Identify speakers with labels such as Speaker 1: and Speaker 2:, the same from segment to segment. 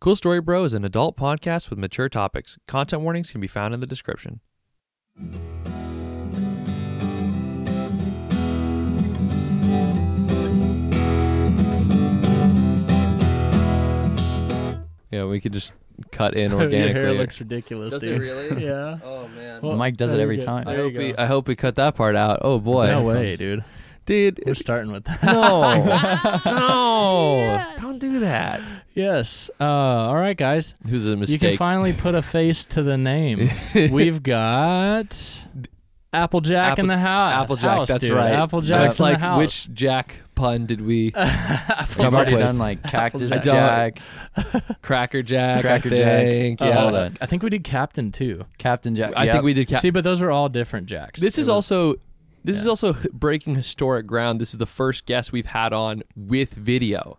Speaker 1: Cool Story Bro is an adult podcast with mature topics. Content warnings can be found in the description. Yeah, we could just cut in
Speaker 2: Your
Speaker 1: organically.
Speaker 2: hair looks ridiculous,
Speaker 3: Does
Speaker 2: dude.
Speaker 3: it really?
Speaker 2: Yeah.
Speaker 3: Oh man.
Speaker 2: Well,
Speaker 4: Mike does
Speaker 2: there
Speaker 4: it
Speaker 2: you
Speaker 4: every
Speaker 2: go.
Speaker 4: time.
Speaker 1: I
Speaker 2: There you
Speaker 1: hope, we,
Speaker 2: go.
Speaker 1: I hope we cut that part out. Oh boy,
Speaker 2: No way, dude.
Speaker 1: dude!
Speaker 2: We're starting with that.
Speaker 1: No, no, don't do that.
Speaker 2: Yes. Uh, all right, guys.
Speaker 1: It was a
Speaker 2: You can
Speaker 1: mistake.
Speaker 2: finally put a face to the name. We've got Applejack
Speaker 1: Apple-
Speaker 2: in the house.
Speaker 1: Applejack,
Speaker 2: house,
Speaker 1: that's
Speaker 2: dude.
Speaker 1: right.
Speaker 2: Applejack
Speaker 1: I was
Speaker 2: in
Speaker 1: like,
Speaker 2: the house.
Speaker 1: which Jack pun did we?
Speaker 2: Applejack.
Speaker 1: Come
Speaker 4: I've
Speaker 1: up
Speaker 4: already
Speaker 1: with-
Speaker 4: done like Cactus
Speaker 1: I don't-
Speaker 4: Jack,
Speaker 1: Cracker Jack,
Speaker 4: Cracker
Speaker 1: I
Speaker 4: Jack.
Speaker 1: think.
Speaker 4: Oh,
Speaker 1: Yeah,
Speaker 4: all that.
Speaker 2: Uh, I think we did Captain too.
Speaker 4: Captain Jack.
Speaker 1: I
Speaker 4: Yep.
Speaker 1: think we did. Ca-
Speaker 2: See, but those were all different Jacks.
Speaker 1: this
Speaker 2: It
Speaker 1: is
Speaker 2: was-
Speaker 1: also this is also h- breaking historic ground. This is the first guest we've had on with video.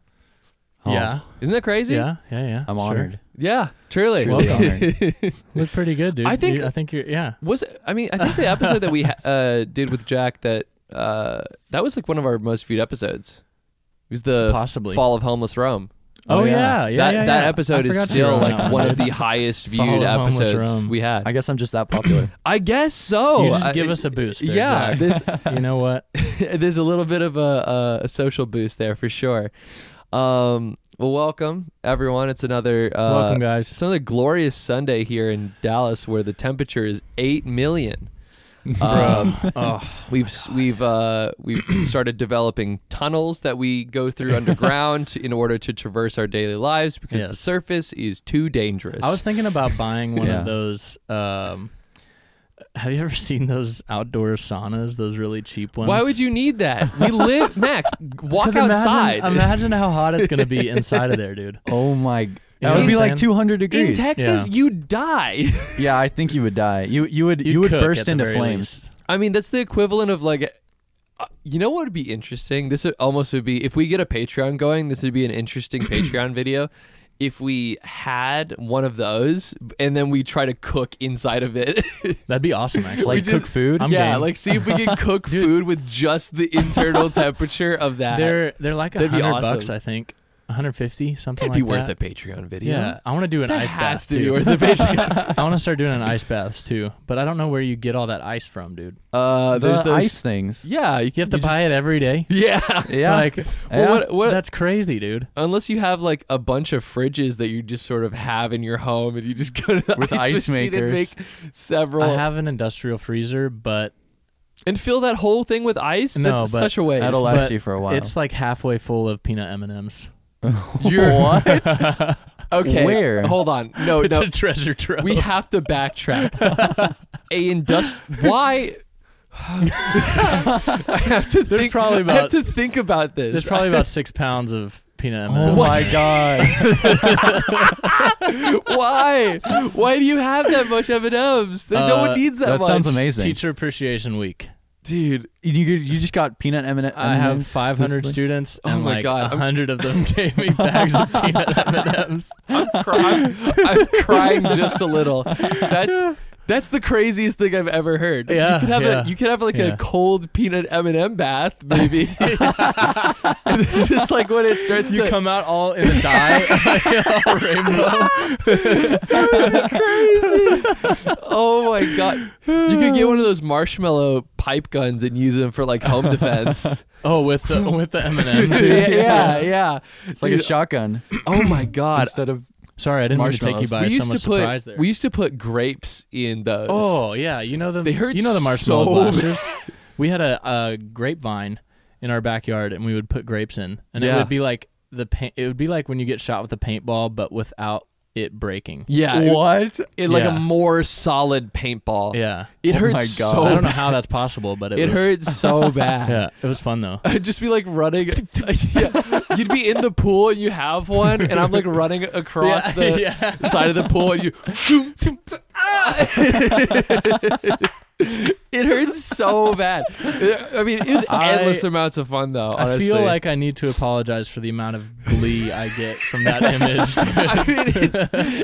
Speaker 4: Oh,
Speaker 2: yeah,
Speaker 1: Isn't that crazy?
Speaker 2: yeah, yeah, yeah.
Speaker 4: I'm
Speaker 2: sure.
Speaker 4: honored.
Speaker 1: yeah, truly.
Speaker 4: Truly
Speaker 2: Welcome.
Speaker 4: honored.
Speaker 2: Look pretty good, dude.
Speaker 1: I think-
Speaker 2: You- I think you're. Yeah,
Speaker 1: was it, I mean I think the episode that we ha- uh, did with Jack that uh, that was like one of our most viewed episodes. It was the
Speaker 2: Possibly.
Speaker 1: fall of homeless Rome.
Speaker 2: Oh,
Speaker 4: Oh,
Speaker 2: yeah. yeah,
Speaker 4: yeah.
Speaker 2: yeah,
Speaker 1: that that
Speaker 2: yeah.
Speaker 1: episode
Speaker 2: I
Speaker 1: is
Speaker 2: forgot to
Speaker 1: still
Speaker 2: run
Speaker 1: like one
Speaker 2: that one.
Speaker 1: of the highest
Speaker 2: Fall
Speaker 1: viewed
Speaker 2: of Homeless
Speaker 1: episodes
Speaker 2: Rome.
Speaker 1: we had.
Speaker 4: I
Speaker 1: I,
Speaker 4: guess I'm just that popular.
Speaker 1: guess so.
Speaker 2: You just
Speaker 1: I-
Speaker 2: give us a boost. There,
Speaker 1: yeah,
Speaker 2: Jack.
Speaker 1: this
Speaker 2: you know what?
Speaker 1: there's a little bit of a, a, a social boost there for sure. Um, well, welcome everyone. It's another uh,
Speaker 2: Welcome, guys.
Speaker 1: It's another glorious Sunday here in Dallas, where the temperature is eight million. Um,
Speaker 2: oh,
Speaker 1: we've s- we've uh, we've started developing tunnels that we go through underground in order to traverse our daily lives because the
Speaker 2: Yes.
Speaker 1: surface is too dangerous.
Speaker 2: I was thinking about buying one
Speaker 4: Yeah.
Speaker 2: of those. Um, have you ever seen those outdoor saunas? Those really cheap ones.
Speaker 1: Why would you need that? We live Max. Walk
Speaker 2: 'Cause imagine-
Speaker 1: outside.
Speaker 2: Imagine, how hot it's gonna be inside of there, dude.
Speaker 4: Oh my.
Speaker 2: know
Speaker 4: That
Speaker 2: what
Speaker 4: would be
Speaker 2: I'm
Speaker 4: like
Speaker 2: saying?
Speaker 4: 200
Speaker 1: in
Speaker 4: degrees.
Speaker 1: Texas,
Speaker 2: Yeah.
Speaker 1: you die.
Speaker 4: yeah, I think you would die. You you would you,
Speaker 2: You'd
Speaker 4: would
Speaker 2: cook at
Speaker 4: burst
Speaker 2: the
Speaker 4: into
Speaker 2: very
Speaker 4: flames.
Speaker 2: least.
Speaker 1: I mean, that's the equivalent of like, uh, you know what would be interesting? This would almost would be if we get a Patreon going. This would be an interesting Patreon video. If we had one of those and then we try to cook inside of it,
Speaker 2: That'd be awesome, actually.
Speaker 4: Like
Speaker 1: just-
Speaker 4: cook food.
Speaker 2: I'm-
Speaker 1: yeah,
Speaker 2: game.
Speaker 1: like see if we can cook food with just the internal temperature of that.
Speaker 2: they're they're like a
Speaker 1: That'd be
Speaker 2: hundred
Speaker 1: awesome.
Speaker 2: bucks, I think. 150, something
Speaker 1: That'd be
Speaker 2: like
Speaker 1: worth
Speaker 2: that.
Speaker 1: a Patreon video.
Speaker 2: Yeah, I want to do an
Speaker 1: that
Speaker 2: ice
Speaker 1: has
Speaker 2: bath
Speaker 1: to be
Speaker 2: too.
Speaker 1: worth a Patreon.
Speaker 2: I want to start doing an ice baths too, but I don't know where you get all that ice from, dude.
Speaker 1: uh,
Speaker 4: the
Speaker 1: there's those.
Speaker 4: ice things.
Speaker 1: Yeah,
Speaker 2: You have to
Speaker 1: just-
Speaker 2: buy it every day.
Speaker 1: yeah,
Speaker 4: Yeah.
Speaker 2: Like,
Speaker 4: Yeah.
Speaker 1: Well, what, what,
Speaker 2: that's crazy, dude.
Speaker 1: Unless you have like a bunch of fridges that you just sort of have in your home and you just go to the
Speaker 4: With
Speaker 1: ice,
Speaker 4: ice
Speaker 1: machine
Speaker 4: makers.
Speaker 1: and make several
Speaker 2: I have an industrial freezer, but
Speaker 1: and fill that whole thing with ice.
Speaker 2: No,
Speaker 1: That's
Speaker 2: but
Speaker 1: such a waste.
Speaker 4: That'll last
Speaker 2: but
Speaker 4: you for a while.
Speaker 2: it's like halfway full of peanut M and M's.
Speaker 1: You're, what? okay.
Speaker 4: Where?
Speaker 1: Hold on. No,
Speaker 2: It's
Speaker 1: no.
Speaker 2: a treasure trove.
Speaker 1: we have to backtrack. a indust. Why? I have to.
Speaker 2: There's
Speaker 1: think,
Speaker 2: probably
Speaker 1: I have
Speaker 2: about-
Speaker 1: to think about this.
Speaker 2: There's probably about six pounds of peanut M and
Speaker 4: oh
Speaker 2: M's.
Speaker 4: my god.
Speaker 2: Oh
Speaker 1: Why? Why do you have that much M and M's? No
Speaker 2: Uh,
Speaker 1: one needs that,
Speaker 4: that
Speaker 1: much.
Speaker 4: sounds amazing.
Speaker 2: Teacher Appreciation Week.
Speaker 1: dude.
Speaker 4: You you just got peanut M&M.
Speaker 2: I have 500 students,
Speaker 1: Oh
Speaker 2: and
Speaker 1: my
Speaker 2: like
Speaker 1: God, I'm-
Speaker 2: 100 of them gave me bags of peanut M&Ms.
Speaker 1: crying. I'm crying just a little. That's that's the craziest thing I've ever heard.
Speaker 2: Yeah,
Speaker 1: you could have
Speaker 2: yeah,
Speaker 1: a you could have like
Speaker 2: yeah.
Speaker 1: a cold peanut M and m bath, maybe. and it's just like when it starts
Speaker 2: You
Speaker 1: to
Speaker 2: come out all in a dye, like, all rainbow.
Speaker 1: crazy. oh my god! You could get one of those marshmallow pipe guns and use them for like home defense.
Speaker 2: Oh, with the with the M and M's.
Speaker 1: yeah, yeah, yeah.
Speaker 4: It's like a
Speaker 1: Dude,
Speaker 4: shotgun
Speaker 1: oh my god!
Speaker 4: instead of
Speaker 2: Sorry, I didn't mean to take you
Speaker 4: Marshmallows.
Speaker 2: by
Speaker 1: We
Speaker 2: so
Speaker 1: used
Speaker 2: much
Speaker 1: to put
Speaker 2: surprise there.
Speaker 1: we used to put grapes in those.
Speaker 2: oh yeah, you know the
Speaker 1: They hurt
Speaker 2: you know the
Speaker 1: so
Speaker 2: marshmallow
Speaker 1: bad.
Speaker 2: blasters. We had a, a grapevine in our backyard, and we would put grapes in, and it
Speaker 1: Yeah.
Speaker 2: would be like the paint. It would be like when you get shot with a paintball, but without it breaking.
Speaker 1: yeah, it-
Speaker 4: what?
Speaker 1: it, like
Speaker 2: Yeah.
Speaker 1: a more solid paintball.
Speaker 2: Yeah,
Speaker 1: It
Speaker 4: Oh
Speaker 1: hurts
Speaker 4: my God.
Speaker 1: so
Speaker 2: I don't know
Speaker 1: bad.
Speaker 2: how that's possible, but it,
Speaker 1: It
Speaker 2: was,
Speaker 1: hurts so bad.
Speaker 2: Yeah, it was fun though.
Speaker 1: I'd just be like running. yeah. You'd be in the pool and you have one, and I'm like running across the
Speaker 2: yeah.
Speaker 1: side of the pool, and you. Ah! It hurts so bad. Uh, I mean, it was
Speaker 2: I-
Speaker 1: endless amounts of fun though.
Speaker 2: I
Speaker 1: Honestly.
Speaker 2: feel like I need to apologize for the amount of glee I get from that image.
Speaker 1: I mean,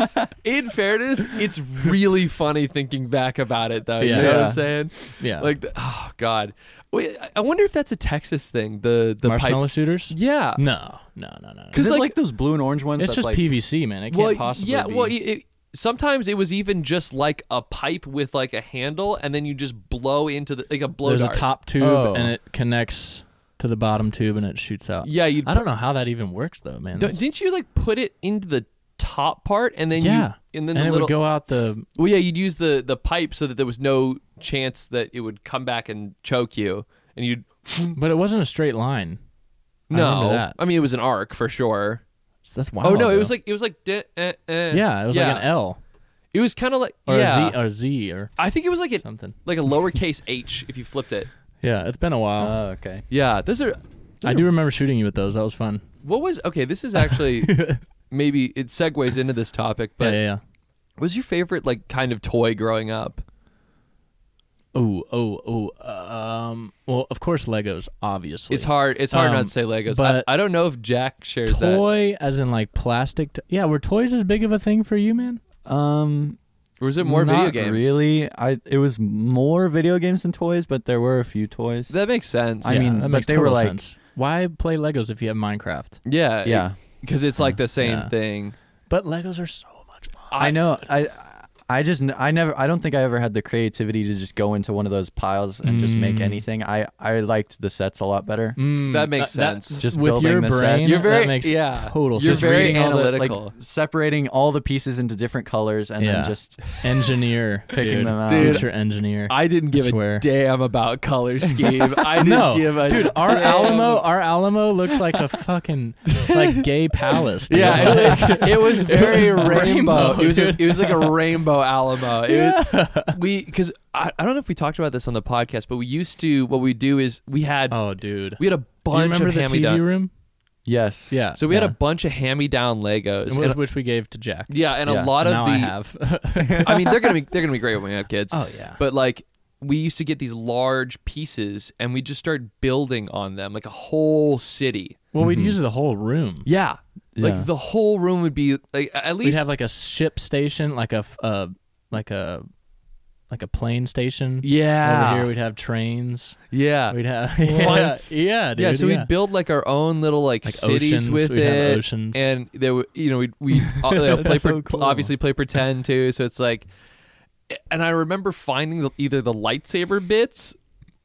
Speaker 1: it's in fairness, it's really funny thinking back about it though.
Speaker 2: Yeah.
Speaker 1: You know what
Speaker 4: Yeah.
Speaker 1: I'm saying?
Speaker 2: yeah,
Speaker 1: Like, the, oh god. Wait, I- I wonder if that's a Texas thing. The the
Speaker 2: marshmallow
Speaker 1: pipe.
Speaker 2: shooters.
Speaker 1: Yeah.
Speaker 2: No, no, no, no. no.
Speaker 1: Cause
Speaker 4: Is it
Speaker 1: like-
Speaker 4: like, those blue and orange ones?
Speaker 2: It's
Speaker 4: that's
Speaker 2: just
Speaker 4: like,
Speaker 2: PVC, man. It can't
Speaker 1: well,
Speaker 2: possibly.
Speaker 1: yeah.
Speaker 2: be.
Speaker 1: Well, it, it- sometimes it was even just like a pipe with like a handle, and then you just blow into the like a blow
Speaker 2: there's a
Speaker 1: dart.
Speaker 2: top tube
Speaker 4: Oh.
Speaker 2: and it connects to the bottom tube and it shoots out.
Speaker 1: Yeah, you.
Speaker 2: I don't know how that even works though, man. That's-
Speaker 1: Didn't you like put it into the top part, and then
Speaker 2: Yeah.
Speaker 1: you, and then
Speaker 2: and
Speaker 1: the
Speaker 2: it
Speaker 1: little
Speaker 2: would go out the
Speaker 1: Well, yeah, you'd use the the pipe so that there was no chance that it would come back and choke you, and you'd
Speaker 2: but it wasn't a straight line. I
Speaker 1: no.
Speaker 2: remember that.
Speaker 1: mean, it was an arc for sure.
Speaker 2: So that's wild.
Speaker 1: Oh no, it was
Speaker 2: though.
Speaker 1: like it was like di- eh, eh.
Speaker 2: yeah, it was like an L
Speaker 1: It was kind of like
Speaker 2: or
Speaker 1: yeah.
Speaker 2: a Z or Z or
Speaker 1: I think it was like a
Speaker 2: something.
Speaker 1: like a lowercase h if you flipped it.
Speaker 2: Yeah, it's been a while.
Speaker 4: Oh, okay.
Speaker 1: Yeah, those are.
Speaker 2: Uh, I do remember shooting you with those. That was fun.
Speaker 1: What was okay? This is actually maybe it segues into this topic,
Speaker 2: Yeah,
Speaker 1: but
Speaker 2: yeah,
Speaker 1: what was your favorite like kind of toy growing up?
Speaker 2: yeah. Ooh, oh, oh. Um, well, of course, Legos, obviously.
Speaker 1: It's hard. It's hard not
Speaker 2: Um,
Speaker 1: to say Legos.
Speaker 2: but-
Speaker 1: I, I don't know if Jack shares that.
Speaker 2: Toy, as in like plastic. To- yeah, were toys as big of a thing for you, man?
Speaker 4: Um,
Speaker 1: Or was it more video
Speaker 4: not
Speaker 1: games?
Speaker 4: Really, I it was more video games than toys, but there were a few toys.
Speaker 1: That makes sense.
Speaker 4: I
Speaker 2: Yeah,
Speaker 4: mean,
Speaker 2: that
Speaker 4: but
Speaker 2: makes
Speaker 4: they were
Speaker 2: total
Speaker 4: like-
Speaker 2: sense. why play Legos if you have Minecraft?
Speaker 1: Yeah,
Speaker 4: yeah,
Speaker 1: because it's like the same
Speaker 2: Yeah.
Speaker 1: thing.
Speaker 2: But Legos are so much fun.
Speaker 4: I know. I I just n- I never I don't think I ever had the creativity to just go into one of those piles and just make
Speaker 2: Mm.
Speaker 4: anything. I I liked the sets a lot better.
Speaker 2: Mm,
Speaker 1: That makes
Speaker 2: that-
Speaker 1: sense.
Speaker 4: Just
Speaker 2: with
Speaker 4: building
Speaker 2: your
Speaker 4: the
Speaker 2: brain,
Speaker 4: sets.
Speaker 1: You're very
Speaker 2: that makes
Speaker 1: yeah.
Speaker 2: total
Speaker 1: You're
Speaker 2: sense.
Speaker 1: very
Speaker 4: reading all the- like,
Speaker 1: analytical,
Speaker 4: separating all the pieces into different colors and
Speaker 2: Yeah.
Speaker 4: then just
Speaker 2: engineer,
Speaker 4: picking
Speaker 2: dude.
Speaker 4: them out.
Speaker 1: Dude,
Speaker 2: Future engineer.
Speaker 1: I didn't give
Speaker 2: swear.
Speaker 1: a damn about color scheme. I didn't
Speaker 2: no,
Speaker 1: give a
Speaker 2: dude, our
Speaker 1: damn-
Speaker 2: Alamo, our Alamo looked like a fucking like gay palace. Dude.
Speaker 1: Yeah, it, was- it was very
Speaker 2: was
Speaker 1: rainbow.
Speaker 2: rainbow,
Speaker 1: It was a,
Speaker 2: dude.
Speaker 1: it was like a rainbow Alamo. It was, we because I, I don't know if we talked about this on the podcast, but we used to what we do is we had
Speaker 2: oh, dude.
Speaker 1: we had a bunch
Speaker 2: Do you
Speaker 1: of
Speaker 2: remember
Speaker 1: hand me
Speaker 2: the TV
Speaker 1: down.
Speaker 2: room?
Speaker 4: yes.
Speaker 2: Yeah.
Speaker 1: So we
Speaker 2: yeah.
Speaker 1: had a bunch of hand me down Legos.
Speaker 2: And
Speaker 1: and-
Speaker 2: which, which we gave to Jack.
Speaker 1: yeah, and
Speaker 4: Yeah,
Speaker 1: a lot of
Speaker 2: now
Speaker 1: the
Speaker 2: I have.
Speaker 1: I mean, they're gonna be they're gonna be great when we have kids.
Speaker 2: oh yeah.
Speaker 1: But like we used to get these large pieces and we just start building on them like a whole city.
Speaker 2: Well, we'd use the whole room.
Speaker 1: Yeah.
Speaker 4: Yeah.
Speaker 1: Like the whole room would be like at
Speaker 2: We'd
Speaker 1: least
Speaker 2: have like a ship station, like a f- uh, like a like a plane station.
Speaker 1: yeah.
Speaker 2: Over here, we'd have trains.
Speaker 1: yeah.
Speaker 2: We'd have Uh, yeah,
Speaker 1: What?
Speaker 2: yeah, dude.
Speaker 1: yeah, so
Speaker 2: yeah.
Speaker 1: we'd build like our own little like,
Speaker 2: like
Speaker 1: cities
Speaker 2: oceans,
Speaker 1: with
Speaker 2: we'd have
Speaker 1: it.
Speaker 2: oceans.
Speaker 1: And there were, you know, we we uh, you know, play
Speaker 4: That's
Speaker 1: pre-
Speaker 4: so cool.
Speaker 1: obviously play pretend too, so it's like and I remember finding the, either the lightsaber bits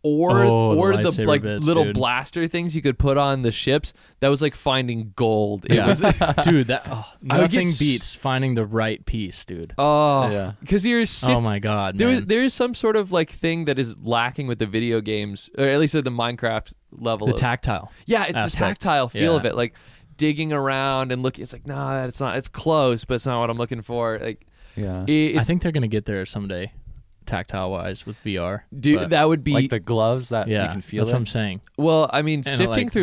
Speaker 1: or
Speaker 2: Oh, the
Speaker 1: or the,
Speaker 2: lightsaber
Speaker 1: like
Speaker 2: bits,
Speaker 1: little
Speaker 2: dude.
Speaker 1: blaster things you could put on the ships. That was like finding gold. It
Speaker 2: Yeah.
Speaker 1: was
Speaker 2: dude, that oh,
Speaker 1: I would get
Speaker 2: nothing
Speaker 1: s-
Speaker 2: beats finding the right piece, dude.
Speaker 1: Oh,
Speaker 4: Yeah.
Speaker 1: Because you're sick.
Speaker 2: oh my god,
Speaker 1: there,
Speaker 2: man.
Speaker 1: is- there is some sort of like thing that is lacking with the video games, or at least with the Minecraft level.
Speaker 2: the
Speaker 1: of-
Speaker 2: tactile.
Speaker 1: yeah, it's
Speaker 2: aspect.
Speaker 1: the tactile feel
Speaker 2: Yeah.
Speaker 1: of it, like digging around and looking. It's like, nah, it's not. It's close, but it's not what I'm looking for. Like,
Speaker 4: Yeah.
Speaker 1: it- it's,
Speaker 2: I think they're gonna get there someday, tactile wise with VR.
Speaker 1: dude,
Speaker 2: but-
Speaker 1: that would be
Speaker 4: like the gloves that
Speaker 2: yeah,
Speaker 4: you can feel
Speaker 2: that's what I'm
Speaker 4: it.
Speaker 2: saying.
Speaker 1: well. I mean,
Speaker 2: it,
Speaker 1: sifting
Speaker 2: like,
Speaker 1: through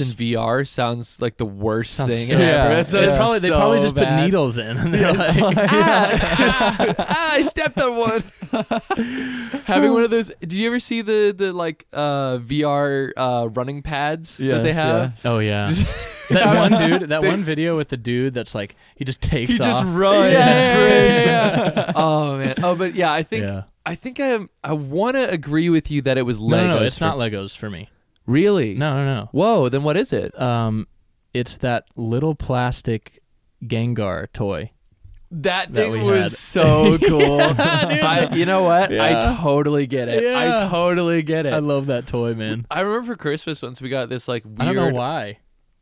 Speaker 1: Legos and VR sounds like the worst
Speaker 2: Sounds
Speaker 1: thing
Speaker 2: so
Speaker 1: ever.
Speaker 4: bad.
Speaker 1: It's,
Speaker 4: Yeah.
Speaker 1: it's
Speaker 2: It's probably they
Speaker 1: so
Speaker 2: probably just
Speaker 1: bad.
Speaker 2: put needles in. And they're like,
Speaker 1: ah, ah, ah, I stepped on one. Having one of those. Did you ever see the the like uh, VR uh, running pads that they
Speaker 4: Yes,
Speaker 1: have?
Speaker 2: oh yeah, that one dude. That
Speaker 1: They-
Speaker 2: one video with the dude that's like he just takes
Speaker 4: He just
Speaker 2: off.
Speaker 4: runs.
Speaker 1: Yeah,
Speaker 4: Just sprints.
Speaker 1: yeah, yeah. oh man. Oh, but yeah, I think
Speaker 2: Yeah.
Speaker 1: I think I I want to agree with you that it was Legos.
Speaker 2: no, no, no, it's
Speaker 1: for-
Speaker 2: not Legos for me.
Speaker 1: really.
Speaker 2: No, no,
Speaker 1: Whoa. Then what is it?
Speaker 2: no. Um, it's that little plastic Gengar toy.
Speaker 1: That thing
Speaker 2: That we
Speaker 1: was
Speaker 2: had.
Speaker 1: so cool. I, you know what? I
Speaker 2: Yeah.
Speaker 1: totally get it. I
Speaker 2: Yeah.
Speaker 1: totally get it.
Speaker 2: I
Speaker 1: I,
Speaker 2: love that toy, man.
Speaker 1: remember for Christmas once we got this like weird
Speaker 2: I don't know why.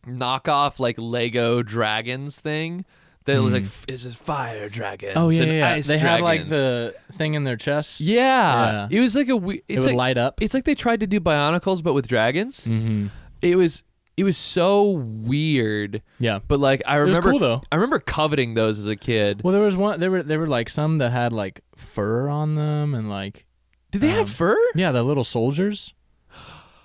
Speaker 1: knockoff like Lego dragons thing that was like f- it's a fire dragon.
Speaker 2: Hmm. Oh yeah,
Speaker 1: and
Speaker 2: yeah. yeah.
Speaker 1: ice
Speaker 2: They have like
Speaker 1: dragons.
Speaker 2: the thing in their chest.
Speaker 1: yeah. It was like a we-
Speaker 2: it
Speaker 1: it's
Speaker 2: would
Speaker 1: like
Speaker 2: light up.
Speaker 1: it's like they tried to do Bionicles but with dragons.
Speaker 2: Mm-hmm.
Speaker 1: It was it was so weird,
Speaker 2: Yeah,
Speaker 1: but like I
Speaker 2: it was
Speaker 1: remember
Speaker 2: cool though.
Speaker 1: I remember coveting those as a kid.
Speaker 2: Well, there was one. There were there were like some that had like fur on them and like
Speaker 1: Did they
Speaker 2: um,
Speaker 1: have fur?
Speaker 2: yeah, the little soldiers.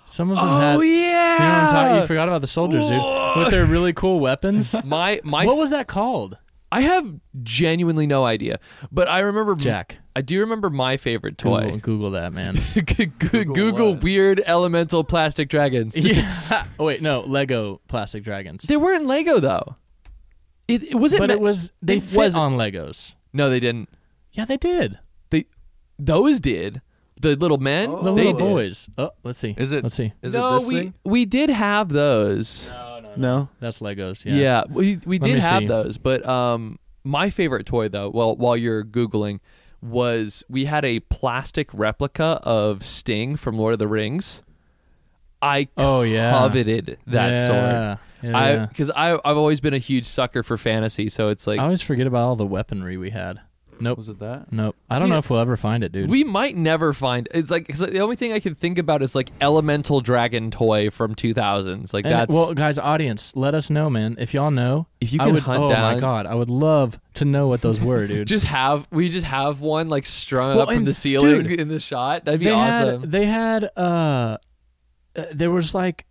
Speaker 2: Some of them had.
Speaker 1: Oh yeah.
Speaker 2: You know what I'm talking- You forgot about the soldiers, dude, with their really cool weapons.
Speaker 1: my my
Speaker 2: what was that called,
Speaker 1: I have genuinely no idea, but I remember
Speaker 2: Jack?
Speaker 1: I do remember my favorite
Speaker 2: Google,
Speaker 1: toy.
Speaker 2: Google that, man.
Speaker 1: Google, Google
Speaker 4: what?
Speaker 1: weird elemental plastic dragons.
Speaker 2: yeah. Oh, wait, no, Lego plastic dragons.
Speaker 1: They weren't Lego though. It, it was it.
Speaker 2: but
Speaker 1: me-
Speaker 2: it was they
Speaker 1: it
Speaker 2: fit
Speaker 1: was-
Speaker 2: on Legos.
Speaker 1: no, they didn't.
Speaker 2: Yeah, they did.
Speaker 1: They those did. The little men.
Speaker 4: Oh.
Speaker 2: The
Speaker 1: they
Speaker 2: little
Speaker 1: did.
Speaker 2: boys. Oh, let's see.
Speaker 4: Is it-
Speaker 2: Let's see.
Speaker 4: Is
Speaker 1: no,
Speaker 4: it this
Speaker 1: we
Speaker 4: thing?
Speaker 1: we did have those.
Speaker 4: No.
Speaker 2: That's Legos.
Speaker 1: Yeah,
Speaker 2: Yeah.
Speaker 1: we we
Speaker 2: Let me
Speaker 1: did have
Speaker 2: see.
Speaker 1: those. But um, my favorite toy though, well, while you're googling, was we had a plastic replica of Sting from Lord of the Rings. I
Speaker 2: Oh yeah.
Speaker 1: coveted that sword.
Speaker 2: yeah. Yeah.
Speaker 1: I because I I've always been a huge sucker for fantasy, so it's like
Speaker 2: I always forget about all the weaponry we had. Nope.
Speaker 4: Was it that?
Speaker 2: Nope. I don't
Speaker 1: Dude.
Speaker 2: know if we'll ever find it, dude.
Speaker 1: we might never find. It's like 'cause the only thing I can think about is like elemental dragon toy from 2000s. Like
Speaker 2: And-
Speaker 1: that's
Speaker 2: well, guys, audience, let us know, man. If y'all know,
Speaker 1: If you
Speaker 2: I
Speaker 1: can
Speaker 2: would,
Speaker 1: hunt
Speaker 2: oh
Speaker 1: down-
Speaker 2: my god, I would love to know what those were, dude.
Speaker 1: just have we just have one like strung
Speaker 2: Well,
Speaker 1: up from
Speaker 2: and,
Speaker 1: the ceiling
Speaker 2: dude,
Speaker 1: in the shot. That'd be
Speaker 2: they
Speaker 1: awesome.
Speaker 2: had they had uh, uh, there was like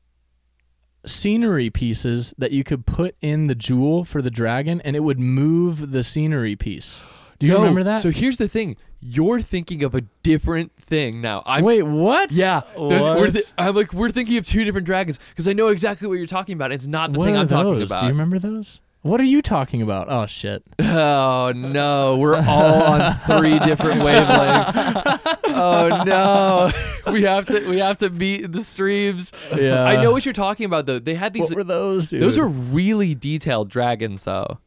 Speaker 2: scenery pieces that you could put in the jewel for the dragon, and it would move the scenery piece. Do you
Speaker 1: No,
Speaker 2: remember that?
Speaker 1: So here's the thing: you're thinking of a different thing now. I'm
Speaker 2: Wait, what?
Speaker 1: yeah. those- We're
Speaker 2: What?
Speaker 1: thi- I'm like we're thinking of two different dragons because I know exactly what you're talking about. It's not the
Speaker 2: what
Speaker 1: thing
Speaker 2: are
Speaker 1: I'm talking
Speaker 2: those?
Speaker 1: about.
Speaker 2: Do you remember those? What are you talking about? Oh shit!
Speaker 1: Oh no, we're all on three different wavelengths. Oh no, we have to we have to beat the streams.
Speaker 2: Yeah,
Speaker 1: I know what you're talking about though. They had these.
Speaker 2: Uh. What were those, dude?
Speaker 1: Those were really detailed dragons though.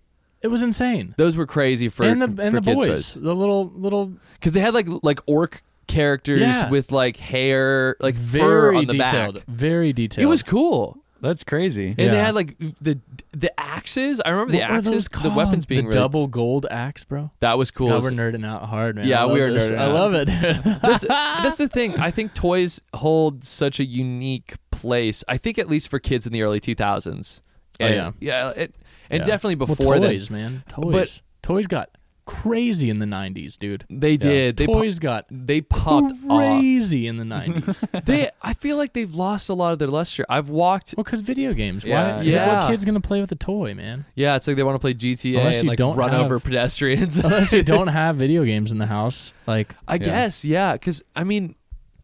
Speaker 2: it was insane.
Speaker 1: Those were crazy for
Speaker 2: and the
Speaker 1: for
Speaker 2: and the
Speaker 1: kids
Speaker 2: boys,
Speaker 1: toys.
Speaker 2: the little little
Speaker 1: because they had like like orc characters
Speaker 2: Yeah.
Speaker 1: with like hair, like fur
Speaker 2: very
Speaker 1: on the
Speaker 2: detailed,
Speaker 1: back.
Speaker 2: very detailed.
Speaker 1: It was cool,
Speaker 4: That's crazy.
Speaker 1: and they
Speaker 2: Yeah.
Speaker 1: had like the the axes. I remember
Speaker 2: what
Speaker 1: the
Speaker 2: were those
Speaker 1: axes, the
Speaker 2: called?
Speaker 1: weapons being
Speaker 2: the
Speaker 1: really-
Speaker 2: double gold axe, bro.
Speaker 1: That was cool.
Speaker 2: God, we're nerding out hard, man.
Speaker 1: Yeah,
Speaker 2: I love
Speaker 1: we are
Speaker 2: this.
Speaker 1: nerding
Speaker 2: I
Speaker 1: out.
Speaker 2: love it. dude.
Speaker 1: that's, that's the thing. I think toys hold such a unique place. I think at least for kids in the early 2000s.
Speaker 2: Oh,
Speaker 1: And-
Speaker 2: yeah.
Speaker 1: yeah, it, and
Speaker 2: Yeah.
Speaker 1: definitely
Speaker 2: Well,
Speaker 1: before
Speaker 2: toys, man, toys. Toys got crazy in the '90s, dude.
Speaker 1: then they did. They po-
Speaker 2: toys got
Speaker 1: they popped off.
Speaker 2: crazy in the '90s.
Speaker 1: They I feel like they've lost a lot of their luster. I've walked.
Speaker 2: well, because video games.
Speaker 4: Yeah.
Speaker 2: Why?
Speaker 1: Yeah.
Speaker 2: What kid's gonna play with a toy, man?
Speaker 1: Yeah, it's like they want to play GTA
Speaker 2: Unless
Speaker 1: and
Speaker 2: you
Speaker 1: like
Speaker 2: don't
Speaker 1: run
Speaker 2: have-
Speaker 1: over pedestrians.
Speaker 2: Unless you don't have video games in the house, like
Speaker 1: I guess, yeah, because I mean,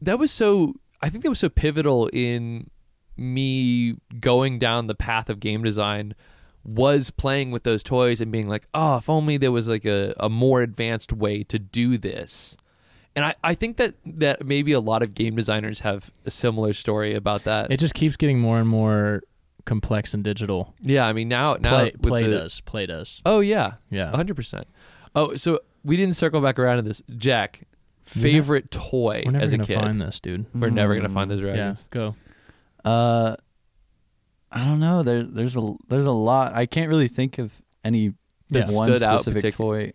Speaker 1: that was so. I think that was so pivotal in me going down the path of game design was playing with those toys and being like, oh, if only there was like a, a more advanced way to do this. And I, I think that, that maybe a lot of game designers have a similar story about that.
Speaker 2: it just keeps getting more and more complex and digital.
Speaker 1: yeah, I mean now now
Speaker 2: Play,
Speaker 1: with
Speaker 2: play
Speaker 1: the-
Speaker 2: does, play does.
Speaker 1: Oh yeah,
Speaker 2: Yeah.
Speaker 1: hundred percent. Oh, so we didn't circle back around to this. Jack,
Speaker 2: We're ne-
Speaker 1: favorite toy
Speaker 2: We're never
Speaker 1: as a
Speaker 2: gonna
Speaker 1: kid.
Speaker 2: find this, dude. Mm-hmm.
Speaker 1: We're never gonna find those
Speaker 2: Yeah,
Speaker 1: dragons.
Speaker 2: go.
Speaker 4: Uh, I don't know. There, there's a there's a lot. I can't really think of any
Speaker 1: That
Speaker 4: one
Speaker 1: stood out
Speaker 4: specific
Speaker 1: particu-
Speaker 4: toy.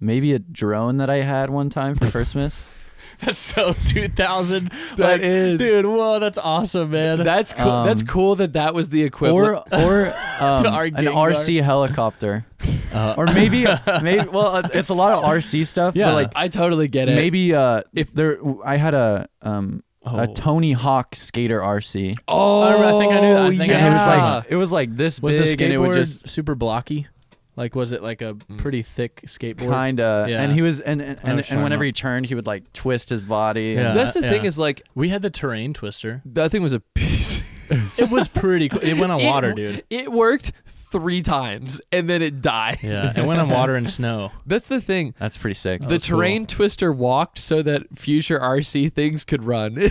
Speaker 4: Maybe a drone that I had one time for Christmas.
Speaker 2: That's so 2000.
Speaker 1: That is-
Speaker 2: dude. Whoa, that's awesome, man.
Speaker 1: That's cool. that's
Speaker 4: Um,
Speaker 1: cool that that was the equivalent.
Speaker 4: or or um,
Speaker 2: our
Speaker 4: an
Speaker 2: gang
Speaker 4: RC helicopter. Uh, or maybe maybe well, uh, it's a lot of RC stuff.
Speaker 2: Yeah.
Speaker 4: But like
Speaker 1: I totally get it.
Speaker 4: maybe uh,
Speaker 1: If-
Speaker 4: if there, I had a um
Speaker 2: Oh.
Speaker 4: a Tony Hawk skater RC.
Speaker 1: Oh,
Speaker 2: I remember- I think I knew that. I think I
Speaker 4: And it was
Speaker 1: yeah.
Speaker 4: like it was like this
Speaker 2: was
Speaker 4: big,
Speaker 2: the skateboard
Speaker 4: and it would just
Speaker 2: super blocky? Like, was it like a
Speaker 1: Mm.
Speaker 2: pretty thick skateboard?
Speaker 4: kind of
Speaker 2: Yeah.
Speaker 4: and he was and and,
Speaker 2: I know
Speaker 4: and,
Speaker 2: what you're
Speaker 4: and whenever
Speaker 2: talking
Speaker 4: he turned he would like twist his body and-
Speaker 2: Yeah.
Speaker 1: That's the
Speaker 2: Uh,
Speaker 1: thing
Speaker 2: yeah.
Speaker 1: is like
Speaker 2: We had the terrain twister.
Speaker 1: that thing was a piece.
Speaker 2: It was pretty. cool. It went on
Speaker 1: It-
Speaker 2: water, dude.
Speaker 1: It worked three times and then it died.
Speaker 2: Yeah, it went on water and snow.
Speaker 1: That's the thing.
Speaker 4: that's pretty sick
Speaker 1: the
Speaker 2: was cool.
Speaker 1: terrain twister walked so that future RC things could run. like,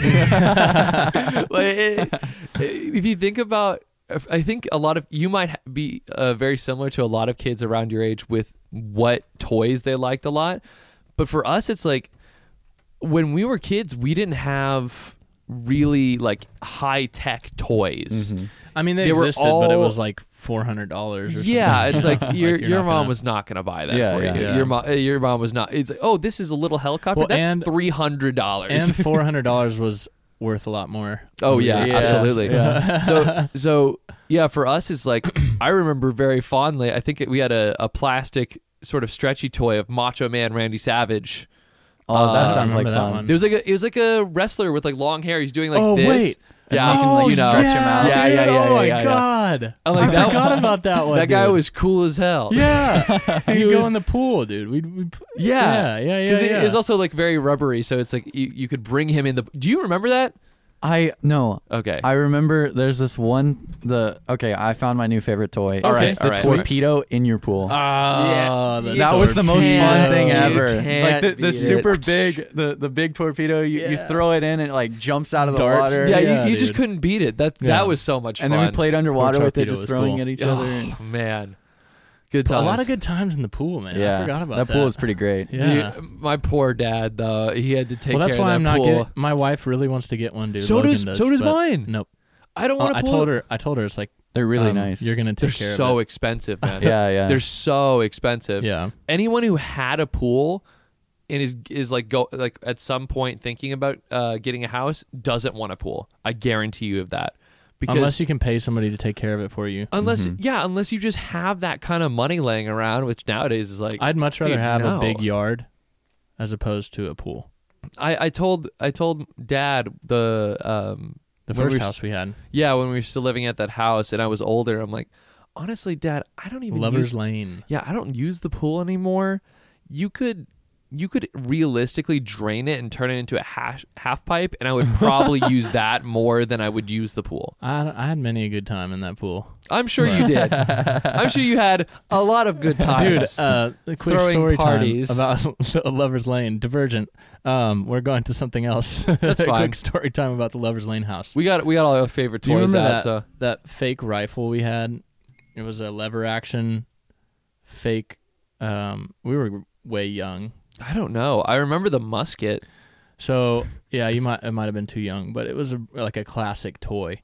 Speaker 1: it- if you think about, I think a lot of you might ha- be uh, very similar to a lot of kids around your age with what toys they liked a lot, but for us, it's like when we were kids, we didn't have really like high tech toys.
Speaker 2: I mean, they,
Speaker 1: They were
Speaker 2: existed, but it
Speaker 1: all-
Speaker 2: was like four hundred dollars or something.
Speaker 1: Yeah, it's like your
Speaker 2: you're
Speaker 1: your
Speaker 2: not
Speaker 1: mom
Speaker 2: gonna-
Speaker 1: was not gonna buy that
Speaker 4: Yeah,
Speaker 1: for
Speaker 4: yeah.
Speaker 1: you.
Speaker 2: Yeah.
Speaker 1: Your mom your mom was not. It's like oh, this is a little helicopter.
Speaker 2: Well,
Speaker 1: That's
Speaker 2: and-
Speaker 1: three hundred dollars.
Speaker 2: And four hundred dollars was worth a lot more.
Speaker 1: Oh yeah,
Speaker 4: Yeah.
Speaker 1: absolutely.
Speaker 4: Yeah.
Speaker 1: So so yeah, for us it's like I remember very fondly. I think we had a, a plastic sort of stretchy toy of Macho Man Randy Savage.
Speaker 4: oh
Speaker 1: Uh,
Speaker 4: that sounds like
Speaker 2: remember that
Speaker 4: fun
Speaker 2: one.
Speaker 1: There was like a it was like a wrestler with like long hair. He's doing like
Speaker 2: oh
Speaker 1: this.
Speaker 2: wait,
Speaker 4: and
Speaker 1: Yeah.
Speaker 4: they can like
Speaker 1: Oh,
Speaker 4: stretch him out.
Speaker 1: Yeah, yeah,
Speaker 2: dude.
Speaker 1: yeah,
Speaker 2: Oh my
Speaker 1: yeah, yeah.
Speaker 2: god!
Speaker 1: I like
Speaker 2: I
Speaker 1: that
Speaker 2: forgot
Speaker 1: one.
Speaker 2: about that one.
Speaker 1: that guy
Speaker 2: dude.
Speaker 1: was cool as hell.
Speaker 2: Yeah,
Speaker 1: He
Speaker 2: he'd go
Speaker 1: was-
Speaker 2: in the pool, dude. We'd, we'd p-
Speaker 1: Yeah.
Speaker 2: yeah, yeah, yeah.
Speaker 1: Because it,
Speaker 2: yeah.
Speaker 1: it was also like very rubbery, so it's like you, you could bring him in the. Do you remember that?
Speaker 4: I no.
Speaker 1: Okay.
Speaker 4: I remember there's this one the okay, I found my new favorite toy.
Speaker 1: All right,
Speaker 4: It's
Speaker 1: all
Speaker 4: the
Speaker 1: right.
Speaker 4: torpedo in your pool.
Speaker 2: Oh, Uh, Ah,
Speaker 1: Yeah.
Speaker 2: the
Speaker 1: That
Speaker 4: that was the most fun
Speaker 1: can't-
Speaker 4: thing
Speaker 1: you
Speaker 4: ever. Like
Speaker 1: can't
Speaker 4: the,
Speaker 1: beat it.
Speaker 4: the super big, the, the big torpedo. You, you throw it in, and it like jumps out of the
Speaker 2: Darts.
Speaker 4: water.
Speaker 1: yeah,
Speaker 2: yeah,
Speaker 1: you, you just
Speaker 2: dude.
Speaker 1: couldn't beat it. That
Speaker 2: Yeah.
Speaker 1: that was so much
Speaker 4: And
Speaker 1: fun.
Speaker 4: then we played underwater with it,
Speaker 2: torpedo
Speaker 4: just
Speaker 2: was
Speaker 4: throwing
Speaker 2: cool.
Speaker 4: at each other. and-
Speaker 1: Oh man, good
Speaker 2: A
Speaker 1: times.
Speaker 2: lot of good times in the pool, man.
Speaker 4: yeah,
Speaker 2: I forgot about that.
Speaker 4: that pool is pretty great.
Speaker 2: Yeah.
Speaker 1: Dude, my poor dad though. He had to take
Speaker 2: well, that's
Speaker 1: care
Speaker 2: why
Speaker 1: of
Speaker 2: I'm
Speaker 1: that
Speaker 2: not
Speaker 1: pool.
Speaker 2: getting. My wife really wants to get one, dude.
Speaker 1: So
Speaker 2: Logan
Speaker 1: does- so does
Speaker 2: but
Speaker 1: mine.
Speaker 2: Nope.
Speaker 1: I don't want
Speaker 2: Oh, I
Speaker 1: to.
Speaker 2: told her. I told her it's like
Speaker 4: They're really
Speaker 2: um,
Speaker 4: nice.
Speaker 2: You're gonna
Speaker 1: They're
Speaker 2: take care
Speaker 1: so
Speaker 2: of
Speaker 1: expensive, man.
Speaker 4: yeah, yeah.
Speaker 1: They're so
Speaker 2: it.
Speaker 1: expensive.
Speaker 2: Yeah.
Speaker 1: Anyone who had a pool and is is like go like at some point thinking about uh, getting a house doesn't want a pool. I guarantee you of that. Because Uh,
Speaker 2: Unless you can pay somebody to take care of it for you.
Speaker 1: unless yeah, unless you just have that kind of money laying around, which nowadays is like
Speaker 2: I'd much rather
Speaker 1: Dude,
Speaker 2: have
Speaker 1: no.
Speaker 2: a big yard as opposed to a pool.
Speaker 1: I, I told I told dad the um
Speaker 2: The
Speaker 1: when we
Speaker 2: first
Speaker 1: were-
Speaker 2: house we had,
Speaker 1: yeah when we were still living at that house and I was older I'm like honestly dad I don't even
Speaker 2: Lovers
Speaker 1: use,
Speaker 2: Lane.
Speaker 1: yeah I don't use the pool anymore you could you could realistically drain it and turn it into a hash, half pipe and I would probably use that more than I would use the pool
Speaker 2: I, I had many a good time in that pool.
Speaker 1: I'm sure you did I'm sure you had a lot of good
Speaker 2: Dude,
Speaker 1: times
Speaker 2: uh, a quick
Speaker 1: Throwing
Speaker 2: story
Speaker 1: parties.
Speaker 2: time about Lover's Lane, Divergent. Um, we're going to something else.
Speaker 1: That's fine.
Speaker 2: quick story time about the Lover's Lane house.
Speaker 1: we got we got all our favorite
Speaker 2: Do you
Speaker 1: toys
Speaker 2: remember
Speaker 1: out
Speaker 2: that,
Speaker 1: so
Speaker 2: that fake rifle we had? It was a lever action fake. Um, we were way young.
Speaker 1: I don't know I remember the musket
Speaker 2: So yeah, you might it might have been too young, but it was a, like a classic toy.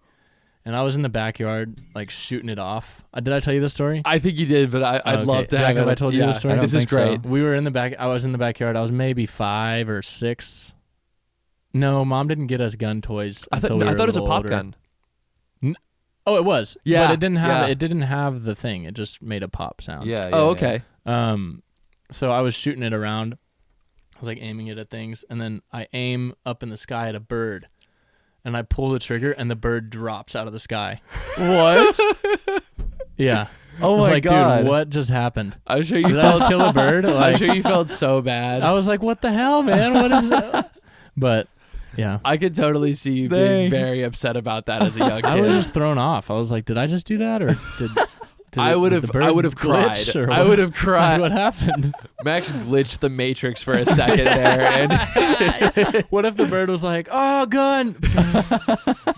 Speaker 2: And I was in the backyard, like shooting it off. Uh, did I tell you this story?
Speaker 1: I think you did, but I, I'd
Speaker 2: Okay.
Speaker 1: love to
Speaker 2: Jack,
Speaker 1: have it.
Speaker 2: have I told you
Speaker 1: Yeah,
Speaker 2: this story? I don't
Speaker 1: This is
Speaker 4: think so.
Speaker 1: great.
Speaker 2: We were in the back. I was in the backyard. I was maybe five or six. No, mom didn't get us gun toys.
Speaker 1: I, thought
Speaker 2: until we
Speaker 1: I
Speaker 2: were
Speaker 1: thought it was a
Speaker 2: little
Speaker 1: pop
Speaker 2: older.
Speaker 1: gun.
Speaker 2: Oh, it was.
Speaker 1: Yeah,
Speaker 2: but it didn't have
Speaker 1: yeah.
Speaker 2: it didn't have the thing. It just made a pop sound.
Speaker 4: yeah, yeah,
Speaker 1: oh,
Speaker 4: yeah.
Speaker 1: okay.
Speaker 2: Um, so I was shooting it around. I was like aiming it at things, and then I aim up in the sky at a bird, and I pull the trigger, and the bird drops out of the sky.
Speaker 4: What?
Speaker 2: Yeah.
Speaker 4: Oh
Speaker 2: I was
Speaker 4: my
Speaker 2: like,
Speaker 4: god!
Speaker 2: dude, what just happened?
Speaker 1: I'm sure you
Speaker 2: Did I
Speaker 1: felt.
Speaker 2: just kill a bird?
Speaker 1: I'm
Speaker 2: Like,
Speaker 1: sure you felt so bad.
Speaker 2: I was like, what the hell, man? What is But yeah.
Speaker 1: I could totally see you being
Speaker 4: Dang.
Speaker 1: very upset about that as a young kid.
Speaker 2: I was just thrown off. I was like, did I just do that or did, did
Speaker 1: I
Speaker 2: it-
Speaker 1: would
Speaker 2: did the
Speaker 1: have,
Speaker 2: bird
Speaker 1: I would have cried.
Speaker 2: glitch or
Speaker 1: I
Speaker 2: what-
Speaker 1: would have
Speaker 2: like,
Speaker 1: cried.
Speaker 2: what happened?
Speaker 1: Max glitched the Matrix for a second there, and
Speaker 2: what if the bird was like, "Oh, gun!"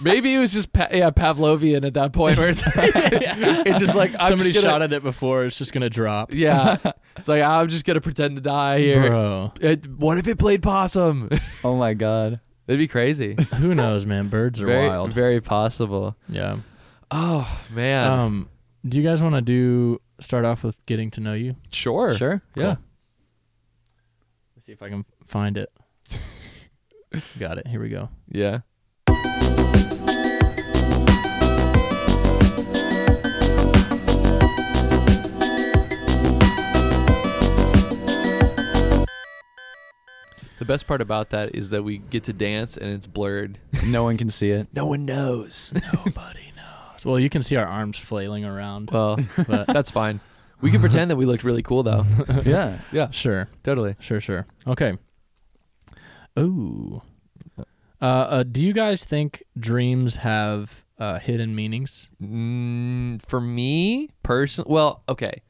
Speaker 1: maybe it was just pa- yeah Pavlovian at that point, where it's, it's just like I'm
Speaker 2: Somebody
Speaker 1: just gonna-
Speaker 2: shot at it before. It's just gonna drop,
Speaker 1: Yeah, it's like I'm just gonna pretend to die here.
Speaker 2: bro.
Speaker 1: It, what if it played possum?
Speaker 4: Oh my god!
Speaker 1: That'd be crazy.
Speaker 2: Who knows, man? Birds are
Speaker 1: very,
Speaker 2: wild.
Speaker 1: very possible.
Speaker 2: yeah.
Speaker 1: Oh man,
Speaker 2: Um, do you guys want to do start off with getting to know you?
Speaker 1: sure,
Speaker 4: Sure.
Speaker 1: yeah.
Speaker 2: Let's see if I can find it. Got it. Here we go.
Speaker 1: Yeah. The best part about that is that we get to dance and it's blurred.
Speaker 4: No one can see it.
Speaker 1: No one knows.
Speaker 2: Nobody knows. Well, you can see our arms flailing around,
Speaker 1: Well,
Speaker 2: but
Speaker 1: that's fine. We can pretend that we looked really cool though.
Speaker 4: yeah.
Speaker 2: sure.
Speaker 1: Totally.
Speaker 2: Sure, sure. Okay. Ooh. Uh, uh, do you guys think dreams have uh, hidden meanings?
Speaker 1: Mm, for me, person, well, okay.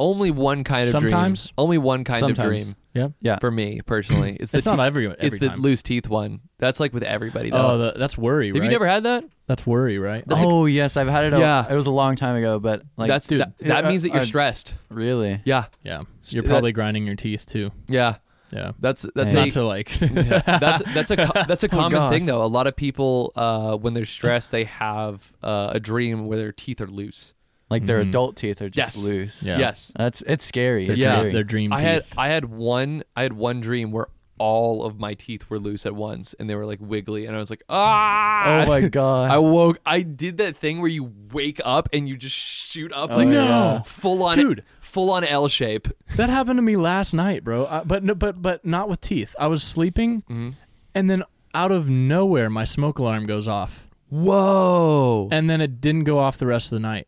Speaker 1: Only one kind of
Speaker 2: Sometimes.
Speaker 1: dream. Only one kind of
Speaker 4: Sometimes.
Speaker 1: dream
Speaker 2: Yep.
Speaker 1: for me personally. It's the
Speaker 2: It's
Speaker 1: two-
Speaker 2: not every every
Speaker 1: it's the
Speaker 2: time.
Speaker 1: loose teeth one. That's like with everybody though.
Speaker 2: oh, the, that's worry.
Speaker 1: Have
Speaker 2: right?
Speaker 1: you never had that?
Speaker 2: That's worry, right?
Speaker 4: oh yes, I've had it. A,
Speaker 1: Yeah.
Speaker 4: It was a long time ago, but like
Speaker 1: That's
Speaker 2: dude,
Speaker 1: that, that
Speaker 4: yeah,
Speaker 1: means that you're
Speaker 4: I-
Speaker 1: stressed.
Speaker 4: really.
Speaker 1: Yeah,
Speaker 2: yeah. You're
Speaker 1: that-
Speaker 2: probably grinding your teeth too.
Speaker 1: yeah.
Speaker 2: Yeah.
Speaker 1: That's that's
Speaker 2: Not
Speaker 1: a
Speaker 2: to Oh like.
Speaker 1: yeah, that's that's a co- that's a common
Speaker 4: God.
Speaker 1: thing though. A lot of people uh, when they're stressed, they have uh, a dream where their teeth are loose.
Speaker 4: Like their
Speaker 2: Mhm.
Speaker 4: adult teeth are just
Speaker 1: Mm-hmm. Yes.
Speaker 4: loose.
Speaker 2: Yeah.
Speaker 1: Yes,
Speaker 4: That's it's scary. It's
Speaker 1: Yeah.
Speaker 4: scary.
Speaker 2: Their dream.
Speaker 1: I had
Speaker 2: teeth.
Speaker 1: I had one I had one dream where all of my teeth were loose at once and they were like wiggly and I was like ah.
Speaker 4: Oh my
Speaker 1: I
Speaker 4: god.
Speaker 1: woke. I did that thing where you wake up and you just shoot up
Speaker 4: Oh,
Speaker 1: like
Speaker 4: yeah.
Speaker 1: full on
Speaker 2: Dude.
Speaker 1: full on L shape.
Speaker 2: That happened to me last night, bro. Uh, but no, but but not Mm-hmm. with teeth. I was sleeping, and then out of nowhere, my smoke alarm goes off.
Speaker 1: Whoa.
Speaker 2: and then it didn't go off the rest of the night.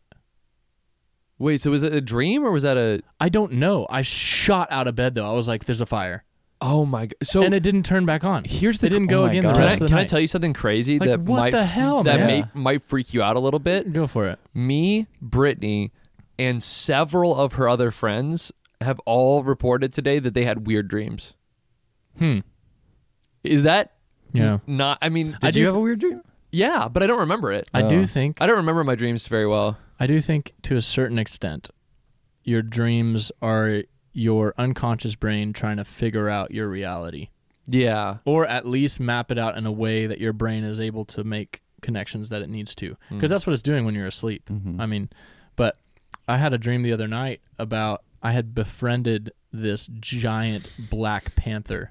Speaker 1: Wait, so was it a dream or was that a
Speaker 2: I don't know. I shot out of bed though. I was like, "There's a fire,"
Speaker 1: Oh my god. So
Speaker 2: and it didn't turn back on.
Speaker 1: here's the
Speaker 2: It didn't
Speaker 4: Oh
Speaker 2: go
Speaker 4: my
Speaker 2: again the
Speaker 4: God.
Speaker 1: Can, I,
Speaker 2: rest of the
Speaker 1: can I
Speaker 2: night.
Speaker 1: tell you something crazy
Speaker 2: Like,
Speaker 1: that
Speaker 2: what
Speaker 1: might
Speaker 2: the hell,
Speaker 1: that
Speaker 2: man?
Speaker 1: may,
Speaker 4: Yeah.
Speaker 1: might freak you out a little bit?
Speaker 2: go for it.
Speaker 1: Me, Brittany, and several of her other friends have all reported today that they had weird dreams.
Speaker 2: Hmm.
Speaker 1: Is that
Speaker 2: Yeah.
Speaker 1: not? I mean,
Speaker 2: I
Speaker 4: Did you
Speaker 2: do-
Speaker 4: have a weird dream?
Speaker 1: yeah, but I don't remember it.
Speaker 2: I do
Speaker 4: Oh.
Speaker 2: think
Speaker 1: I don't remember my dreams very well.
Speaker 2: I do think to a certain extent your dreams are your unconscious brain trying to figure out your reality
Speaker 1: Yeah,
Speaker 2: or at least map it out in a way that your brain is able to make connections that it needs to
Speaker 1: Mm.
Speaker 2: because that's what it's doing when you're asleep.
Speaker 1: Mm-hmm.
Speaker 2: I mean, but I had a dream the other night about I had befriended this giant black panther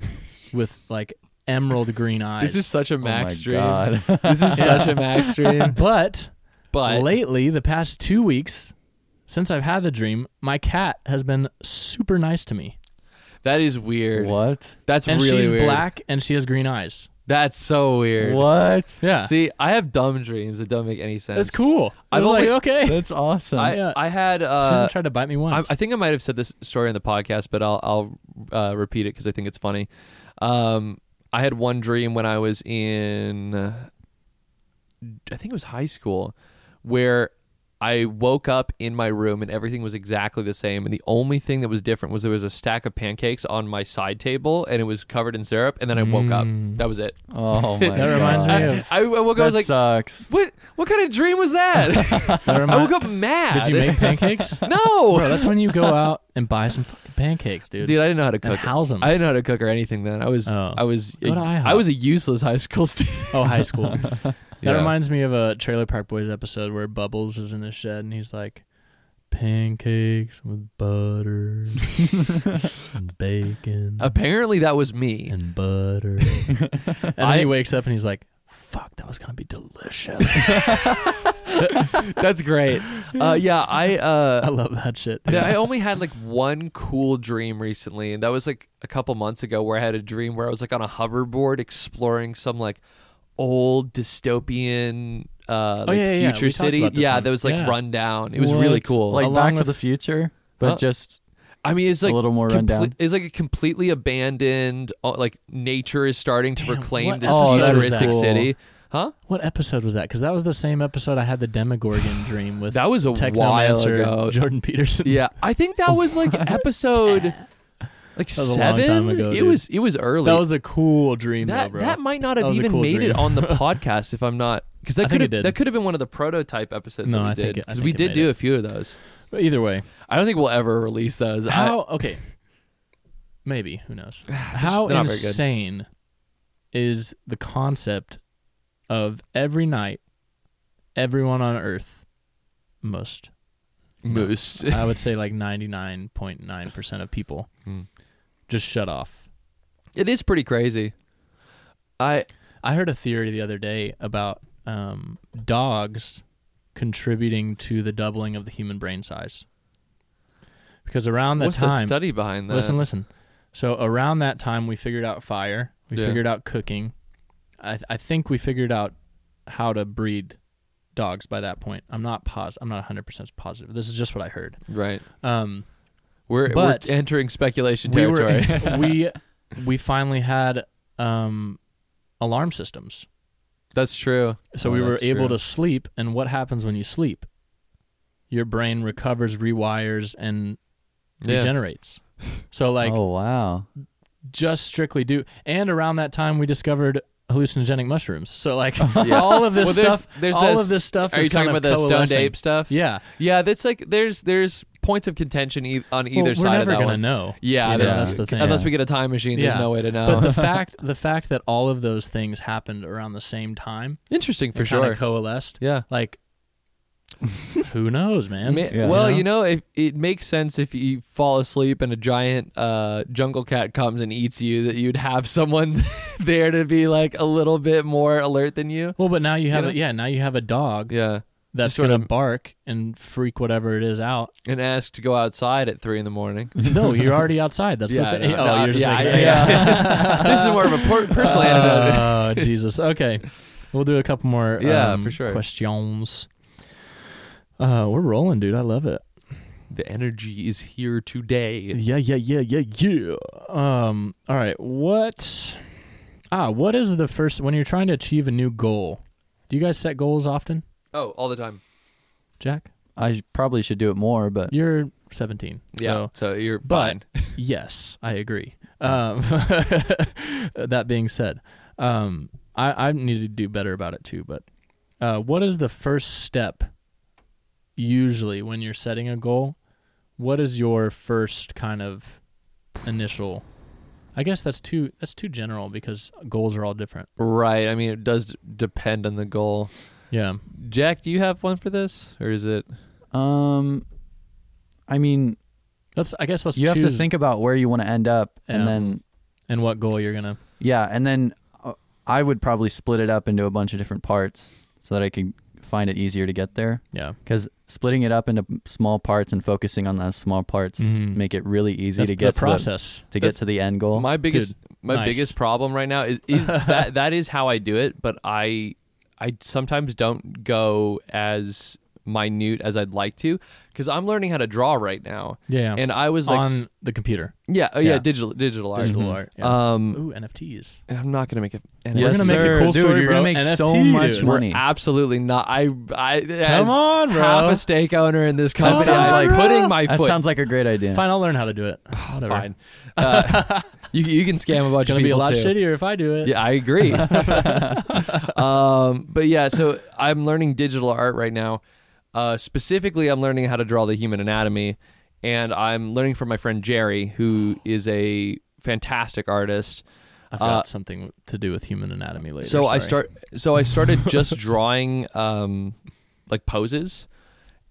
Speaker 2: with like emerald green eyes.
Speaker 1: this is such a Max dream.
Speaker 4: God.
Speaker 1: This is such a Max dream.
Speaker 2: but
Speaker 1: But
Speaker 2: lately, the past two weeks, since I've had the dream, my cat has been super nice to me.
Speaker 1: that is weird.
Speaker 4: What?
Speaker 1: That's
Speaker 2: and
Speaker 1: really
Speaker 2: she's
Speaker 1: weird.
Speaker 2: black and she has green eyes.
Speaker 1: That's so weird.
Speaker 4: What?
Speaker 2: Yeah.
Speaker 1: See, I have dumb dreams that don't make any sense.
Speaker 2: that's cool. I
Speaker 1: I've
Speaker 2: was like,
Speaker 1: only-
Speaker 2: okay.
Speaker 4: That's awesome.
Speaker 1: I,
Speaker 2: Yeah.
Speaker 1: I had
Speaker 2: she
Speaker 1: uh,
Speaker 2: hasn't tried to bite me
Speaker 1: I, I
Speaker 2: once.
Speaker 1: think I might have said this story on the podcast, but I'll I'll uh, repeat it because I think it's funny. Um, I had one dream when I was in, uh, I think it was high school, where I woke up in my room and everything was exactly the same, and the only thing that was different was there was a stack of pancakes on my side table, and it was covered in syrup, and then I woke
Speaker 2: Mm.
Speaker 1: up. That was it.
Speaker 4: oh my
Speaker 2: That reminds
Speaker 4: God.
Speaker 2: me
Speaker 1: I,
Speaker 2: of-
Speaker 1: I, I woke up.
Speaker 4: That
Speaker 1: I was like,
Speaker 4: sucks.
Speaker 1: what? What kind of dream was that?
Speaker 2: That
Speaker 1: I
Speaker 2: remind-
Speaker 1: woke up mad.
Speaker 2: Did you make pancakes?
Speaker 1: no,
Speaker 2: Bro, that's when you go out and buy some fucking pancakes, dude.
Speaker 1: dude. I didn't know how to
Speaker 2: and
Speaker 1: cook.
Speaker 2: house Oh. them.
Speaker 1: I didn't know how to cook or anything then. I was
Speaker 2: Oh.
Speaker 1: I was
Speaker 2: Go to IHOP.
Speaker 1: I was a useless high school student.
Speaker 2: oh, high school. That
Speaker 1: Yeah.
Speaker 2: reminds me of a Trailer Park Boys episode where Bubbles is in his shed and he's like, pancakes with butter and bacon.
Speaker 1: Apparently that was me.
Speaker 2: and butter. and then he
Speaker 1: I-
Speaker 2: wakes up and he's like, "Fuck, that was gonna be delicious."
Speaker 1: That's great. Uh, yeah, I
Speaker 2: I
Speaker 1: uh,
Speaker 2: love that shit.
Speaker 1: th- I only had like one cool dream recently, and that was like a couple months ago where I had a dream where I was like on a hoverboard exploring some like old dystopian uh, like
Speaker 2: Oh, yeah, yeah, yeah.
Speaker 1: future
Speaker 2: We talked
Speaker 1: city.
Speaker 2: about this
Speaker 1: Yeah,
Speaker 2: one.
Speaker 1: that was like
Speaker 2: Yeah.
Speaker 1: run down. It was really
Speaker 2: What?
Speaker 1: cool.
Speaker 4: Like
Speaker 2: Along
Speaker 4: Back to
Speaker 2: with-
Speaker 4: the Future, but
Speaker 1: Huh?
Speaker 4: just
Speaker 1: I mean, it's like
Speaker 4: a little more
Speaker 1: complete-
Speaker 4: rundown.
Speaker 1: It's like a completely abandoned. uh, Like nature is starting to
Speaker 2: Damn,
Speaker 1: reclaim
Speaker 2: what
Speaker 1: this
Speaker 2: episode
Speaker 4: was
Speaker 1: futuristic
Speaker 4: that?
Speaker 1: city. Huh?
Speaker 2: What episode was that? Because that was the same episode I had the Demogorgon dream with
Speaker 1: That was a while
Speaker 2: Technomancer
Speaker 1: ago.
Speaker 2: Jordan Peterson.
Speaker 1: Yeah, I think that was like episode like
Speaker 2: was a long
Speaker 1: seven.
Speaker 2: time ago,
Speaker 1: it
Speaker 2: dude.
Speaker 1: was it was early.
Speaker 2: that was a cool dream,
Speaker 1: that,
Speaker 2: though, bro.
Speaker 1: that might not have
Speaker 2: That was a
Speaker 1: even
Speaker 2: cool
Speaker 1: made
Speaker 2: dream.
Speaker 1: it on the podcast if I'm not because
Speaker 2: I
Speaker 1: that
Speaker 2: think
Speaker 1: could
Speaker 2: it
Speaker 1: have
Speaker 2: did.
Speaker 1: that could have been one of the prototype episodes
Speaker 2: No,
Speaker 1: that we
Speaker 2: I
Speaker 1: did
Speaker 2: think it- I
Speaker 1: because
Speaker 2: think
Speaker 1: we
Speaker 2: it
Speaker 1: did
Speaker 2: made
Speaker 1: do
Speaker 2: it.
Speaker 1: a few of those.
Speaker 2: But either way,
Speaker 1: I don't think we'll ever release those. I-
Speaker 2: how? okay, maybe who knows? How
Speaker 1: not very good.
Speaker 2: insane is the concept of every night, everyone on Earth, most
Speaker 1: most
Speaker 2: I would say like 99.9% of people
Speaker 1: Hmm.
Speaker 2: just shut off.
Speaker 1: it is pretty crazy. I
Speaker 2: I heard a theory the other day about um, dogs contributing to the doubling of the human brain size. Because around that
Speaker 1: what's the
Speaker 2: time,
Speaker 1: study behind that?
Speaker 2: listen, listen. So around that time, we figured out fire, we
Speaker 1: Yeah.
Speaker 2: figured out cooking. I, I think we figured out how to breed dogs by that point. I'm not pos- I'm not 100% positive. This is just what I heard.
Speaker 1: right.
Speaker 2: Um,
Speaker 1: We're, we're
Speaker 2: But-
Speaker 1: entering speculation
Speaker 2: we were-
Speaker 1: territory.
Speaker 2: we we finally had um, alarm systems,
Speaker 1: That's true.
Speaker 2: so
Speaker 4: Oh,
Speaker 2: we were
Speaker 4: that's
Speaker 2: able
Speaker 4: true.
Speaker 2: to sleep. And what happens when you sleep? Your brain recovers, rewires, and
Speaker 1: Yeah.
Speaker 2: regenerates. So like
Speaker 4: oh wow,
Speaker 2: just strictly do. And around that time, we discovered hallucinogenic mushrooms. So like
Speaker 1: Yeah.
Speaker 2: all of this
Speaker 1: Well, there's-
Speaker 2: stuff,
Speaker 1: there's
Speaker 2: all
Speaker 1: this-
Speaker 2: of this stuff.
Speaker 1: Are
Speaker 2: is
Speaker 1: you talking
Speaker 2: kind
Speaker 1: about
Speaker 2: of
Speaker 1: the stoned
Speaker 2: coalescing.
Speaker 1: ape stuff?
Speaker 2: Yeah,
Speaker 1: Yeah, that's like there's there's points of contention e- on either
Speaker 2: Well, we're
Speaker 1: side
Speaker 2: never
Speaker 1: of that
Speaker 2: gonna
Speaker 1: one.
Speaker 2: know.
Speaker 1: Yeah,
Speaker 2: You know,
Speaker 1: there's-
Speaker 2: that's the thing.
Speaker 1: unless we get a time machine, there's
Speaker 2: Yeah.
Speaker 1: no way to
Speaker 2: But
Speaker 1: know.
Speaker 2: the fact, the fact that all of those things happened around the same time,
Speaker 1: Interesting for
Speaker 2: it kinda
Speaker 1: sure.
Speaker 2: coalesced.
Speaker 1: yeah.
Speaker 2: Like, who knows, man?
Speaker 1: Ma-
Speaker 4: Yeah.
Speaker 1: Well,
Speaker 2: You
Speaker 1: you know, if, it makes sense if you fall asleep and a giant uh, jungle cat comes and eats you, that you'd have someone there to be like a little bit more alert than you.
Speaker 2: Well, but now you have
Speaker 1: know?
Speaker 2: a, yeah. Now you have a dog
Speaker 1: Yeah,
Speaker 2: that's
Speaker 1: just sort
Speaker 2: gonna
Speaker 1: of-
Speaker 2: bark and freak whatever it is out.
Speaker 1: and ask to go outside at three in the morning.
Speaker 2: No, you're already outside. That's
Speaker 1: yeah,
Speaker 2: the thing.
Speaker 1: no,
Speaker 2: oh,
Speaker 1: no,
Speaker 2: you're just
Speaker 1: yeah,
Speaker 2: making
Speaker 1: Uh, yeah, yeah. this is more of a per- personal anecdote.
Speaker 2: Oh Ah, Jesus. Okay. We'll do a couple more.
Speaker 1: Yeah,
Speaker 2: um,
Speaker 1: for sure.
Speaker 2: Questions. Uh, we're rolling, dude. I love it.
Speaker 1: The energy is here today.
Speaker 2: Yeah, yeah, yeah, yeah, yeah. Um, all right. What? Ah, what is the first when you're trying to achieve a new goal? Do you guys set goals often,
Speaker 1: Oh, all the time.
Speaker 2: Jack?
Speaker 4: I sh- probably should do it more, but
Speaker 2: You're 17.
Speaker 1: Yeah.
Speaker 2: So
Speaker 1: So, you're fine.
Speaker 2: But- yes, I agree. Um, that being said, um, I, I need to do better about it too. But uh, what is the first step usually when you're setting a goal? What is your first kind of initial? I guess that's too that's too general because goals are all different.
Speaker 1: Right. I mean, it does d- depend on the goal.
Speaker 2: Yeah,
Speaker 1: Jack, do you have one for this, or is it?
Speaker 4: um, I mean,
Speaker 2: that's I guess let's
Speaker 4: you have to
Speaker 2: choose
Speaker 4: think about where you want to end up, and
Speaker 2: Yeah.
Speaker 4: then
Speaker 2: and what goal you're gonna.
Speaker 4: yeah, and then uh, I would probably split it up into a bunch of different parts so that I could find it easier to get there.
Speaker 2: Yeah,
Speaker 4: Because splitting it up into small parts and focusing on those small parts
Speaker 2: Mhm.
Speaker 4: Mm-hmm. make it really easy
Speaker 2: that's
Speaker 4: to get
Speaker 2: the
Speaker 4: to,
Speaker 2: process.
Speaker 4: the, to get to the end goal.
Speaker 1: My biggest my
Speaker 2: nice.
Speaker 1: biggest problem right now is is that that is how I do it, but I I sometimes don't go as minute as I'd like to because I'm learning how to draw right now,
Speaker 2: yeah,
Speaker 1: and I was like,
Speaker 2: on the computer,
Speaker 1: yeah, oh, yeah,
Speaker 2: yeah.
Speaker 1: digital digital art,
Speaker 2: digital
Speaker 4: Mhm.
Speaker 2: art. yeah.
Speaker 1: um,
Speaker 2: Ooh, NFTs.
Speaker 1: and I'm not gonna make it. and
Speaker 2: We're
Speaker 4: Yes,
Speaker 2: gonna make a
Speaker 4: sir.
Speaker 2: cool
Speaker 4: Dude,
Speaker 2: story,
Speaker 4: you're
Speaker 2: bro.
Speaker 4: gonna make
Speaker 2: NFT,
Speaker 4: so much
Speaker 2: dude.
Speaker 4: money.
Speaker 1: Absolutely not. I I as
Speaker 2: Come on, bro.
Speaker 1: half a stake owner in this
Speaker 4: That
Speaker 1: company.
Speaker 4: sounds
Speaker 1: I'm
Speaker 4: like-
Speaker 1: putting my
Speaker 4: that
Speaker 1: foot.
Speaker 4: sounds like a great idea.
Speaker 2: Fine, I'll learn how to do it. Whatever.
Speaker 1: fine. Uh, you you can scam a bunch
Speaker 2: It's gonna
Speaker 1: of people
Speaker 2: be a lot
Speaker 1: too.
Speaker 2: shittier if I do it.
Speaker 1: Yeah, I agree. um, but yeah, so I'm learning digital art right now. Uh, specifically, I'm learning how to draw the human anatomy, and I'm learning from my friend Jerry, who is a fantastic artist.
Speaker 2: I've
Speaker 1: Uh,
Speaker 2: got something to do with human anatomy later.
Speaker 1: So I
Speaker 2: sorry.
Speaker 1: start. So I started just drawing um, like poses,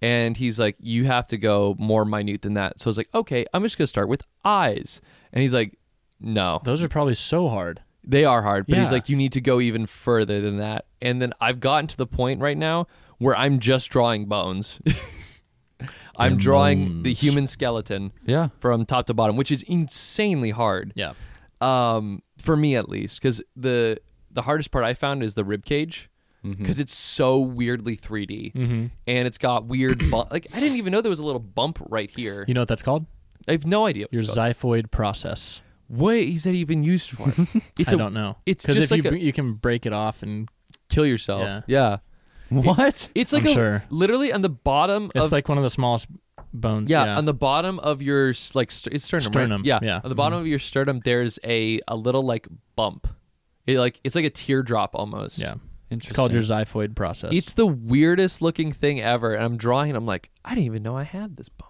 Speaker 1: and he's like, "You have to go more minute than that." So I was like, "Okay, I'm just gonna start with eyes," and he's like, "No,
Speaker 2: Those are probably so hard.
Speaker 1: They are hard, but he's
Speaker 2: Yeah.
Speaker 1: like, you need to go even further than that. And then I've gotten to the point right now where I'm just drawing bones. I'm drawing the human skeleton
Speaker 4: yeah.
Speaker 1: from top to bottom, which is insanely hard.
Speaker 2: Yeah.
Speaker 1: Um, for me at least, because the the hardest part I found is the rib cage,
Speaker 2: Mm-hmm.
Speaker 1: because it's so weirdly 3D, and it's got weird bu- like I didn't even know there was a little bump right here.
Speaker 2: You know what that's called?
Speaker 1: I have no idea. What,
Speaker 2: Your
Speaker 1: it's called.
Speaker 2: xiphoid process.
Speaker 1: what is that even used for? It's
Speaker 2: I
Speaker 1: a
Speaker 2: don't know.
Speaker 1: it's
Speaker 2: because
Speaker 1: just
Speaker 2: if
Speaker 1: like
Speaker 2: you
Speaker 1: a-
Speaker 2: b- you can break it off and
Speaker 1: kill yourself.
Speaker 2: Yeah.
Speaker 1: yeah.
Speaker 4: What?
Speaker 1: It's like
Speaker 2: I'm
Speaker 1: a
Speaker 2: sure.
Speaker 1: literally on the bottom
Speaker 2: it's
Speaker 1: of
Speaker 2: like one of the smallest bones.
Speaker 1: yeah,
Speaker 2: Yeah,
Speaker 1: on the bottom of your s- like st- it's sternum, right?
Speaker 2: Sternum,
Speaker 1: Yeah.
Speaker 2: yeah. Mm-hmm.
Speaker 1: on the bottom of your sternum there's a a little like bump. It like it's like a teardrop almost.
Speaker 2: yeah. It's called your xiphoid process.
Speaker 1: It's the weirdest looking thing ever and I'm drawing and I'm like I didn't even know I had this bone.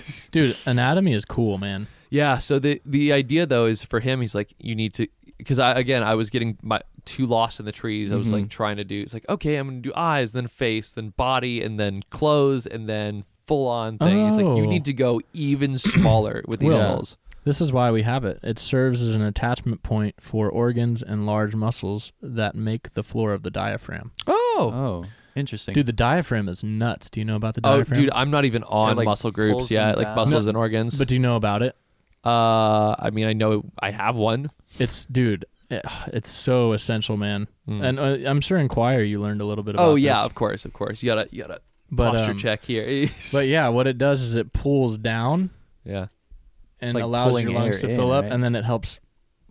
Speaker 2: dude, anatomy is cool, man.
Speaker 1: Yeah, so the the idea though is for him he's like you need to cuz I again I was getting my too lost in the trees. I was like trying to do it's like okay, I'm going to do eyes, then face, then body and then clothes and then full on thing. He's like you
Speaker 2: Oh.
Speaker 1: need to go even smaller with these
Speaker 4: Will.
Speaker 1: goals.
Speaker 2: This is why we have it. It serves as an attachment point for organs and large muscles that make the floor of the diaphragm.
Speaker 1: Oh.
Speaker 4: Oh, interesting.
Speaker 2: Dude, the diaphragm is nuts. Do you know about the
Speaker 1: Oh,
Speaker 2: diaphragm?
Speaker 1: dude, I'm not even on
Speaker 4: It, like,
Speaker 1: muscle
Speaker 4: pulls
Speaker 1: groups yet,
Speaker 4: them
Speaker 1: like
Speaker 4: down.
Speaker 1: muscles and organs.
Speaker 2: But do you know about it?
Speaker 1: uh, I mean, I know I have one.
Speaker 2: It's dude, it- it's so essential, man. And uh, I'm sure in choir you learned a little bit about
Speaker 1: Mm. Oh yeah,
Speaker 2: this.
Speaker 1: of course, of course. You gotta, you gotta
Speaker 2: But,
Speaker 1: posture
Speaker 2: um,
Speaker 1: check here.
Speaker 2: But yeah, what it does is it pulls down
Speaker 1: yeah,
Speaker 2: and
Speaker 4: like
Speaker 2: allows
Speaker 4: pulling
Speaker 2: your lungs
Speaker 4: air
Speaker 2: to
Speaker 4: in,
Speaker 2: fill up
Speaker 4: right?
Speaker 2: and then it helps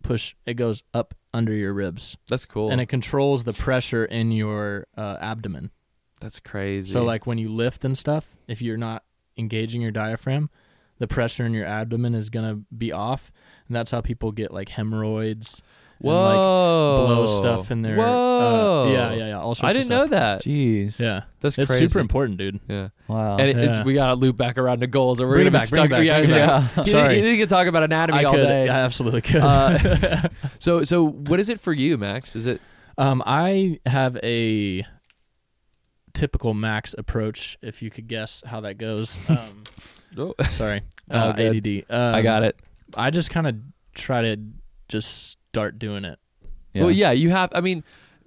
Speaker 2: push it goes up under your ribs
Speaker 1: that's cool.
Speaker 2: and it controls the pressure in your uh, abdomen.
Speaker 1: that's crazy.
Speaker 2: So like when you lift and stuff, if you're not engaging your diaphragm, the pressure in your abdomen is going to be off and that's how people get like hemorrhoids
Speaker 1: whoa,
Speaker 2: and like blow stuff in their uh,
Speaker 1: Whoa,
Speaker 2: yeah, yeah, yeah, all sorts
Speaker 1: I
Speaker 2: of
Speaker 1: didn't
Speaker 2: stuff.
Speaker 1: know that.
Speaker 4: Jeez.
Speaker 2: Yeah,
Speaker 1: That's
Speaker 2: it's
Speaker 1: crazy.
Speaker 2: super important, dude.
Speaker 1: Yeah,
Speaker 4: Wow.
Speaker 1: and it, it's,
Speaker 2: Yeah.
Speaker 1: we gotta loop back around to goals, or we're
Speaker 2: Bring it
Speaker 1: gonna
Speaker 2: back,
Speaker 1: be
Speaker 2: bring it
Speaker 1: stuck.
Speaker 2: back,
Speaker 1: yeah,
Speaker 2: bring it
Speaker 1: yeah.
Speaker 4: yeah.
Speaker 1: You-
Speaker 2: Sorry.
Speaker 1: You, you can talk about anatomy
Speaker 2: I
Speaker 1: all
Speaker 2: could,
Speaker 1: day.
Speaker 2: I absolutely could.
Speaker 1: Uh, so, so what is it for you, Max? Is it
Speaker 2: um, I have a typical Max approach. If you could guess how that goes, um,
Speaker 1: oh,
Speaker 2: sorry,
Speaker 1: Oh,
Speaker 2: uh,
Speaker 1: good.
Speaker 2: ADD. Um,
Speaker 1: I got it.
Speaker 2: I just kind of try to just start doing it.
Speaker 4: Yeah.
Speaker 1: Well, yeah, you have. I mean,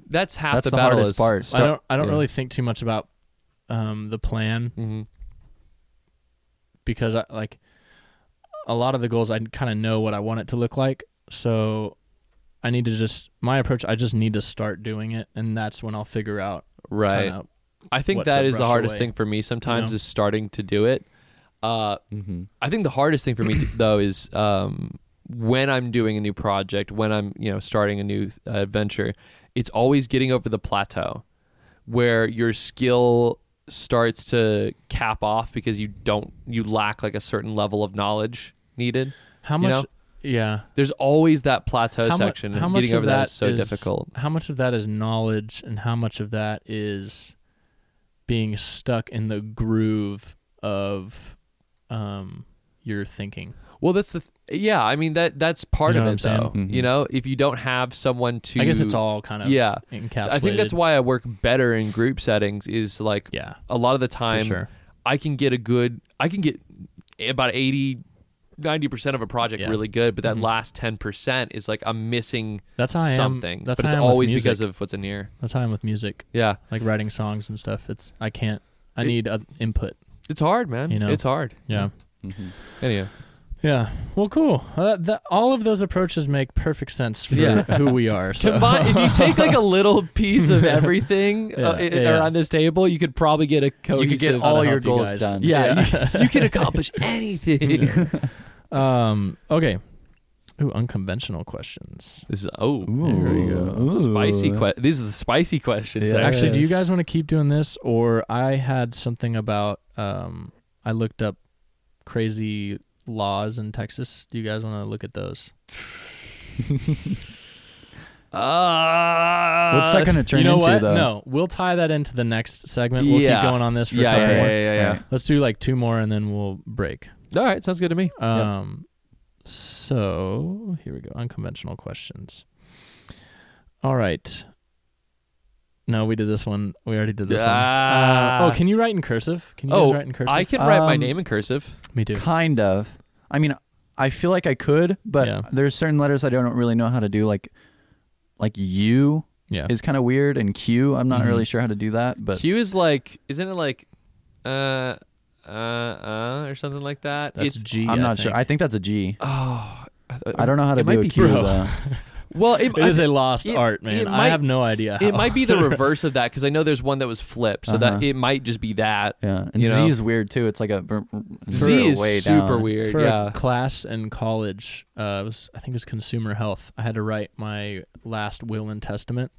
Speaker 1: that's half
Speaker 4: That's
Speaker 1: the,
Speaker 4: the
Speaker 1: battle
Speaker 4: hardest
Speaker 1: is
Speaker 4: part.
Speaker 2: I don't. I don't
Speaker 1: yeah.
Speaker 2: really think too much about um, the plan
Speaker 1: hmm
Speaker 2: because I like a lot of the goals. I kind of know what I want it to look like, so I need to just my approach. I just need to start doing it, and that's when I'll figure out.
Speaker 1: right.
Speaker 2: kinda-
Speaker 1: I think
Speaker 2: what to
Speaker 1: that is the
Speaker 2: brush
Speaker 1: hardest
Speaker 2: away,
Speaker 1: thing for me sometimes
Speaker 2: know?
Speaker 1: is starting to do it. Uh,
Speaker 4: Mhm.
Speaker 1: I think the hardest thing for me to, though is um, when I'm doing a new project, when I'm you know starting a new uh, adventure, it's always getting over the plateau where your skill starts to cap off because you don't you lack like a certain level of knowledge needed.
Speaker 2: how
Speaker 1: you
Speaker 2: much?
Speaker 1: know?
Speaker 2: Yeah.
Speaker 1: There's always that plateau
Speaker 2: How mu-
Speaker 1: section. and
Speaker 2: how much
Speaker 1: getting
Speaker 2: of
Speaker 1: over that
Speaker 2: that
Speaker 1: is so
Speaker 2: is-
Speaker 1: difficult.
Speaker 2: How much of that is knowledge, and how much of that is being stuck in the groove of um, your thinking?
Speaker 1: Well, that's the th- yeah. I mean that that's part
Speaker 2: You
Speaker 1: of
Speaker 2: know what
Speaker 1: it
Speaker 2: I'm saying? Mm-hmm.
Speaker 1: though.
Speaker 4: Mhm.
Speaker 1: You know, if you don't have someone to
Speaker 2: I guess it's all kind of
Speaker 1: yeah.
Speaker 2: encapsulated.
Speaker 1: I think that's why I work better in group settings is like
Speaker 2: yeah,
Speaker 1: a lot of the
Speaker 2: for
Speaker 1: time
Speaker 2: sure.
Speaker 1: I can get a good I can get about 80 90% of a project
Speaker 2: Yeah.
Speaker 1: really good, but that
Speaker 2: Mhm.
Speaker 4: Mm-hmm.
Speaker 1: last 10% is like I'm missing
Speaker 2: That's how I am.
Speaker 1: something.
Speaker 2: That's
Speaker 1: but
Speaker 2: how
Speaker 1: it's
Speaker 2: I am with
Speaker 1: always
Speaker 2: music.
Speaker 1: because of what's in here.
Speaker 2: That's how I'm with music,
Speaker 1: Yeah.
Speaker 2: like writing songs and stuff. It's I can't. I
Speaker 1: It-
Speaker 2: need uh input.
Speaker 1: It's hard, man.
Speaker 2: You know?
Speaker 1: It's hard.
Speaker 2: Yeah.
Speaker 4: Mhm.
Speaker 1: Anyhow.
Speaker 2: Yeah. Well, cool. Uh, that, all of those approaches make perfect sense for
Speaker 1: Yeah.
Speaker 2: who we are. So.
Speaker 1: Combine, if you take like a little piece of everything
Speaker 2: Yeah,
Speaker 1: uh, i-
Speaker 2: yeah, yeah.
Speaker 1: around this table, you could probably get a
Speaker 4: You
Speaker 1: cohesive.
Speaker 4: could get all
Speaker 2: help
Speaker 4: your
Speaker 2: you
Speaker 4: goals
Speaker 2: guys.
Speaker 4: done.
Speaker 1: yeah, You, you can accomplish anything.
Speaker 2: um. Okay. Ooh, unconventional questions.
Speaker 1: This is oh,
Speaker 4: Ooh.
Speaker 1: there we go.
Speaker 4: Ooh.
Speaker 1: Spicy question. These are the spicy questions.
Speaker 4: Yeah.
Speaker 1: Actually,
Speaker 2: Actually, do you
Speaker 4: Yes.
Speaker 2: guys want to keep doing this, or I had something about um. I looked up crazy laws in Texas. Do you guys want to look at those?
Speaker 1: uh,
Speaker 4: What's that going to turn
Speaker 2: you know
Speaker 4: into
Speaker 2: what?
Speaker 4: though?
Speaker 2: No, we'll tie that into the next segment. We'll
Speaker 1: Yeah.
Speaker 2: keep going on this for a
Speaker 1: Yeah, yeah,
Speaker 2: couple
Speaker 1: yeah,
Speaker 2: more.
Speaker 1: yeah, yeah.
Speaker 2: Let's do like two more, and then we'll break.
Speaker 1: All right, sounds good to me.
Speaker 2: Um, so here we go. Unconventional questions. All right. No, we did this one. We already did this
Speaker 1: Ah.
Speaker 2: one. Uh, oh, can you write in cursive? Can you
Speaker 1: Oh,
Speaker 2: guys write in cursive?
Speaker 1: I can write my
Speaker 4: Um,
Speaker 1: name in cursive.
Speaker 2: Me too.
Speaker 4: Kind of. I mean, I feel like I could, but
Speaker 2: Yeah.
Speaker 4: there's certain letters I don't really know how to do. Like, like U
Speaker 2: Yeah.
Speaker 4: is kind of weird, and Q. I'm not
Speaker 2: Mhm.
Speaker 4: really sure how to do that, but
Speaker 1: Mm-hmm. Q is like, isn't it like, uh, uh, uh, or something like that?
Speaker 2: That's
Speaker 1: it's
Speaker 2: G.
Speaker 4: I'm
Speaker 2: I
Speaker 4: not
Speaker 2: think.
Speaker 4: sure. I think that's a G.
Speaker 1: oh, th-
Speaker 4: I don't know how to
Speaker 1: it might
Speaker 4: do a
Speaker 1: be
Speaker 4: Q
Speaker 2: bro.
Speaker 4: though.
Speaker 1: Well, it,
Speaker 2: It is a lost
Speaker 1: it-
Speaker 2: art, man.
Speaker 1: it
Speaker 2: I
Speaker 1: might-
Speaker 2: have no idea.
Speaker 1: it
Speaker 2: how.
Speaker 1: might be the reverse of that because I know there's one that was flipped, so that
Speaker 4: Uh-huh.
Speaker 1: it might just be that.
Speaker 4: Yeah, and
Speaker 1: You
Speaker 4: Z
Speaker 1: know?
Speaker 4: is weird too. It's like a
Speaker 1: Z is
Speaker 4: way
Speaker 1: super
Speaker 4: down.
Speaker 1: weird.
Speaker 2: for
Speaker 1: yeah,
Speaker 2: a class in college, uh, it was I think it was consumer health. I had to write my last will and testament.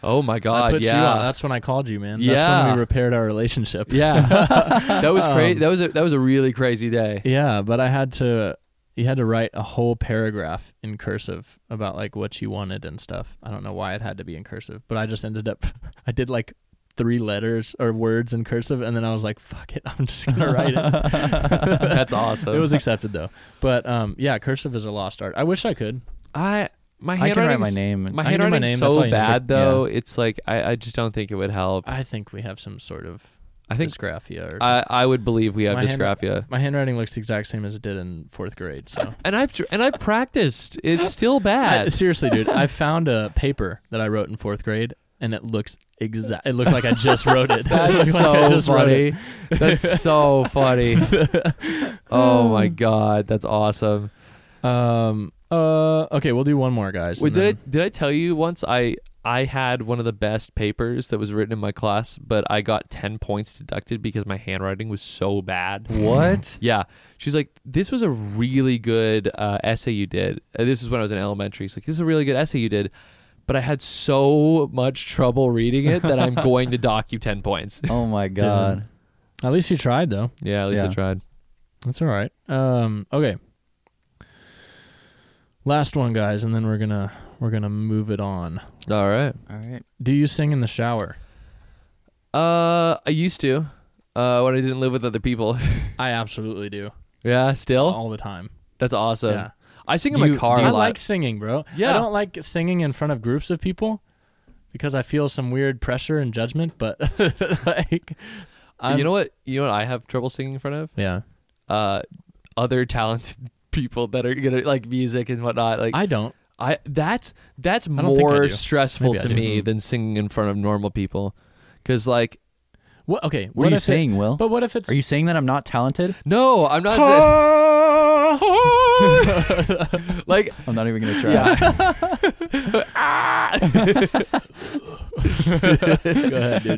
Speaker 1: Oh my
Speaker 2: I
Speaker 1: God!
Speaker 2: put you
Speaker 1: yeah,
Speaker 2: out. That's when I called you, man. That's
Speaker 1: Yeah.
Speaker 2: when we repaired our relationship.
Speaker 1: yeah. that was crazy. that was a, that was a really crazy day.
Speaker 2: Yeah, but I had to. You had to write a whole paragraph in cursive about like what you wanted and stuff. I don't know why it had to be in cursive, but I just ended up. I did like three letters or words in cursive, and then I was like, "Fuck it, I'm just gonna write it."
Speaker 1: That's awesome.
Speaker 2: it was accepted though, but um, yeah, cursive is a lost art. I wish I could.
Speaker 1: I my
Speaker 4: I can write my
Speaker 1: handwriting's-
Speaker 4: name. and-
Speaker 1: My
Speaker 2: I can do my
Speaker 1: handwriting's
Speaker 2: name, that's all
Speaker 1: so
Speaker 2: you need. It's like-
Speaker 1: bad though. It's like I, I just don't think it would help.
Speaker 2: I think we have some sort of
Speaker 1: I think
Speaker 2: dysgraphia or something.
Speaker 1: I, I would believe we have
Speaker 2: My hand-
Speaker 1: dysgraphia.
Speaker 2: My handwriting looks the exact same as it did in fourth grade. So
Speaker 1: and I've tr- and I've practiced. It's still
Speaker 2: I,
Speaker 1: bad.
Speaker 2: seriously, dude, I found a paper that I wrote in fourth grade, and it looks exact. It looks like I just wrote it. It
Speaker 1: That's
Speaker 2: looks like
Speaker 1: so
Speaker 2: I just wrote
Speaker 1: funny.
Speaker 2: it.
Speaker 1: That's so funny. Oh my god, that's awesome.
Speaker 2: Um. Uh. Okay, we'll do one more, guys.
Speaker 1: Wait,
Speaker 2: and
Speaker 1: did I did I tell you once I I had one of the best papers that was written in my class, but I got ten points deducted because my handwriting was so bad.
Speaker 4: What?
Speaker 1: Yeah, she's like, this was a really good uh, essay you did. Uh, This is when I was in elementary. She's like, this is a really good essay you did, but I had so much trouble reading it that I'm going to dock you ten points.
Speaker 4: Oh my god.
Speaker 2: then- At least you tried, though.
Speaker 1: yeah, at least I
Speaker 4: Yeah.
Speaker 1: tried.
Speaker 2: That's all right. Um. Okay. Last one, guys, and then we're gonna we're gonna move it on.
Speaker 1: All right.
Speaker 4: All right.
Speaker 2: Do you sing in the shower?
Speaker 1: Uh, I used to, uh, when I didn't live with other people.
Speaker 2: I absolutely do
Speaker 1: yeah, still.
Speaker 2: all the time.
Speaker 1: That's awesome.
Speaker 2: Oh. yeah.
Speaker 1: I sing in
Speaker 4: Do
Speaker 1: my
Speaker 4: you-
Speaker 1: car
Speaker 4: do
Speaker 1: a
Speaker 2: I
Speaker 4: you
Speaker 1: lot.
Speaker 2: like singing, bro.
Speaker 1: Yeah.
Speaker 2: I don't like singing in front of groups of people because I feel some weird pressure and judgment, but like I'm-
Speaker 1: you know what? You know what I have trouble singing in front of?
Speaker 2: Yeah.
Speaker 1: Uh, other talented people that are gonna like music and whatnot. Like
Speaker 2: I don't.
Speaker 1: I that's that's
Speaker 2: don't think I
Speaker 1: more
Speaker 2: do.
Speaker 1: stressful
Speaker 2: Maybe I
Speaker 1: to
Speaker 2: do. Mm-hmm.
Speaker 1: me than singing in front of normal people, because like
Speaker 2: What okay, what,
Speaker 4: What, are you
Speaker 2: if it-
Speaker 4: saying, Will?
Speaker 2: but what if it's
Speaker 4: Are you saying that I'm not talented?
Speaker 1: no, I'm not. like
Speaker 4: I'm not even gonna try.
Speaker 1: ah!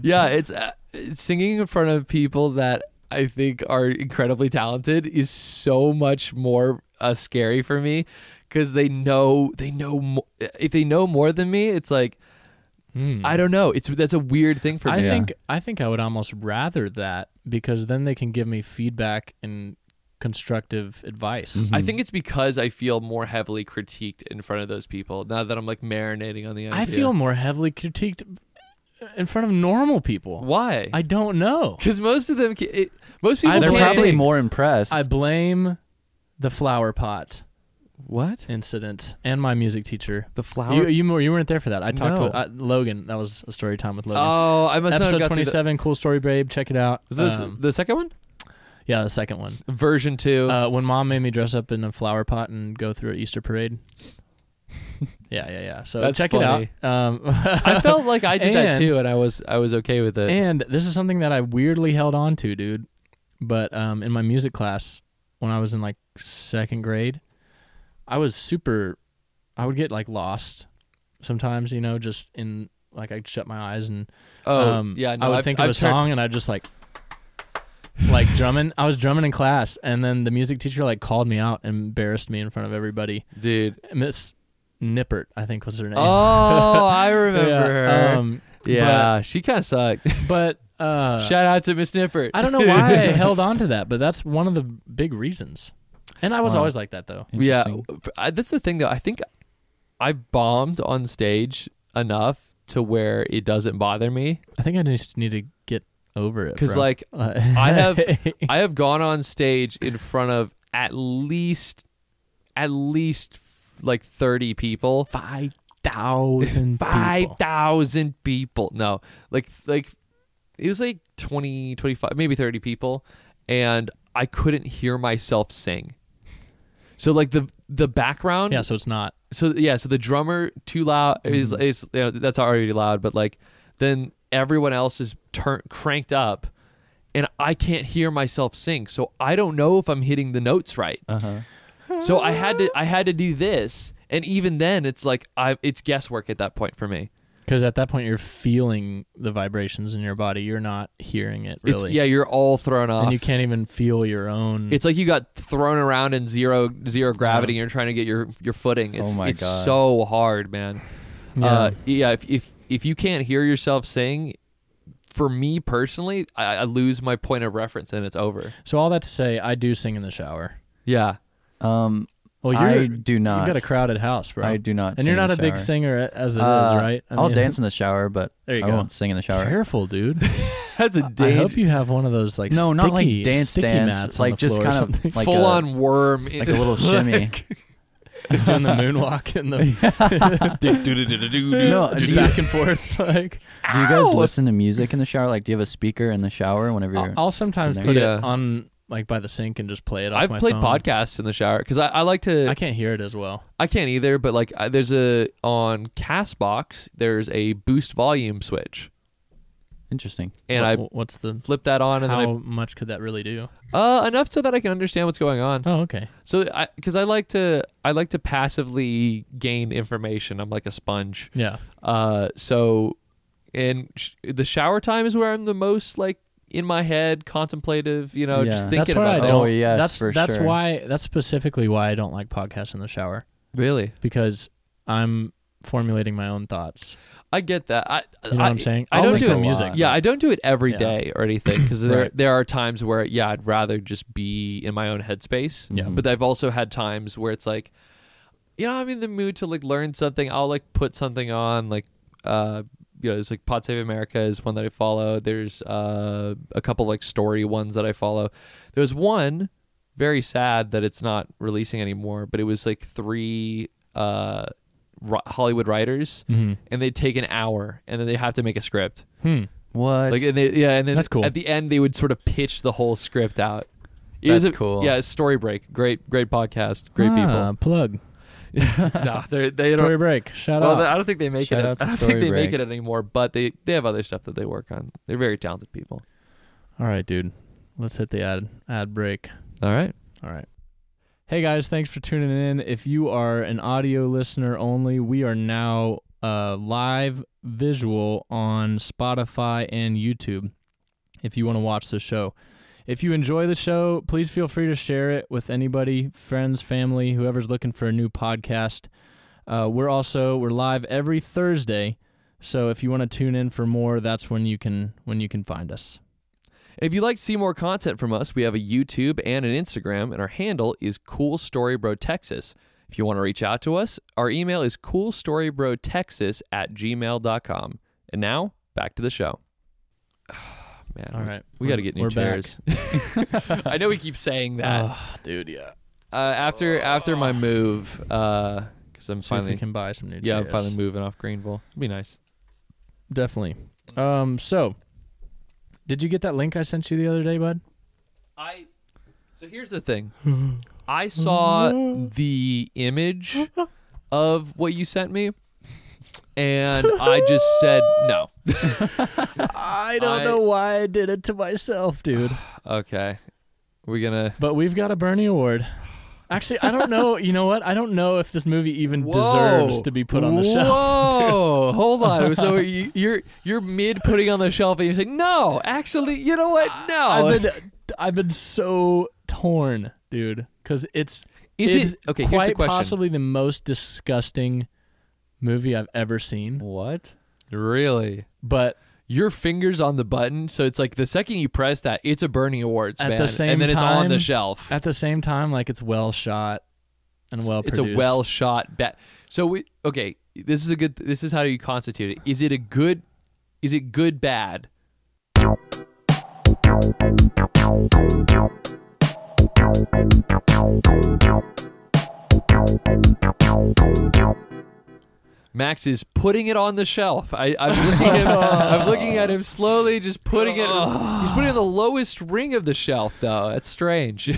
Speaker 1: yeah, it's uh, singing in front of people that I think are incredibly talented is so much more uh, scary for me because they know they know mo- if they know more than me, it's like
Speaker 2: Hmm.
Speaker 1: I don't know. It's that's a weird thing for
Speaker 2: I
Speaker 1: me.
Speaker 4: Yeah.
Speaker 2: think I think I would almost rather that because then they can give me feedback and constructive advice.
Speaker 1: I think it's because I feel more heavily critiqued in front of those people now that I'm like marinating on the idea.
Speaker 2: I feel more heavily critiqued in front of normal people.
Speaker 1: why
Speaker 2: I don't know.
Speaker 1: because most of them ca- it, most people
Speaker 2: I
Speaker 4: They're
Speaker 1: can't
Speaker 2: blame-
Speaker 4: probably
Speaker 1: sing.
Speaker 4: more impressed.
Speaker 2: I blame the flower pot
Speaker 1: what
Speaker 2: incident and my music teacher.
Speaker 1: the flower.
Speaker 2: You, you were- you weren't there for that. I talked
Speaker 1: No.
Speaker 2: to uh, Logan. That was a story time with Logan.
Speaker 1: oh, I must not
Speaker 2: Episode
Speaker 1: have got through the,
Speaker 2: 27, Cool Story Babe. Check it out.
Speaker 1: was that
Speaker 2: Um,
Speaker 1: the second one
Speaker 2: yeah, the second one.
Speaker 1: version two.
Speaker 2: Uh, when mom made me dress up in a flower pot and go through an Easter parade. yeah, yeah, yeah. So
Speaker 1: That's
Speaker 2: check
Speaker 1: funny.
Speaker 2: it out. Um,
Speaker 1: I felt like I did that
Speaker 2: And-
Speaker 1: too, and I was I was okay with it.
Speaker 2: and this is something that I weirdly held on to, dude. But um, in my music class, when I was in like second grade, I was super. I would get like lost sometimes, you know, just in like I'd shut my eyes and
Speaker 1: oh
Speaker 2: um,
Speaker 1: yeah, no,
Speaker 2: I would
Speaker 1: I've,
Speaker 2: think
Speaker 1: I've
Speaker 2: of a
Speaker 1: turned-
Speaker 2: song and I just like like drumming. I was drumming in class, and then the music teacher like called me out and embarrassed me in front of everybody.
Speaker 1: dude.
Speaker 2: Miss Nippert, I think was her name.
Speaker 1: Oh, I remember
Speaker 2: Yeah,
Speaker 1: her.
Speaker 2: Um,
Speaker 1: yeah, she kind of sucked.
Speaker 2: but uh,
Speaker 1: Shout out to Miss Nippert.
Speaker 2: I don't know why I held on to that, but that's one of the big reasons. And I was
Speaker 4: Wow.
Speaker 2: always like that though.
Speaker 1: yeah,
Speaker 4: Interesting.
Speaker 1: I, that's the thing though. I think I bombed on stage enough to where it doesn't bother me
Speaker 2: I think I just need to get over it.
Speaker 1: because
Speaker 2: bro.
Speaker 1: like
Speaker 2: Uh,
Speaker 1: I have I have gone on stage in front of at least at least like thirty people.
Speaker 2: five thousand
Speaker 1: five thousand people. No, like like it was like 20, 25, maybe thirty people, and I couldn't hear myself sing. So like the the background.
Speaker 2: Yeah, so it's not.
Speaker 1: So yeah. So the drummer too loud is
Speaker 2: Mm-hmm.
Speaker 1: is you know, that's already loud, but like then everyone else is turn cranked up. And I can't hear myself sing, so I don't know if I'm hitting the notes right.
Speaker 4: Uh-huh.
Speaker 1: So I had to, I had to do this, and even then, it's like I, it's guesswork at that point for me.
Speaker 2: Because at that point, you're feeling the vibrations in your body. You're not hearing it
Speaker 1: It's,
Speaker 2: really.
Speaker 1: yeah, you're all thrown off.
Speaker 2: and you can't even feel your own.
Speaker 1: it's like you got thrown around in zero zero gravity. and You're trying to get your your footing. It's
Speaker 4: my
Speaker 1: it's
Speaker 4: God.
Speaker 1: so hard, man. Yeah.
Speaker 2: Oh Yeah.
Speaker 1: Uh, yeah. If if if you can't hear yourself sing, for me personally, I, I lose my point of reference and it's over.
Speaker 2: so all that to say, I do sing in the shower.
Speaker 1: Yeah.
Speaker 4: Um,
Speaker 2: Well, you're,
Speaker 4: I do
Speaker 2: You've
Speaker 4: not.
Speaker 2: got a crowded house, bro.
Speaker 4: I do not.
Speaker 2: and you're
Speaker 4: sing in
Speaker 2: not
Speaker 4: the
Speaker 2: a big
Speaker 4: shower.
Speaker 2: singer a- as it is,
Speaker 4: Uh,
Speaker 2: right? I
Speaker 4: I'll
Speaker 2: mean-
Speaker 4: dance in the shower, but
Speaker 2: There you
Speaker 4: I
Speaker 2: go.
Speaker 4: won't sing in the shower.
Speaker 2: Careful, dude.
Speaker 1: That's a
Speaker 2: I
Speaker 1: danger.
Speaker 2: hope you have one of those like
Speaker 4: No, not like
Speaker 2: sticky-
Speaker 4: dance
Speaker 2: sticky
Speaker 4: dance,
Speaker 2: mats on
Speaker 4: like
Speaker 2: the
Speaker 4: just
Speaker 2: floor or
Speaker 4: kind of-
Speaker 2: something.
Speaker 4: like
Speaker 1: full
Speaker 4: a-
Speaker 1: on worm.
Speaker 4: Like a little shimmy.
Speaker 2: He's doing the moonwalk and the
Speaker 4: no, do
Speaker 2: just
Speaker 4: you,
Speaker 2: back and forth. Like
Speaker 4: do you guys listen to music in the shower? Like, do you have a speaker in the shower whenever you're?
Speaker 2: I'll, I'll sometimes
Speaker 4: Yeah.
Speaker 2: put it on like by the sink and just play it. Off
Speaker 1: I've
Speaker 2: my
Speaker 1: played
Speaker 2: phone.
Speaker 1: podcasts in the shower because I, I like to.
Speaker 2: I can't hear it as well.
Speaker 1: I can't either, but like I, there's a on Castbox there's a boost volume switch,
Speaker 4: Interesting.
Speaker 1: and
Speaker 2: What-
Speaker 1: I
Speaker 2: what's the
Speaker 1: flip that on and
Speaker 2: how
Speaker 1: then I
Speaker 2: much could that really do?
Speaker 1: Uh, enough so that I can understand what's going on.
Speaker 2: Oh, okay.
Speaker 1: So, I because I like to, I like to passively gain information. I'm like a sponge.
Speaker 2: Yeah.
Speaker 1: Uh, so, and sh- the shower time is where I'm the most like in my head, contemplative. You know,
Speaker 4: Yeah.
Speaker 1: just
Speaker 4: That's
Speaker 1: thinking
Speaker 2: why
Speaker 1: about
Speaker 2: I
Speaker 1: things.
Speaker 2: don't.
Speaker 4: Oh, yes,
Speaker 2: that's
Speaker 4: for
Speaker 2: that's
Speaker 4: sure.
Speaker 2: why that's specifically why I don't like podcasts in the shower
Speaker 1: Really,
Speaker 2: because I'm formulating my own thoughts.
Speaker 1: I get that. I,
Speaker 2: You know
Speaker 1: I,
Speaker 2: what I'm saying?
Speaker 1: I
Speaker 2: I'll
Speaker 1: don't
Speaker 2: listen
Speaker 1: do
Speaker 2: to
Speaker 1: it-
Speaker 2: music.
Speaker 1: Yeah, I don't do it every
Speaker 2: Yeah.
Speaker 1: day or anything because there
Speaker 2: Right.
Speaker 1: there are times where yeah, I'd rather just be in my own headspace.
Speaker 4: Yeah.
Speaker 1: But I've also had times where it's like, you know, I'm in the mood to like learn something. I'll like put something on like, uh, you know, it's like Pod Save America is one that I follow. There's uh a couple like story ones that I follow. There's one very sad that it's not releasing anymore, but it was like three uh ri- Hollywood writers
Speaker 2: Mm-hmm.
Speaker 1: and they take an hour and then they have to make a script.
Speaker 2: Hmm.
Speaker 4: What?
Speaker 1: like and they, yeah, and then
Speaker 2: That's cool.
Speaker 1: at the end they would sort of pitch the whole script out. It was
Speaker 4: That's
Speaker 1: a-
Speaker 4: cool.
Speaker 1: Yeah, Story Break, great, great podcast, great
Speaker 2: Ah, plug.
Speaker 1: people. no, they're, they
Speaker 2: Story
Speaker 1: don't.
Speaker 2: break. Shout
Speaker 1: Well,
Speaker 2: out.
Speaker 1: I don't think they make
Speaker 4: Shout
Speaker 1: it.
Speaker 4: out to
Speaker 1: I don't
Speaker 4: Story
Speaker 1: think they make it
Speaker 4: Break.
Speaker 1: anymore. But they they have other stuff that they work on. They're very talented people.
Speaker 2: All right, dude. Let's hit the ad ad break.
Speaker 1: All right.
Speaker 2: All right. Hey guys, thanks for tuning in. If you are an audio listener only, we are now uh, live visual on Spotify and YouTube if you want to watch the show. If you enjoy the show, please feel free to share it with anybody, friends, family, whoever's looking for a new podcast. Uh, we're also we're live every Thursday, so if you want to tune in for more, that's when you can when you can find us.
Speaker 1: And if you'd like to see more content from us, we have a YouTube and an Instagram, and our handle is Cool Story Bro Texas. If you want to reach out to us, our email is coolstorybrotexas at gmail.com. And now, back to the show. Man,
Speaker 2: All right,
Speaker 1: we got to get new
Speaker 2: we're back.
Speaker 1: chairs. I know we keep saying that.
Speaker 2: Ah, dude, yeah.
Speaker 1: Uh, after after my move, because I'm
Speaker 2: See if we
Speaker 1: finally
Speaker 2: can buy some new
Speaker 1: yeah I'm
Speaker 2: chairs.
Speaker 1: finally moving off Greenville. It'd be nice.
Speaker 2: Definitely. Um, so, did you get that link I sent you the other day, bud?
Speaker 1: I so here's the thing. I saw the image of what you sent me, and I just said no.
Speaker 2: I
Speaker 1: don't know
Speaker 2: why I did it to myself, dude.
Speaker 1: Okay, we're gonna.
Speaker 2: But we've got a Bernie Award. Actually, I don't know. You know what? I don't know if this movie even
Speaker 1: Whoa.
Speaker 2: deserves to be put on the shelf.
Speaker 1: Whoa, hold on. So you, you're you're mid putting on the shelf, and you're saying no. Actually, you know what? No.
Speaker 2: I've been, I've been so torn, dude, because it's
Speaker 1: Is it-
Speaker 2: it's
Speaker 1: okay, here's the
Speaker 2: Quite
Speaker 1: question.
Speaker 2: possibly the most disgusting movie I've ever seen.
Speaker 4: What?
Speaker 1: really.
Speaker 2: But
Speaker 1: Your fingers on the button, so it's like the second you press that, it's a Bernie Awards
Speaker 2: At the
Speaker 1: man,
Speaker 2: same
Speaker 1: and then it's on the
Speaker 2: time,
Speaker 1: shelf.
Speaker 2: at the same time, like it's well shot and well.
Speaker 1: it's a well shot bet. So we okay. This is a good. This is how you constitute it. Is it a good? Is it good bad? Max is putting it on the shelf. I, I'm looking at him. I'm looking at him slowly, just putting it. He's putting it in the lowest ring of the shelf, though. That's strange.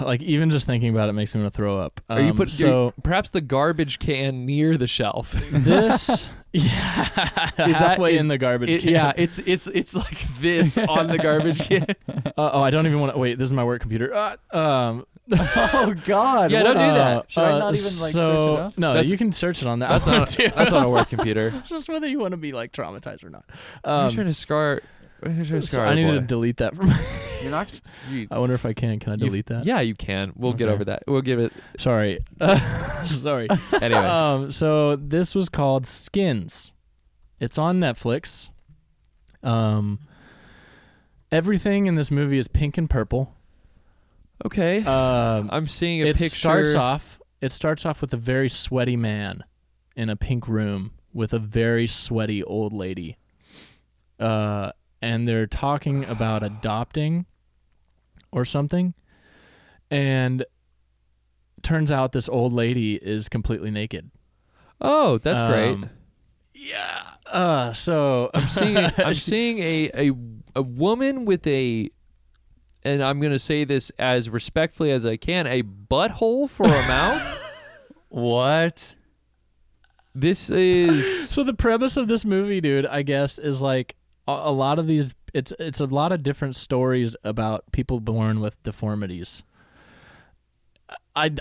Speaker 2: like even just thinking about it makes me want to throw up.
Speaker 1: Are you
Speaker 2: Um,
Speaker 1: put
Speaker 2: so
Speaker 1: so perhaps the garbage can near the shelf?
Speaker 2: this? Yeah,
Speaker 1: Is that-
Speaker 2: halfway
Speaker 1: is-
Speaker 2: in the garbage
Speaker 1: It-
Speaker 2: can.
Speaker 1: Yeah, it's it's it's like this on the garbage can.
Speaker 2: Uh, oh, I don't even want to. Wait, this is my work computer. Uh, um.
Speaker 4: Oh God!
Speaker 1: Yeah,
Speaker 4: what-
Speaker 1: don't do that.
Speaker 2: uh,
Speaker 4: Should I
Speaker 2: uh,
Speaker 4: not even, like, search
Speaker 2: so-
Speaker 4: it up?
Speaker 2: No,
Speaker 1: That's-
Speaker 2: you can search it on that.
Speaker 1: That's
Speaker 2: one,
Speaker 1: not
Speaker 2: too.
Speaker 1: that's on a work computer.
Speaker 2: It's just whether you want to be like traumatized or not.
Speaker 1: I'm
Speaker 2: Um,
Speaker 1: trying to scar. I'm trying to
Speaker 2: so
Speaker 1: scar.
Speaker 2: I
Speaker 1: our
Speaker 2: need to
Speaker 1: boy.
Speaker 2: delete that from.
Speaker 4: You're not.
Speaker 1: You-
Speaker 2: I wonder if I can. Can I
Speaker 1: you-
Speaker 2: delete that?
Speaker 1: Yeah, you can. We'll get
Speaker 2: Uh, Okay.
Speaker 1: over that. We'll give it
Speaker 2: Sorry. sorry.
Speaker 1: anyway.
Speaker 2: Um, so this was called Skins. It's on Netflix. Um, everything in this movie is pink and purple.
Speaker 1: okay,
Speaker 2: Um,
Speaker 1: I'm seeing a
Speaker 2: it
Speaker 1: picture.
Speaker 2: starts off. It starts off with a very sweaty man in a pink room with a very sweaty old lady. Uh, and they're talking about adopting or something. And turns out this old lady is completely naked.
Speaker 1: Oh, that's great.
Speaker 2: Um, Yeah. Uh, so
Speaker 1: I'm seeing a, I'm seeing a, a a woman with a and I'm gonna say this as respectfully as I can a butthole for a mouth.
Speaker 4: What?
Speaker 1: This is
Speaker 2: so the premise of this movie, dude, I guess, is like a, a lot of these. It's it's a lot of different stories about people born with deformities. I,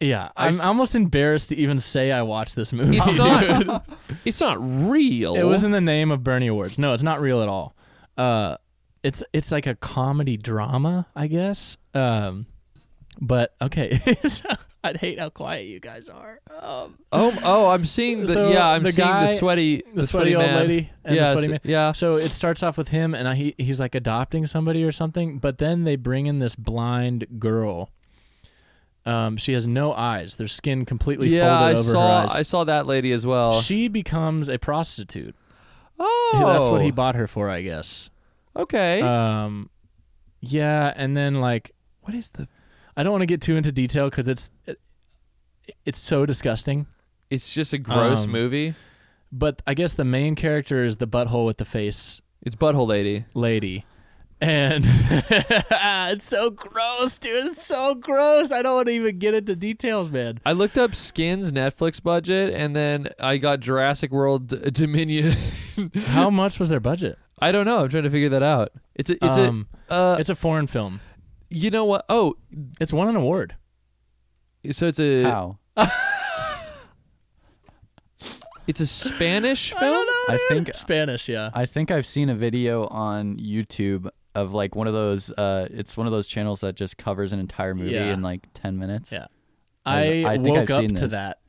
Speaker 2: yeah,
Speaker 4: I
Speaker 2: I'm
Speaker 4: s-
Speaker 2: almost embarrassed to even say I watched this movie.
Speaker 1: It's
Speaker 2: Oh, dude.
Speaker 1: not- it's not real.
Speaker 2: It was in the name of Bernie Awards. No, it's not real at all. Uh, it's it's like a comedy drama, I guess. Um, but okay, So, I'd hate how quiet you guys are. Um,
Speaker 1: Oh, oh, I'm seeing the
Speaker 2: So,
Speaker 1: yeah, I'm
Speaker 2: the
Speaker 1: seeing the
Speaker 2: guy-
Speaker 1: sweaty,
Speaker 2: the, sweaty, old
Speaker 1: man.
Speaker 2: lady and
Speaker 1: yeah,
Speaker 2: the sweaty
Speaker 1: so-
Speaker 2: man.
Speaker 1: yeah.
Speaker 2: So it starts off with him, and he he's like adopting somebody or something. But then they bring in this blind girl. Um, she has no eyes. Their skin completely
Speaker 1: yeah, I
Speaker 2: folded over
Speaker 1: saw,
Speaker 2: her eyes.
Speaker 1: I saw that lady as well.
Speaker 2: she becomes a prostitute.
Speaker 1: oh, Eh.
Speaker 2: That's what he bought her for, I guess.
Speaker 1: Okay,
Speaker 2: Um, yeah, and then like
Speaker 1: what is the?
Speaker 2: I don't want to get too into detail because it's it, it's so disgusting.
Speaker 1: It's just a gross
Speaker 2: Um,
Speaker 1: movie.
Speaker 2: But I guess the main character is the butthole with the face
Speaker 1: It's butthole lady.
Speaker 2: lady. And it's so gross, dude. It's so gross. I don't want to even get into details, man.
Speaker 1: I looked up Skins Netflix budget, and then I got Jurassic World D- Dominion.
Speaker 2: How much was their budget?
Speaker 1: I don't know. I'm trying to figure that out. It's a, it's
Speaker 2: um,
Speaker 1: a, uh,
Speaker 2: it's a foreign film.
Speaker 1: you know what? Oh,
Speaker 2: It's won an award.
Speaker 1: so it's a
Speaker 4: How?
Speaker 1: it's a Spanish film.
Speaker 4: I think
Speaker 2: Spanish, yeah.
Speaker 4: I think I've seen a video on YouTube of like one of those. Uh, it's one of those channels that just covers an entire movie
Speaker 2: Yeah.
Speaker 4: in like ten minutes.
Speaker 2: Yeah. I,
Speaker 4: I- I think
Speaker 2: woke
Speaker 4: I've
Speaker 2: up
Speaker 4: seen
Speaker 2: to
Speaker 4: this.
Speaker 2: that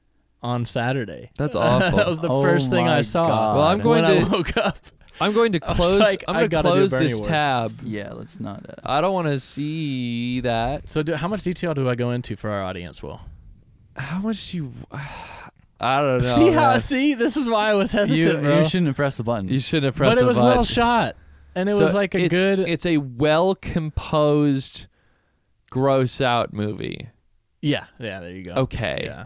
Speaker 2: on Saturday.
Speaker 1: That's awful.
Speaker 2: that was the
Speaker 4: Oh
Speaker 2: first thing I
Speaker 4: my
Speaker 2: saw.
Speaker 4: God.
Speaker 1: Well, I'm going
Speaker 2: when
Speaker 1: to-
Speaker 2: I woke up.
Speaker 1: I'm going to
Speaker 2: I was
Speaker 1: close.
Speaker 2: like,
Speaker 1: I'm
Speaker 2: I
Speaker 1: going to
Speaker 2: gotta do
Speaker 1: close
Speaker 2: Bernie
Speaker 1: this
Speaker 2: work.
Speaker 1: tab.
Speaker 4: Yeah. Let's not. Uh,
Speaker 1: I don't want to see that.
Speaker 2: So, do, how much detail do I go into for our audience, Will?
Speaker 1: How much do you? I don't know.
Speaker 2: see how?
Speaker 1: man.
Speaker 2: See, this is why I was hesitant,
Speaker 4: you,
Speaker 2: bro.
Speaker 4: you shouldn't press the button.
Speaker 1: you shouldn't have pressed
Speaker 2: but it
Speaker 1: the
Speaker 2: was
Speaker 1: button.
Speaker 2: well shot, and it
Speaker 1: So
Speaker 2: was like a
Speaker 1: it's,
Speaker 2: good.
Speaker 1: It's a well composed, gross out movie.
Speaker 2: yeah, yeah. There you go.
Speaker 1: Okay.
Speaker 2: Oh, Yeah.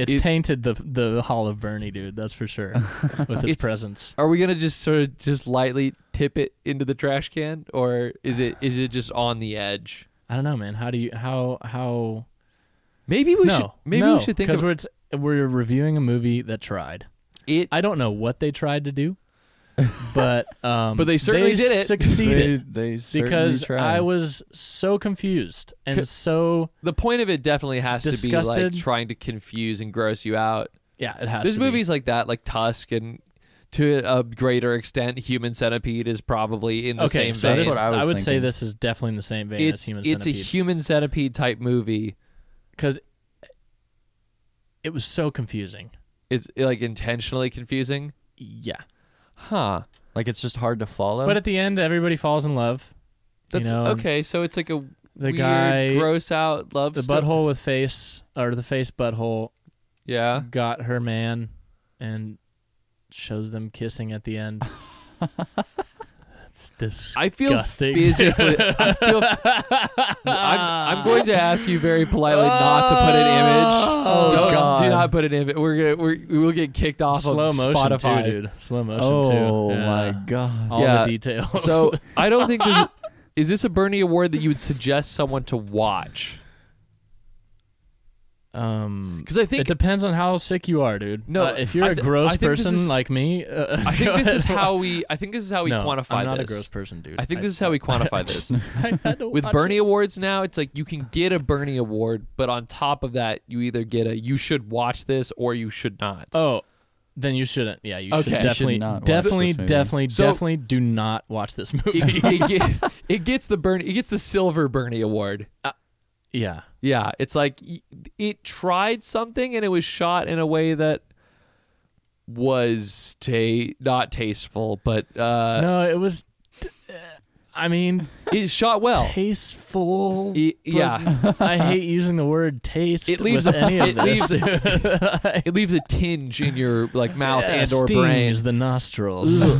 Speaker 2: It's
Speaker 1: It-
Speaker 2: tainted the the Hall of Bernie, dude. That's for sure, with its
Speaker 1: It's-
Speaker 2: presence.
Speaker 1: Are we gonna just sort of just lightly tip it into the trash can, or is it is it just on the edge?
Speaker 2: I don't know, man. How do you how how?
Speaker 1: Maybe we
Speaker 2: no,
Speaker 1: should maybe
Speaker 2: no,
Speaker 1: we should think
Speaker 2: because
Speaker 1: of
Speaker 2: we're it's, we're reviewing a movie that tried.
Speaker 1: it.
Speaker 2: I don't know what they tried to do, but um,
Speaker 1: But they certainly did it.
Speaker 2: Succeeded
Speaker 4: They, they certainly
Speaker 2: because
Speaker 4: tried.
Speaker 2: I was so confused
Speaker 1: C-
Speaker 2: and so
Speaker 1: the point of it definitely has to be like
Speaker 2: Disgusted.
Speaker 1: trying to confuse and gross you out.
Speaker 2: yeah. It has
Speaker 1: There's
Speaker 2: to
Speaker 1: movies like that, like Tusk, and to a greater extent, Human Centipede is probably in
Speaker 2: Be.
Speaker 1: the
Speaker 2: Okay,
Speaker 1: same
Speaker 2: so
Speaker 1: vein.
Speaker 2: this,
Speaker 4: That's what I
Speaker 2: I,
Speaker 4: was
Speaker 2: would say
Speaker 4: thinking.
Speaker 2: this is definitely in the same vein
Speaker 1: it's
Speaker 2: as Human
Speaker 1: it's a
Speaker 2: Centipede
Speaker 1: Human Centipede type movie.
Speaker 2: because it was so confusing.
Speaker 1: It's like intentionally confusing,
Speaker 2: Yeah,
Speaker 1: huh?
Speaker 4: like it's just hard to follow.
Speaker 2: but at the end, everybody falls in love. You
Speaker 1: That's
Speaker 2: know, and
Speaker 1: okay. So it's like a
Speaker 2: The
Speaker 1: weird,
Speaker 2: guy,
Speaker 1: gross out love.
Speaker 2: the
Speaker 1: sto-
Speaker 2: butthole with face or the face butthole
Speaker 1: Yeah.
Speaker 2: got her man and shows them kissing at the end. it's disgusting.
Speaker 1: I feel physically. I feel. I'm, I'm going to ask you very politely not to put an image.
Speaker 4: Oh,
Speaker 1: Don't,
Speaker 4: God.
Speaker 1: Do not put an image. We're gonna. We're, we will get kicked off
Speaker 2: slow
Speaker 1: of
Speaker 2: motion
Speaker 1: Spotify.
Speaker 2: too, dude. Slow motion
Speaker 4: oh
Speaker 2: too. Yeah.
Speaker 4: my god.
Speaker 2: All
Speaker 1: Yeah.
Speaker 2: the details.
Speaker 1: So I don't think this is this a Bernie Award that you would suggest someone to watch.
Speaker 2: um,
Speaker 1: Because I think
Speaker 2: it depends on how sick you are, dude.
Speaker 1: No,
Speaker 2: Uh, if you're
Speaker 1: I
Speaker 2: a
Speaker 1: th- I
Speaker 2: gross
Speaker 1: think this
Speaker 2: person
Speaker 1: is-
Speaker 2: like me, uh,
Speaker 1: I think this is how we. I think this is how we
Speaker 2: no,
Speaker 1: quantify
Speaker 2: I'm not
Speaker 1: this.
Speaker 2: a gross person, dude.
Speaker 1: I think this is how we quantify this.
Speaker 2: I had to
Speaker 1: With
Speaker 2: watch
Speaker 1: Bernie
Speaker 2: it.
Speaker 1: Awards now, it's like you can get a Bernie Award, but on top of that, you either get a you should watch this or you should not.
Speaker 2: Oh, then you shouldn't. Yeah, you
Speaker 1: Okay. You
Speaker 2: should
Speaker 1: should
Speaker 2: definitely,
Speaker 4: not watch
Speaker 2: definitely,
Speaker 4: this movie.
Speaker 2: definitely,
Speaker 1: So-
Speaker 2: definitely do not watch this movie.
Speaker 1: It, it, get- it gets the Bernie, it gets the silver Bernie Award.
Speaker 2: Uh, yeah.
Speaker 1: Yeah, it's like y- it tried something and it was shot in a way that was ta- not tasteful, but uh,
Speaker 2: no, it was. t- uh, I mean,
Speaker 1: it shot well.
Speaker 2: tasteful.
Speaker 1: Y- Oh.
Speaker 2: but
Speaker 1: yeah,
Speaker 2: I hate using the word taste.
Speaker 1: It leaves
Speaker 2: with
Speaker 1: a-
Speaker 2: any of
Speaker 1: it leaves
Speaker 2: this.
Speaker 1: a-
Speaker 2: dude.
Speaker 1: it leaves a tinge in your like mouth
Speaker 2: Yeah,
Speaker 1: and or
Speaker 2: stings
Speaker 1: brain.
Speaker 2: the nostrils.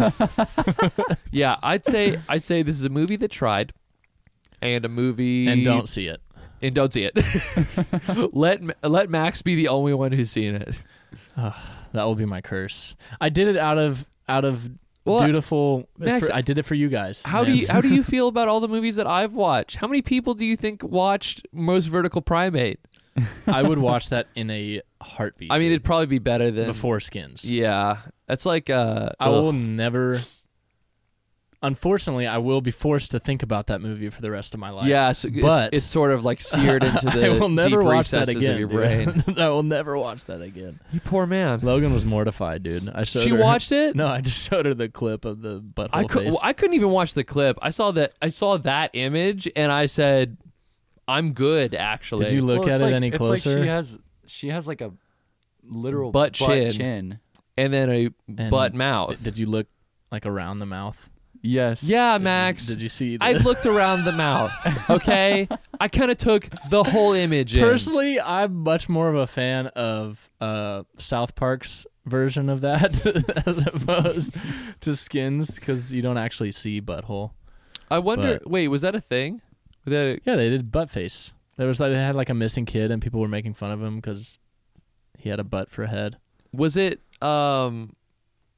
Speaker 1: Yeah, I'd say I'd say this is a movie that tried, and a movie
Speaker 2: and don't see it.
Speaker 1: and don't see it. let Ma- let Max be the only one who's seen it.
Speaker 2: That will be my curse. I did it out of out of
Speaker 1: Well,
Speaker 2: dutiful.
Speaker 1: Max,
Speaker 2: for- I did it for you guys.
Speaker 1: How do
Speaker 2: man.
Speaker 1: you how do you feel about all the movies that I've watched? How many people do you think watched Most Vertical Primate?
Speaker 2: I would watch that in a heartbeat.
Speaker 1: I mean,
Speaker 2: dude,
Speaker 1: it'd probably be better than
Speaker 2: before Skins.
Speaker 1: Yeah, that's like uh,
Speaker 2: I
Speaker 1: ugh.
Speaker 2: will never. Unfortunately, I will be forced to think about that movie for the rest of my life.
Speaker 1: Yeah, so it's,
Speaker 2: but-
Speaker 1: it's sort of like seared into the
Speaker 2: I will never
Speaker 1: deep
Speaker 2: watch that
Speaker 1: recesses
Speaker 2: again.
Speaker 1: of your brain.
Speaker 2: dude. I will never watch that again.
Speaker 1: you poor man.
Speaker 2: Logan was mortified, dude. I showed
Speaker 1: She
Speaker 2: her,
Speaker 1: watched it.
Speaker 2: No, I just showed her the clip of the butthole
Speaker 1: I could.
Speaker 2: face.
Speaker 1: well, I couldn't even watch the clip. I saw that. I saw that image, and I said, "I'm good." Actually,
Speaker 2: Did you look
Speaker 4: Well,
Speaker 2: at
Speaker 4: it's
Speaker 2: it
Speaker 4: like-
Speaker 2: any
Speaker 4: it's
Speaker 2: closer?
Speaker 4: Like she has she has like a literal
Speaker 1: Butt chin.
Speaker 4: chin.
Speaker 1: and then a
Speaker 2: And
Speaker 1: butt mouth.
Speaker 2: Did you look like around the mouth?
Speaker 4: Yes.
Speaker 1: yeah,
Speaker 2: Did you-
Speaker 1: Max.
Speaker 2: did you see? The,
Speaker 1: I looked around the mouth. Okay, I kind of took the whole image. in.
Speaker 2: Personally, I'm much more of a fan of uh, South Park's version of that as opposed to Skins because you don't actually see butthole.
Speaker 1: I wonder. Wait, was that a thing? Was that a-
Speaker 2: Yeah, they did butt face. There was like they had like a missing kid and people were making fun of him because he had a butt for a head.
Speaker 1: was it? Um,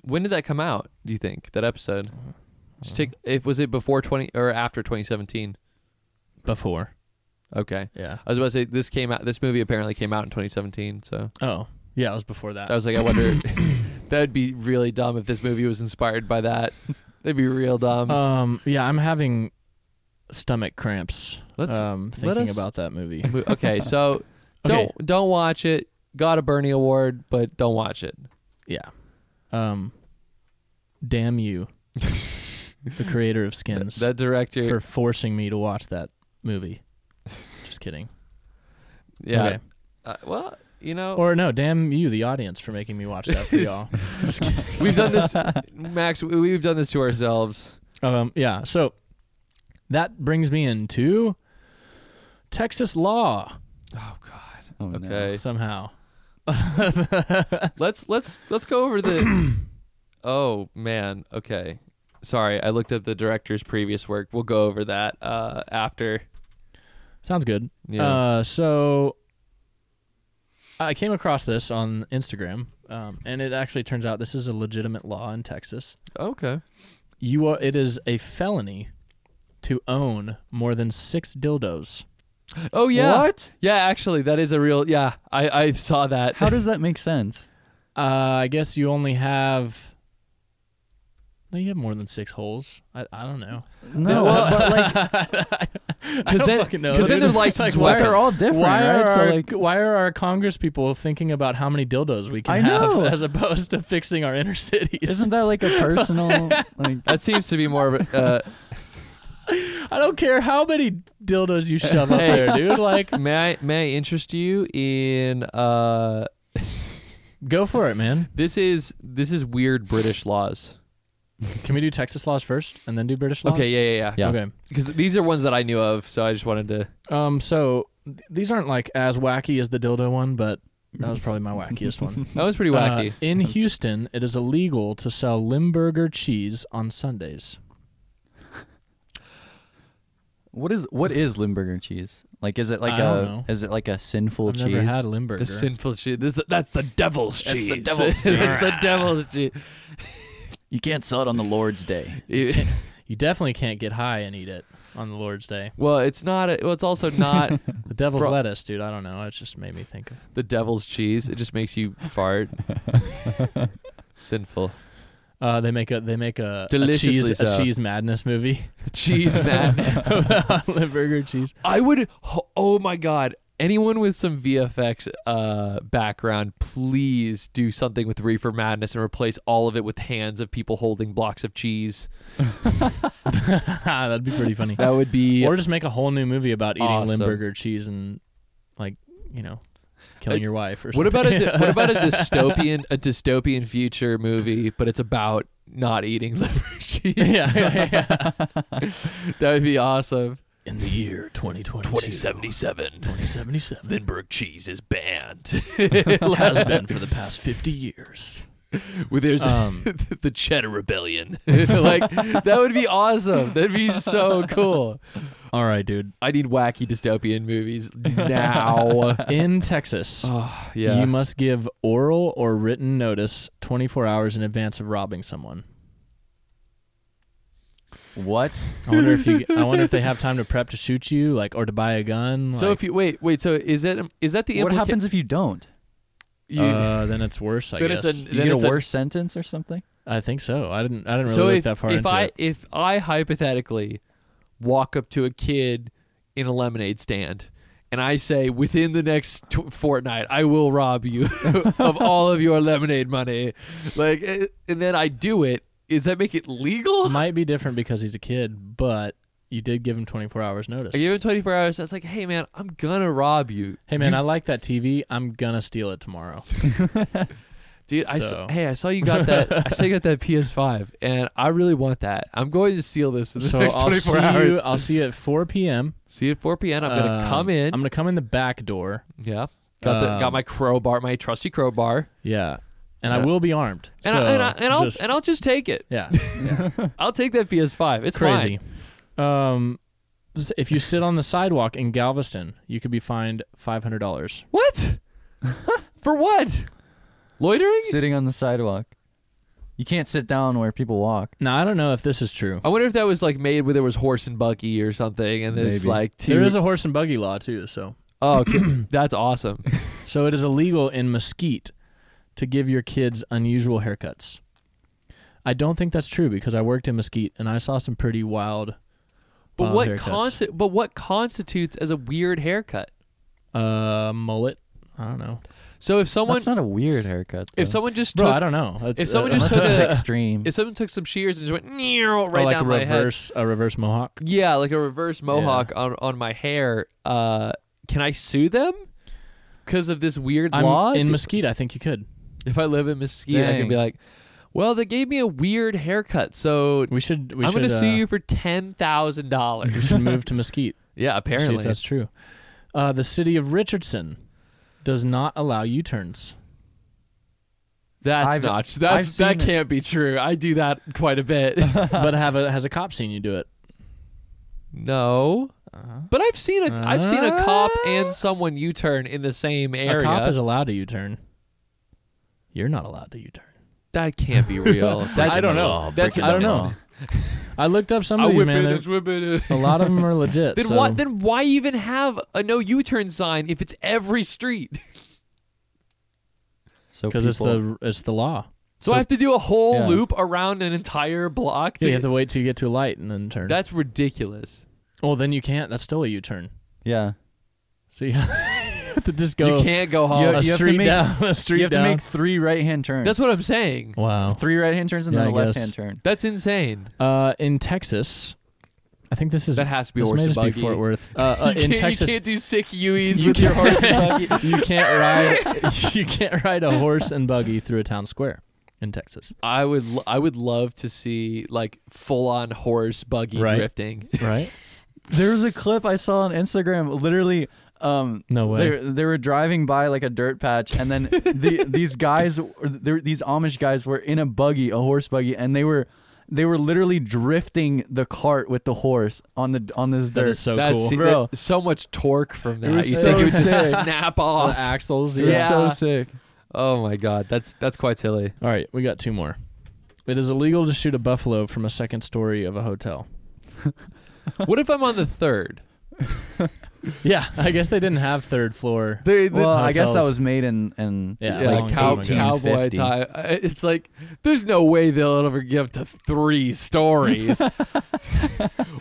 Speaker 1: when did that come out? Do you think that episode?
Speaker 2: Uh-huh.
Speaker 1: Just take. If was it before twenty or after twenty seventeen?
Speaker 2: Before,
Speaker 1: Okay.
Speaker 2: yeah.
Speaker 1: I was about to say this came out. This movie apparently came out in 2017. So
Speaker 2: Oh, yeah, it was before that.
Speaker 1: I was like, I wonder. that'd be really dumb if this movie was inspired by that. That'd be real dumb.
Speaker 2: um, yeah, I'm having stomach cramps.
Speaker 1: Let's-
Speaker 2: um,
Speaker 1: let
Speaker 2: thinking
Speaker 1: us-
Speaker 2: about that movie.
Speaker 1: Mo- okay, so
Speaker 2: Okay.
Speaker 1: Don't don't watch it. Got a Bernie Award, but don't watch it.
Speaker 2: Yeah. Um. Damn you, the creator of Skins,
Speaker 1: That director,
Speaker 2: for forcing me to watch that movie. Just kidding.
Speaker 1: yeah.
Speaker 2: Okay.
Speaker 1: Uh, well, you know,
Speaker 2: Or no, damn you, the audience, for making me watch that for y'all.
Speaker 1: we've done this, Max. we- We've done this to ourselves.
Speaker 2: Um, yeah. So that brings me into Texas law
Speaker 1: Oh God.
Speaker 4: Oh, no.
Speaker 1: Okay.
Speaker 2: somehow.
Speaker 1: let's let's let's go over the. oh man. Okay. Sorry, I looked up the director's previous work. We'll go over that uh, after.
Speaker 2: Sounds good.
Speaker 1: Yeah.
Speaker 2: Uh, so I came across this on Instagram, um, and it actually turns out this is a legitimate law in Texas.
Speaker 1: okay.
Speaker 2: You are, it is a felony to own more than six dildos.
Speaker 1: Oh yeah.
Speaker 4: What?
Speaker 1: Yeah, actually, that is a real. Yeah, I I saw that.
Speaker 4: How does that make sense?
Speaker 2: Uh, I guess you only have. No, you have more than six holes. I, I don't know.
Speaker 4: No,
Speaker 1: Well-
Speaker 4: but like
Speaker 1: Because then,
Speaker 2: fucking know,
Speaker 1: because then
Speaker 2: dude.
Speaker 1: they're licensed
Speaker 2: Like, why
Speaker 1: weapons.
Speaker 4: they're all different,
Speaker 2: why
Speaker 4: right?
Speaker 2: are
Speaker 4: so
Speaker 2: our,
Speaker 4: like,
Speaker 2: why are our Congress people thinking about how many dildos we can
Speaker 4: I
Speaker 2: have
Speaker 4: know.
Speaker 2: as opposed to fixing our inner cities?
Speaker 4: isn't that like a personal like?
Speaker 1: that seems to be more. of a- Uh,
Speaker 2: I don't care how many dildos you shove up
Speaker 1: Hey.
Speaker 2: there, dude. Like,
Speaker 1: uh, may I may I interest you in uh
Speaker 2: go for it, man.
Speaker 1: this is this is weird British laws.
Speaker 2: Can we do Texas laws first and then do British laws?
Speaker 1: Okay, yeah, yeah, yeah.
Speaker 4: Yeah.
Speaker 2: Okay.
Speaker 1: Because these are ones that I knew of, so I just wanted to.
Speaker 2: Um. So th- these aren't like as wacky as the dildo one, but that was probably my wackiest one.
Speaker 1: That was pretty wacky.
Speaker 2: Uh, in Houston, it is illegal to sell Limburger cheese on Sundays.
Speaker 4: What is what is Limburger cheese? Like, is it like
Speaker 2: I don't
Speaker 4: a
Speaker 2: know.
Speaker 4: is it like a sinful
Speaker 2: I've
Speaker 4: cheese?
Speaker 2: never had Limburger.
Speaker 1: the sinful cheese. This, that's the devil's
Speaker 2: That's
Speaker 1: cheese.
Speaker 2: the devil's cheese.
Speaker 1: That's the devil's cheese.
Speaker 4: you can't sell it on the Lord's Day.
Speaker 1: You-
Speaker 2: You definitely can't get high and eat it on the Lord's Day.
Speaker 1: well, it's not. A, well, it's also not
Speaker 2: The devil's
Speaker 1: Bro-
Speaker 2: lettuce, dude. I don't know. It just made me think of.
Speaker 1: the devil's cheese. It just makes you fart. Sinful
Speaker 2: Uh, they make a they make a a
Speaker 1: Deliciously
Speaker 2: cheese a
Speaker 1: so.
Speaker 2: cheese madness movie
Speaker 1: cheese, man.
Speaker 2: about Limburger cheese.
Speaker 1: I would. Oh my god. Anyone with some VFX uh, background, please do something with Reefer Madness and replace all of it with hands of people holding blocks of cheese.
Speaker 2: That'd be pretty funny.
Speaker 1: That would be.
Speaker 2: Or just make a whole new movie about eating
Speaker 1: Awesome.
Speaker 2: Limburger cheese and like you know
Speaker 1: Uh,
Speaker 2: killing your wife or
Speaker 1: what
Speaker 2: something.
Speaker 1: about a what about a dystopian a dystopian future movie, but it's about not eating liver cheese?
Speaker 2: yeah, yeah, yeah.
Speaker 1: that would be awesome.
Speaker 2: In the year 2022,
Speaker 1: 2077,
Speaker 2: 2077
Speaker 1: Lindbergh cheese is banned.
Speaker 2: has been for the past 50 years.
Speaker 1: Well, there's
Speaker 2: Um,
Speaker 1: the Cheddar Rebellion. like that would be awesome. That'd be so cool.
Speaker 2: all right, dude.
Speaker 1: I need wacky dystopian movies now.
Speaker 2: In Texas,
Speaker 1: oh, yeah.
Speaker 2: you must give oral or written notice 24 hours in advance of robbing someone.
Speaker 4: What?
Speaker 2: I wonder if you. I wonder if they have time to prep to shoot you, like, or to buy a gun.
Speaker 1: so
Speaker 2: like,
Speaker 1: if you wait, wait. So is it is that the
Speaker 4: what
Speaker 1: implica-
Speaker 4: happens if you don't?
Speaker 1: You,
Speaker 2: uh, then it's worse. I
Speaker 1: Then
Speaker 2: guess.
Speaker 1: it's
Speaker 2: I
Speaker 1: a-
Speaker 4: You
Speaker 1: Then
Speaker 4: get a
Speaker 1: it's a-
Speaker 4: worse sentence or something?
Speaker 2: think so. I didn't. I didn't really
Speaker 1: so
Speaker 2: look
Speaker 1: if
Speaker 2: that far
Speaker 1: if
Speaker 2: into
Speaker 1: I
Speaker 2: it.
Speaker 1: if I hypothetically walk up to a kid in a lemonade stand and I say within the next tw fortnight I will rob you of all of your lemonade money, like eh, and then I do it. Is that make it legal?
Speaker 2: Might be different because he's a kid, but you did give him 24 hours notice.
Speaker 1: I give him 24 hours. That's like, hey man, I'm gonna rob you,
Speaker 2: hey man, I like that TV. I'm gonna steal it tomorrow.
Speaker 1: dude. I
Speaker 2: So-
Speaker 1: saw, hey, I saw you got that. I saw you got that PS5, and I really want that. I'm going to steal this in the
Speaker 2: so
Speaker 1: next
Speaker 2: I'll
Speaker 1: 24
Speaker 2: see
Speaker 1: hours.
Speaker 2: you. I'll see you at 4 p.m.
Speaker 1: see you at 4 p.m. I'm gonna
Speaker 2: Um,
Speaker 1: come in.
Speaker 2: I'm gonna come in the back door.
Speaker 1: yeah, got the, got
Speaker 2: um,
Speaker 1: my crowbar, my trusty crowbar,
Speaker 2: Yeah, and I
Speaker 1: Yeah.
Speaker 2: will be armed.
Speaker 1: and,
Speaker 2: so
Speaker 1: I, and, I, and I'll
Speaker 2: just-
Speaker 1: and I'll just take it.
Speaker 2: yeah.
Speaker 1: I'll take that PS5. It's
Speaker 2: crazy.
Speaker 1: Fine.
Speaker 2: Um, s- if you sit on the sidewalk in Galveston, you could be fined five hundred dollars.
Speaker 1: What? For what? Loitering?
Speaker 4: Sitting on the sidewalk. You can't sit down where people walk.
Speaker 2: Now I don't know if this is true.
Speaker 1: I wonder if that was like made where there was horse and buggy or something, and there's
Speaker 4: Maybe.
Speaker 1: like two.
Speaker 2: There is a horse and buggy law too, so
Speaker 1: oh, okay. that's awesome.
Speaker 2: so it is illegal in Mesquite to give your kids unusual haircuts. I don't think that's true because I worked in Mesquite and I saw some pretty wild.
Speaker 1: But
Speaker 2: wild
Speaker 1: what
Speaker 2: haircuts.
Speaker 1: consti- But what constitutes as a weird haircut?
Speaker 2: uh, mullet. I don't know,
Speaker 1: So if someone
Speaker 4: That's not a weird haircut.
Speaker 1: if
Speaker 4: though.
Speaker 1: someone just
Speaker 2: bro.
Speaker 1: took
Speaker 2: I don't know. That's, uh,
Speaker 1: if someone
Speaker 4: unless
Speaker 1: just
Speaker 4: it's
Speaker 1: took a-
Speaker 4: extreme.
Speaker 1: if someone took some shears and just went "Meow,"
Speaker 2: or
Speaker 1: right
Speaker 2: like
Speaker 1: down
Speaker 2: a
Speaker 1: my head,
Speaker 2: reverse a reverse mohawk.
Speaker 1: yeah, like a reverse mohawk on, on my hair, uh, can I sue them because of this weird
Speaker 2: I'm
Speaker 1: law?
Speaker 2: in
Speaker 1: D-
Speaker 2: Mesquite. I think you could.
Speaker 1: if I live in Mesquite, I can
Speaker 4: Dang.
Speaker 1: be like, well, they gave me a weird haircut, so
Speaker 2: We should. We
Speaker 1: I'm
Speaker 2: should
Speaker 1: going to
Speaker 2: uh,
Speaker 1: sue you for ten thousand
Speaker 2: We
Speaker 1: dollars.
Speaker 2: should move to Mesquite.
Speaker 1: yeah,
Speaker 2: Apparently,
Speaker 1: apparently.
Speaker 2: if that's true. Uh, the city of Richardson does not allow U-turns.
Speaker 1: That's
Speaker 4: I've-
Speaker 1: not.
Speaker 4: I've
Speaker 1: That's
Speaker 4: seen
Speaker 1: that
Speaker 4: it.
Speaker 1: can't be true. I do that quite a bit.
Speaker 2: but have a has a cop seen you do it?
Speaker 1: no,
Speaker 2: Uh-huh. Ah.
Speaker 1: but I've seen a have seen a cop and someone U-turn in the same area.
Speaker 2: A cop is allowed to U-turn. You're not allowed to U-turn.
Speaker 1: that can't be real. That-
Speaker 2: I don't know.
Speaker 1: That's
Speaker 2: I don't know. I looked up some of these, man. They're-
Speaker 1: whipping
Speaker 2: A lot of them are legit.
Speaker 1: Then
Speaker 2: so-
Speaker 1: why then why even have a no U-turn sign if it's every street?
Speaker 4: So
Speaker 2: Because it's
Speaker 4: people-
Speaker 2: the it's the law.
Speaker 1: So, I have to do a whole
Speaker 4: Yeah.
Speaker 1: loop around an entire block.
Speaker 2: Yeah,
Speaker 1: to-
Speaker 2: you have to wait till you get to a light and then turn.
Speaker 1: that's ridiculous.
Speaker 2: well, then you can't. That's still a U-turn.
Speaker 4: yeah.
Speaker 2: So you have to just go
Speaker 1: you can't go home.
Speaker 4: You-
Speaker 2: a
Speaker 4: you have to
Speaker 2: street
Speaker 4: make-
Speaker 2: down, a street
Speaker 4: You have
Speaker 2: down.
Speaker 4: to make three right hand turns.
Speaker 1: That's what I'm saying.
Speaker 2: wow.
Speaker 4: three right hand turns and
Speaker 2: Yeah,
Speaker 4: then a
Speaker 2: I guess.
Speaker 4: left hand turn.
Speaker 1: That's insane.
Speaker 2: Uh, in Texas, I think this is
Speaker 1: That has to be
Speaker 2: this
Speaker 1: horse
Speaker 2: may
Speaker 1: and
Speaker 2: just be
Speaker 1: buggy.
Speaker 2: Fort Worth. Uh, uh,
Speaker 1: you
Speaker 2: in
Speaker 1: can't,
Speaker 2: Texas,
Speaker 1: you can't do sick UEs
Speaker 2: You
Speaker 1: with your horse and buggy.
Speaker 2: you can't ride you can't ride a horse and buggy through a town square in Texas,
Speaker 1: I would lo- I would love to see like full on horse buggy
Speaker 2: Right.
Speaker 1: drifting.
Speaker 2: right?
Speaker 4: There was a clip I saw on Instagram. Literally, um,
Speaker 2: No way.
Speaker 4: They, they were driving by like a dirt patch, and then the, these guys, there were- these Amish guys, were in a buggy, a horse buggy, and they were they were literally drifting the cart with the horse on the on this
Speaker 2: That
Speaker 4: dirt.
Speaker 2: is so
Speaker 1: That's
Speaker 2: cool.
Speaker 1: that-
Speaker 4: Bro.
Speaker 1: so much torque from that.
Speaker 4: was
Speaker 1: You
Speaker 4: so
Speaker 1: think it would just
Speaker 4: sick.
Speaker 1: snap
Speaker 2: The
Speaker 1: off?
Speaker 2: axles.
Speaker 4: It was
Speaker 1: Yeah.
Speaker 4: so sick.
Speaker 1: Oh my god, that's that's quite silly.
Speaker 2: All right, we got two more. It is illegal to shoot a buffalo from a second story of a hotel.
Speaker 1: What if I'm on the third?
Speaker 2: Yeah, I guess they didn't have third floor.
Speaker 1: They- they-
Speaker 4: Well, I guess that
Speaker 2: hotels.
Speaker 4: was made in in
Speaker 2: Yeah,
Speaker 1: yeah,
Speaker 2: long
Speaker 4: like
Speaker 1: cow,
Speaker 2: time ago.
Speaker 1: cowboy
Speaker 4: 1850.
Speaker 1: tie. I- It's like there's no way they'll ever get up to three stories.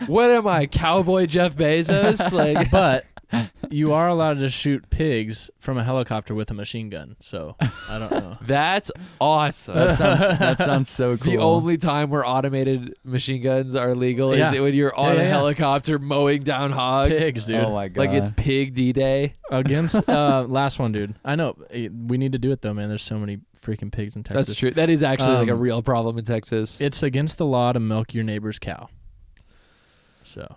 Speaker 1: what am I, cowboy Jeff Bezos? Like,
Speaker 2: But you are allowed to shoot pigs from a helicopter with a machine gun. So I don't know.
Speaker 1: that's awesome.
Speaker 4: That sounds that sounds so cool.
Speaker 1: The only time where automated machine guns are legal is
Speaker 2: Yeah.
Speaker 1: when you're on
Speaker 2: yeah,
Speaker 1: a
Speaker 2: yeah.
Speaker 1: helicopter mowing down hogs.
Speaker 2: Pigs, dude.
Speaker 4: oh my god!
Speaker 1: Like it's pig D Day.
Speaker 2: Against uh, last one, dude. I know eh, we need to do it though, man. There's so many freaking pigs in Texas.
Speaker 1: That's true. That is actually like a
Speaker 2: Um,
Speaker 1: real problem in Texas.
Speaker 2: It's against the law to milk your neighbor's cow. So,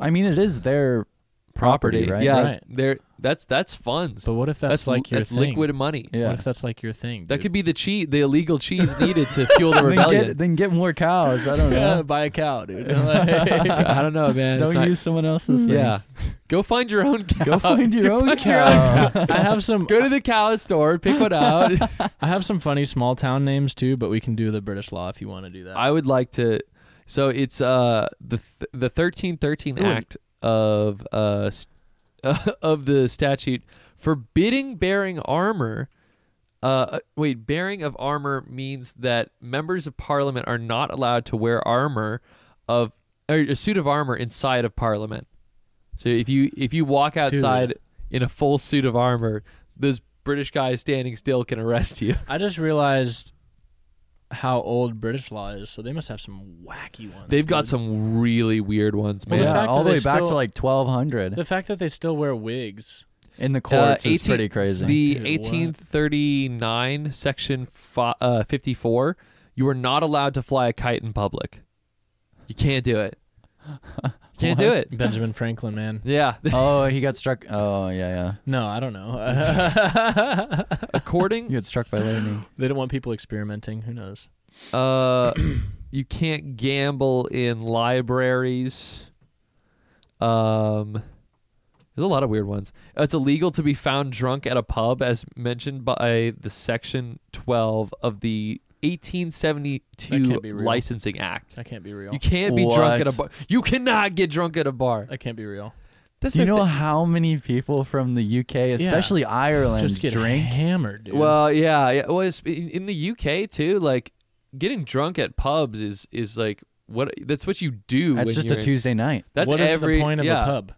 Speaker 4: I mean, it is their property, right?
Speaker 1: Yeah.
Speaker 2: Right.
Speaker 1: There that's that's funds.
Speaker 2: but what if that's, like your
Speaker 1: that's
Speaker 2: thing?
Speaker 1: liquid money.
Speaker 4: Yeah.
Speaker 2: What if that's like your thing?
Speaker 1: That
Speaker 2: dude?
Speaker 1: could be the cheese, the illegal cheese needed to fuel the
Speaker 4: Then get
Speaker 1: rebellion.
Speaker 4: then get more cows. I don't know.
Speaker 2: buy a cow, dude.
Speaker 1: I don't know, man. It's
Speaker 4: Don't
Speaker 1: not-
Speaker 4: use someone else's. Things.
Speaker 1: yeah, go find your own cow.
Speaker 4: Go find your own
Speaker 1: find your
Speaker 4: cow.
Speaker 2: I have some.
Speaker 1: Go to the cow store, pick one out.
Speaker 2: I have some funny small town names too, but we can do the British law if you want to do that.
Speaker 1: I would like to. So it's uh the th- the thirteen thirteen
Speaker 2: Ooh.
Speaker 1: Act of uh st- of the statute forbidding bearing armor. Uh, wait, bearing of armor means that members of parliament are not allowed to wear armor of or a suit of armor inside of parliament. So if you if you walk outside in a full suit of armor, those British guys standing still can arrest you.
Speaker 2: I just realized how old British law is, so they must have some wacky ones.
Speaker 1: They've got
Speaker 2: dude.
Speaker 1: some really weird ones, man.
Speaker 2: Well, the
Speaker 4: yeah,
Speaker 2: fact
Speaker 4: all
Speaker 2: that
Speaker 4: the way
Speaker 2: they
Speaker 4: back to
Speaker 2: still-
Speaker 4: like 1200
Speaker 2: The fact that they still wear wigs.
Speaker 4: in the
Speaker 1: Uh,
Speaker 4: courts is
Speaker 1: 18
Speaker 4: pretty crazy.
Speaker 1: The
Speaker 2: Dude, what?
Speaker 1: 1839 section fi- uh, 54, you are not allowed to fly a kite in public. You can't do it. You can't do
Speaker 4: What?
Speaker 1: it.
Speaker 2: Benjamin Franklin, man.
Speaker 1: Yeah.
Speaker 4: oh, he got struck. Oh, yeah,
Speaker 2: No, I don't know.
Speaker 4: yeah.
Speaker 1: According
Speaker 4: He got struck by lightning.
Speaker 2: they don't want people experimenting. Who knows?
Speaker 1: uh you can't gamble in libraries. Um there's a lot of weird ones. It's illegal to be found drunk at a pub as mentioned by the section 12 of the 1872
Speaker 2: can't be real.
Speaker 1: licensing act.
Speaker 2: That can't be real.
Speaker 1: You can't be drunk at a bar.
Speaker 4: What?
Speaker 1: You cannot get drunk at a bar.
Speaker 2: That can't be real.
Speaker 1: That's
Speaker 4: Do you
Speaker 1: the
Speaker 4: know
Speaker 1: thi-
Speaker 4: how many people from the UK, especially Ireland,
Speaker 2: Just get
Speaker 4: drink?
Speaker 2: hammered, dude.
Speaker 1: Well, yeah, yeah. Well, it's, in, in the UK too, like getting drunk at pubs is is like what that's what you do.
Speaker 4: That's
Speaker 1: when
Speaker 4: just
Speaker 1: you're
Speaker 4: a
Speaker 1: in-
Speaker 4: Tuesday night.
Speaker 1: That's
Speaker 2: What is
Speaker 1: every
Speaker 2: the point of
Speaker 1: yeah.
Speaker 2: a pub?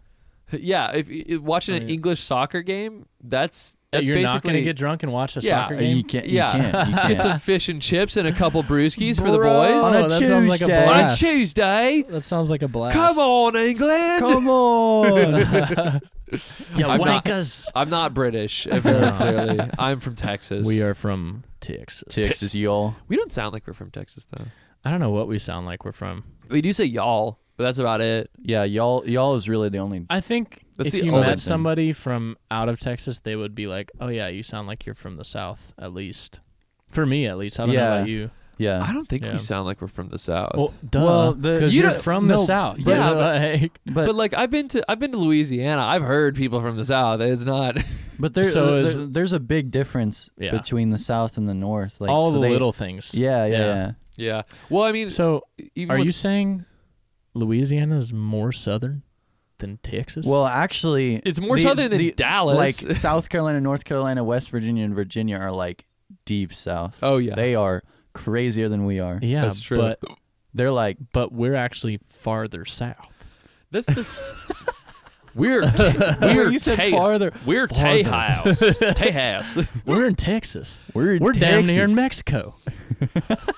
Speaker 1: Yeah, if, if watching
Speaker 2: Oh,
Speaker 1: an
Speaker 2: yeah.
Speaker 1: English soccer game, that's
Speaker 2: That
Speaker 1: that's
Speaker 2: you're not
Speaker 1: basically
Speaker 2: gonna get drunk and watch a
Speaker 1: Yeah.
Speaker 2: soccer
Speaker 1: Uh,
Speaker 2: game.
Speaker 4: You can't. You
Speaker 1: Yeah.
Speaker 4: can't. You
Speaker 1: get
Speaker 4: can't.
Speaker 1: some fish and chips and a couple brewskis for the
Speaker 2: Bro.
Speaker 1: boys
Speaker 4: on a
Speaker 2: Oh, that sounds like a
Speaker 4: Tuesday.
Speaker 1: on a
Speaker 2: blast.
Speaker 1: Tuesday.
Speaker 2: That sounds like a blast.
Speaker 1: Come on, England.
Speaker 4: Come on.
Speaker 2: yeah,
Speaker 1: I'm not-
Speaker 2: wankers.
Speaker 1: I'm not British, uh, very clearly. I'm from Texas.
Speaker 2: We are from Texas.
Speaker 4: Texas, y'all.
Speaker 1: We don't sound like we're from Texas though.
Speaker 2: I don't know what we sound like we're from.
Speaker 1: We do say y'all, but that's about it.
Speaker 4: Yeah, y'all. Y'all is really the only.
Speaker 2: I think
Speaker 1: That's
Speaker 2: if
Speaker 1: the
Speaker 2: you
Speaker 1: only
Speaker 4: thing.
Speaker 2: met somebody from out of Texas, they would be like, "Oh yeah, you sound like you're from the South, at least." For me, at least. I don't know
Speaker 4: Yeah.
Speaker 2: about you.
Speaker 1: I
Speaker 4: Yeah.
Speaker 1: don't think
Speaker 2: Yeah.
Speaker 1: we sound like we're from the south.
Speaker 2: Well, duh.
Speaker 4: Well, the-
Speaker 2: because
Speaker 1: You
Speaker 2: you are
Speaker 1: don't-
Speaker 2: from the
Speaker 4: no,
Speaker 2: South.
Speaker 1: but- Yeah, but-
Speaker 2: like-
Speaker 1: but,
Speaker 4: But
Speaker 1: like I've been to I've been to Louisiana. I've heard people from the south. It's not
Speaker 4: but there,
Speaker 2: So
Speaker 4: there-
Speaker 2: is-
Speaker 4: there- there's a big difference
Speaker 2: Yeah.
Speaker 4: between the South and the North. Like
Speaker 2: all
Speaker 4: so
Speaker 2: the
Speaker 4: they-
Speaker 2: little things.
Speaker 4: Yeah, yeah,
Speaker 2: Yeah.
Speaker 4: yeah.
Speaker 1: Yeah. Well, I mean
Speaker 2: So,
Speaker 1: even
Speaker 2: are
Speaker 1: with-
Speaker 2: you saying Louisiana is more Southern than Texas?
Speaker 4: Well, actually,
Speaker 1: it's more
Speaker 4: the-
Speaker 1: southern than
Speaker 4: the-
Speaker 1: Dallas.
Speaker 4: Like South Carolina, North Carolina, West Virginia, and Virginia are like deep South.
Speaker 1: oh yeah.
Speaker 4: They are crazier than we are.
Speaker 2: yeah,
Speaker 1: that's true.
Speaker 2: But
Speaker 4: They're like
Speaker 2: but we're actually farther south.
Speaker 1: That's the We're we're
Speaker 4: you said
Speaker 1: Tay-
Speaker 4: farther.
Speaker 1: we're Tay House. Tay House.
Speaker 2: We're in Texas.
Speaker 4: We're in
Speaker 2: We're down here in
Speaker 4: Texas.
Speaker 2: Mexico.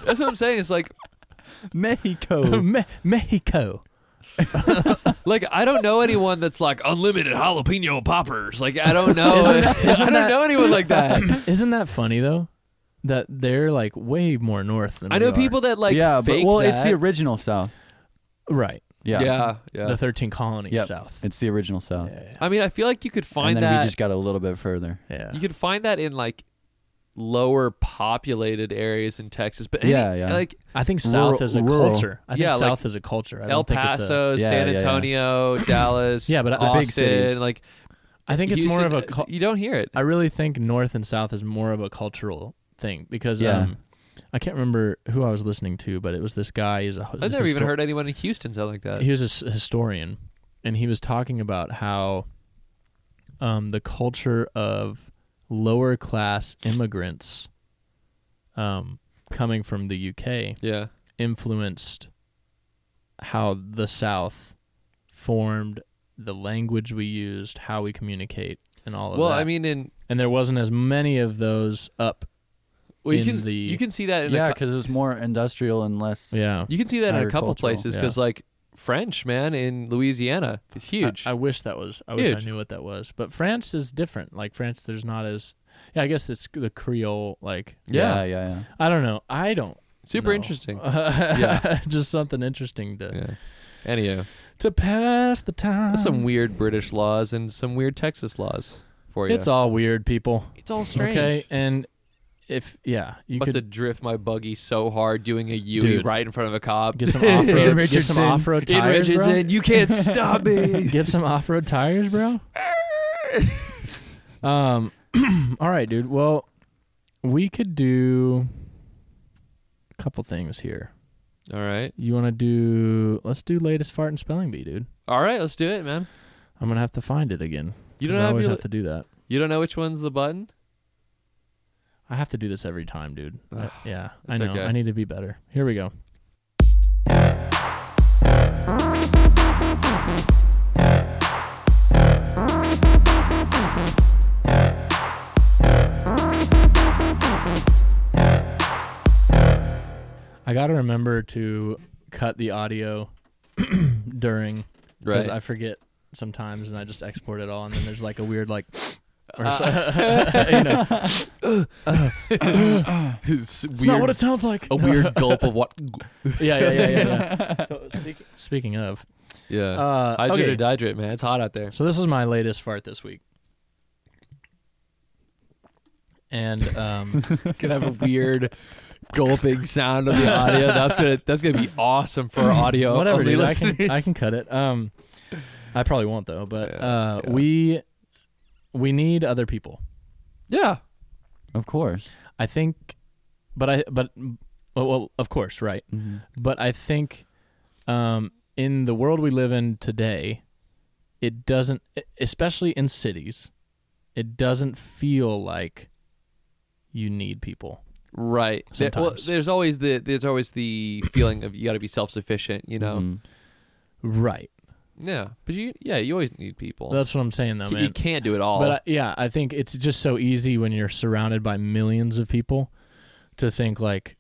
Speaker 1: That's what I'm saying. It's like
Speaker 4: Mexico.
Speaker 2: Me- Mexico.
Speaker 1: like I don't know anyone that's like unlimited jalapeno poppers. Like I don't know.
Speaker 2: Isn't that-
Speaker 1: I
Speaker 2: isn't
Speaker 1: don't
Speaker 2: that-
Speaker 1: know anyone like that.
Speaker 2: Isn't that funny though? That they're like way more north than
Speaker 1: I
Speaker 2: we
Speaker 1: know
Speaker 2: are.
Speaker 1: people that like
Speaker 4: yeah,
Speaker 1: fake
Speaker 4: but well, it's the
Speaker 1: that.
Speaker 4: original South.
Speaker 2: Right.
Speaker 4: Yeah,
Speaker 1: yeah yeah.
Speaker 2: The thirteen colonies
Speaker 4: Yep.
Speaker 2: south.
Speaker 4: it's the original South.
Speaker 2: Yeah.
Speaker 1: I mean, I feel like you could
Speaker 4: and
Speaker 1: find
Speaker 4: then
Speaker 1: that
Speaker 4: we just got a little bit further.
Speaker 2: yeah.
Speaker 1: you could find that in like lower populated areas in Texas, but any,
Speaker 4: Yeah, yeah.
Speaker 1: like
Speaker 2: I think south
Speaker 4: Rural-
Speaker 2: is a
Speaker 4: rural.
Speaker 2: culture. I think
Speaker 1: Yeah, like
Speaker 2: south is a culture. I don't
Speaker 1: El
Speaker 2: think it's a,
Speaker 1: Paso,
Speaker 4: Yeah,
Speaker 1: San
Speaker 4: yeah, yeah.
Speaker 1: Antonio, Dallas,
Speaker 2: Yeah, but
Speaker 1: Austin,
Speaker 2: I-
Speaker 4: The big cities.
Speaker 1: like
Speaker 2: I think it's more of
Speaker 1: Houston,
Speaker 2: a cul-
Speaker 1: you don't hear it.
Speaker 2: I really think North and South is more of a cultural thing because
Speaker 4: Yeah.
Speaker 2: um, I can't remember who I was listening to, but it was this guy. He's a
Speaker 1: I've never even heard anyone in Houston sound like that.
Speaker 2: He was a s- historian, and he was talking about how um, the culture of lower class immigrants um, coming from the UK
Speaker 1: yeah,
Speaker 2: influenced how the South formed the language we used, how we communicate, and all of
Speaker 1: well,
Speaker 2: that
Speaker 1: I mean, in
Speaker 2: and there wasn't as many of those up.
Speaker 1: well, you
Speaker 2: In
Speaker 1: can
Speaker 2: the-
Speaker 1: you can see that in a,
Speaker 4: Yeah,
Speaker 1: cou-
Speaker 4: because it was more industrial and less.
Speaker 2: Yeah,
Speaker 1: you can see that in a couple
Speaker 4: agricultural,
Speaker 1: places
Speaker 2: yeah.
Speaker 1: because like French man in Louisiana is huge.
Speaker 2: I, I wish that was. I wish
Speaker 1: Huge.
Speaker 2: I knew what that was. But France is different. Like France, there's not as. Yeah, I guess it's the Creole. Like
Speaker 1: yeah.
Speaker 4: yeah, yeah. yeah.
Speaker 2: I don't know. I don't.
Speaker 1: Super
Speaker 2: know.
Speaker 1: interesting.
Speaker 2: yeah, just something interesting to
Speaker 1: Yeah. Anyhow,
Speaker 2: to pass the time.
Speaker 1: that's
Speaker 4: Um,
Speaker 1: some weird British laws and some weird Texas laws for you.
Speaker 2: It's all weird, people.
Speaker 1: It's all strange.
Speaker 2: Okay, and if yeah, you
Speaker 1: about
Speaker 2: could
Speaker 1: to drift my buggy so hard doing a Yui
Speaker 2: Dude.
Speaker 1: right in front of a cop.
Speaker 2: get some off
Speaker 4: In
Speaker 2: road. get
Speaker 4: Richardson.
Speaker 2: some off road
Speaker 1: In
Speaker 2: tires, bro.
Speaker 1: Richardson, you can't stop me.
Speaker 2: Get some off road tires, bro. um, all right, dude. Well, we could do a couple things here.
Speaker 1: all right.
Speaker 2: You want to do? Let's do latest fart and spelling bee, dude.
Speaker 1: All right, let's do it, man.
Speaker 2: I'm gonna have to find it again.
Speaker 1: You
Speaker 2: 'cause
Speaker 1: don't
Speaker 2: I
Speaker 1: have,
Speaker 2: always
Speaker 1: your,
Speaker 2: have to do that.
Speaker 1: you don't know which one's the button?
Speaker 2: I have to do this every time, dude. I- yeah, I
Speaker 1: It's
Speaker 2: know.
Speaker 1: okay.
Speaker 2: I need to be better. Here we go. I gotta remember to cut the audio during because I forget sometimes, and I just export it all, and then there's like a weird like. or
Speaker 1: Uh,
Speaker 2: so- you know,
Speaker 1: it's weird,
Speaker 2: it's not what it sounds like.
Speaker 1: a weird gulp of what
Speaker 2: yeah, yeah, yeah, yeah. yeah. so speak, speaking of,
Speaker 1: Yeah.
Speaker 2: uh,
Speaker 1: Hydrate
Speaker 2: okay.
Speaker 1: or dihydrate, man. It's hot out there.
Speaker 2: So this is my latest fart this week, and um,
Speaker 1: It's gonna have a weird gulping sound of the audio. That's gonna that's gonna be awesome for our audio.
Speaker 2: whatever,
Speaker 1: only
Speaker 2: dude, I can, I
Speaker 1: listeners.
Speaker 2: can cut it. Um, I probably won't though. But
Speaker 1: Yeah,
Speaker 2: uh,
Speaker 1: yeah.
Speaker 2: we we need other people.
Speaker 1: Yeah.
Speaker 4: Of course.
Speaker 2: I think, but I but well, well of course, right. but I think um, in the world we live in today, it doesn't, e, especially in cities, it doesn't feel like you need people.
Speaker 1: Right. There- well,
Speaker 2: Sometimes.
Speaker 1: there's always
Speaker 4: Mm-hmm.
Speaker 1: the there's always the feeling of you got to be self sufficient. You know.
Speaker 4: Mhm.
Speaker 2: Right.
Speaker 1: Yeah, but you yeah you always need people.
Speaker 2: That's what I'm saying though,
Speaker 1: you
Speaker 2: man.
Speaker 1: can't do it all.
Speaker 2: But I, yeah, I think it's just so easy when you're surrounded by millions of people to think like,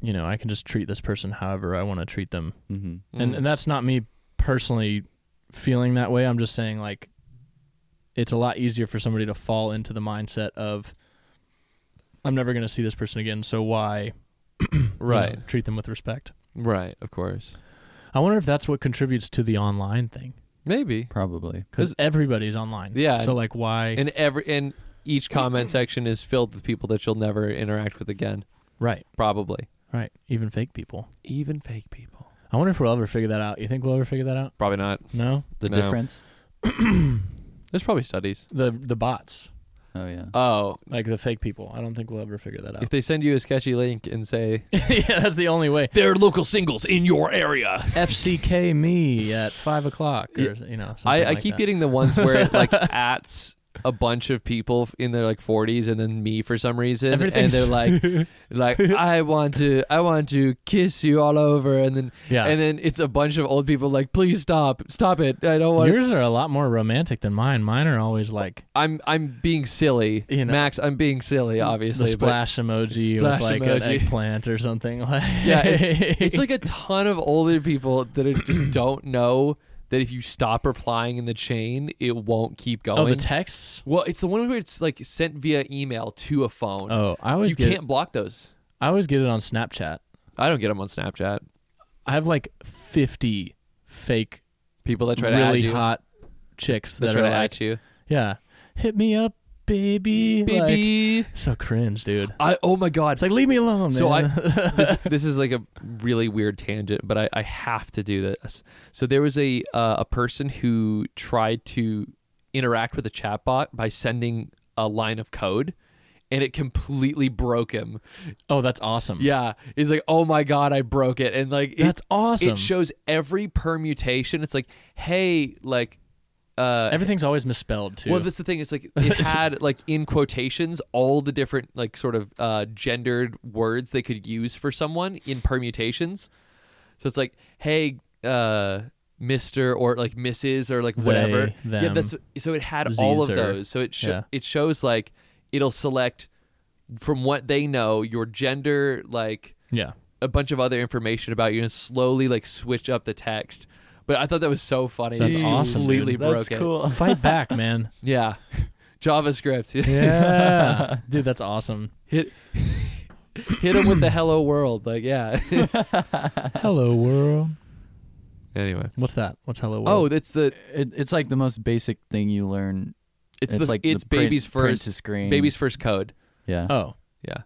Speaker 2: you know, I can just treat this person however I want to treat them,
Speaker 4: Mm-hmm.
Speaker 2: and
Speaker 1: Mm.
Speaker 2: and that's not me personally feeling that way. I'm just saying like, it's a lot easier for somebody to fall into the mindset of, I'm never going to see this person again, so why, you know,
Speaker 1: right,
Speaker 2: treat them with respect.
Speaker 1: right, of course,
Speaker 2: I wonder if that's what contributes to the online thing
Speaker 1: maybe.
Speaker 4: Probably.
Speaker 2: because
Speaker 1: Is-
Speaker 2: everybody's online.
Speaker 1: Yeah,
Speaker 2: So
Speaker 1: and-
Speaker 2: like, why?
Speaker 1: And every and each comment section is filled with people that you'll never interact with again.
Speaker 2: right.
Speaker 1: Probably
Speaker 2: Right. Even fake people.
Speaker 1: even fake people.
Speaker 2: I wonder if we'll ever figure that out. You think we'll ever figure that out?
Speaker 1: Probably not.
Speaker 2: No.
Speaker 4: The
Speaker 1: No.
Speaker 4: difference.
Speaker 1: There's probably studies.
Speaker 2: The the bots,
Speaker 4: Oh yeah.
Speaker 1: Oh,
Speaker 2: like the fake people. I don't think we'll ever figure that out.
Speaker 1: if they send you a sketchy link and say
Speaker 2: yeah, that's the only way.
Speaker 1: there are local singles in your area,
Speaker 2: FCK me at five o'clock, or you know.
Speaker 1: I,
Speaker 2: something
Speaker 1: I
Speaker 2: like
Speaker 1: keep
Speaker 2: that.
Speaker 1: getting the ones where it like ats a bunch of people in their like 40s and then me for some reason and
Speaker 2: Everything's-
Speaker 1: they're like like I want to I want to kiss you all over and then
Speaker 2: Yeah.
Speaker 1: and then it's a bunch of old people like please stop stop it I don't want to
Speaker 2: Yours are a lot more romantic than mine. Mine are always like
Speaker 1: I'm I'm being silly
Speaker 2: You know.
Speaker 1: Max I'm being silly
Speaker 2: the
Speaker 1: obviously but
Speaker 2: splash emoji
Speaker 1: Splash
Speaker 2: with like
Speaker 1: emoji.
Speaker 2: an eggplant or something.
Speaker 1: yeah it's, it's like a ton of older people that are, just don't know that if you stop replying in the chain it won't keep going
Speaker 2: oh the texts.
Speaker 1: well it's the one where it's like sent via email to a phone
Speaker 2: Oh, I always
Speaker 1: you
Speaker 2: get.
Speaker 1: can't block those.
Speaker 2: I always get it on Snapchat.
Speaker 1: I don't get them on Snapchat.
Speaker 2: I have like 50 fake,
Speaker 1: People that try to add
Speaker 2: really
Speaker 1: you,
Speaker 2: hot chicks
Speaker 1: that
Speaker 2: that
Speaker 1: try
Speaker 2: are
Speaker 1: to
Speaker 2: like,
Speaker 1: add you,
Speaker 2: yeah, hit me up, baby. like-
Speaker 1: baby.
Speaker 2: so cringe, dude.
Speaker 1: I oh my god.
Speaker 2: It's like, leave me alone,
Speaker 1: So
Speaker 2: man.
Speaker 1: this, this is like a really weird tangent, but I, I have to do this. So there was a uh, a person who tried to interact with a chatbot by sending a line of code, and it completely broke him.
Speaker 2: oh, that's awesome.
Speaker 1: Yeah, he's like, oh my god, I broke it, and like it,
Speaker 2: That's awesome.
Speaker 1: it shows every permutation. It's like, hey, like. Uh,
Speaker 2: Everything's always misspelled, too.
Speaker 1: Well, that's the thing. It's like it had like in quotations all the different like sort of uh, gendered words they could use for someone in permutations. So it's like, hey, uh, Mister, or like Mrs., or like whatever.
Speaker 2: They,
Speaker 1: Yeah,
Speaker 2: them,
Speaker 1: that's so it had all of
Speaker 2: zeezer.
Speaker 1: those. So it sho-
Speaker 2: Yeah.
Speaker 1: it shows like it'll select from what they know your gender, like
Speaker 2: yeah.
Speaker 1: a bunch of other information about you, and slowly like switch up the text. But I thought that was so funny.
Speaker 2: That's
Speaker 1: It
Speaker 2: awesome, dude.
Speaker 1: Completely broke
Speaker 4: That's
Speaker 1: it.
Speaker 4: cool.
Speaker 2: Fight back, man.
Speaker 1: Yeah. JavaScript.
Speaker 2: Yeah. dude, that's awesome.
Speaker 1: hit hit him with the hello world. Like yeah.
Speaker 2: Hello, world.
Speaker 1: anyway.
Speaker 2: What's that? What's hello,
Speaker 1: Oh,
Speaker 2: world?
Speaker 1: that's the
Speaker 4: It, it's like the most basic thing you learn.
Speaker 1: it's, the
Speaker 4: like
Speaker 1: it's
Speaker 4: the print-
Speaker 1: baby's
Speaker 4: print
Speaker 1: first
Speaker 4: to screen.
Speaker 1: baby's first code.
Speaker 4: Yeah.
Speaker 2: Oh,
Speaker 1: Yeah.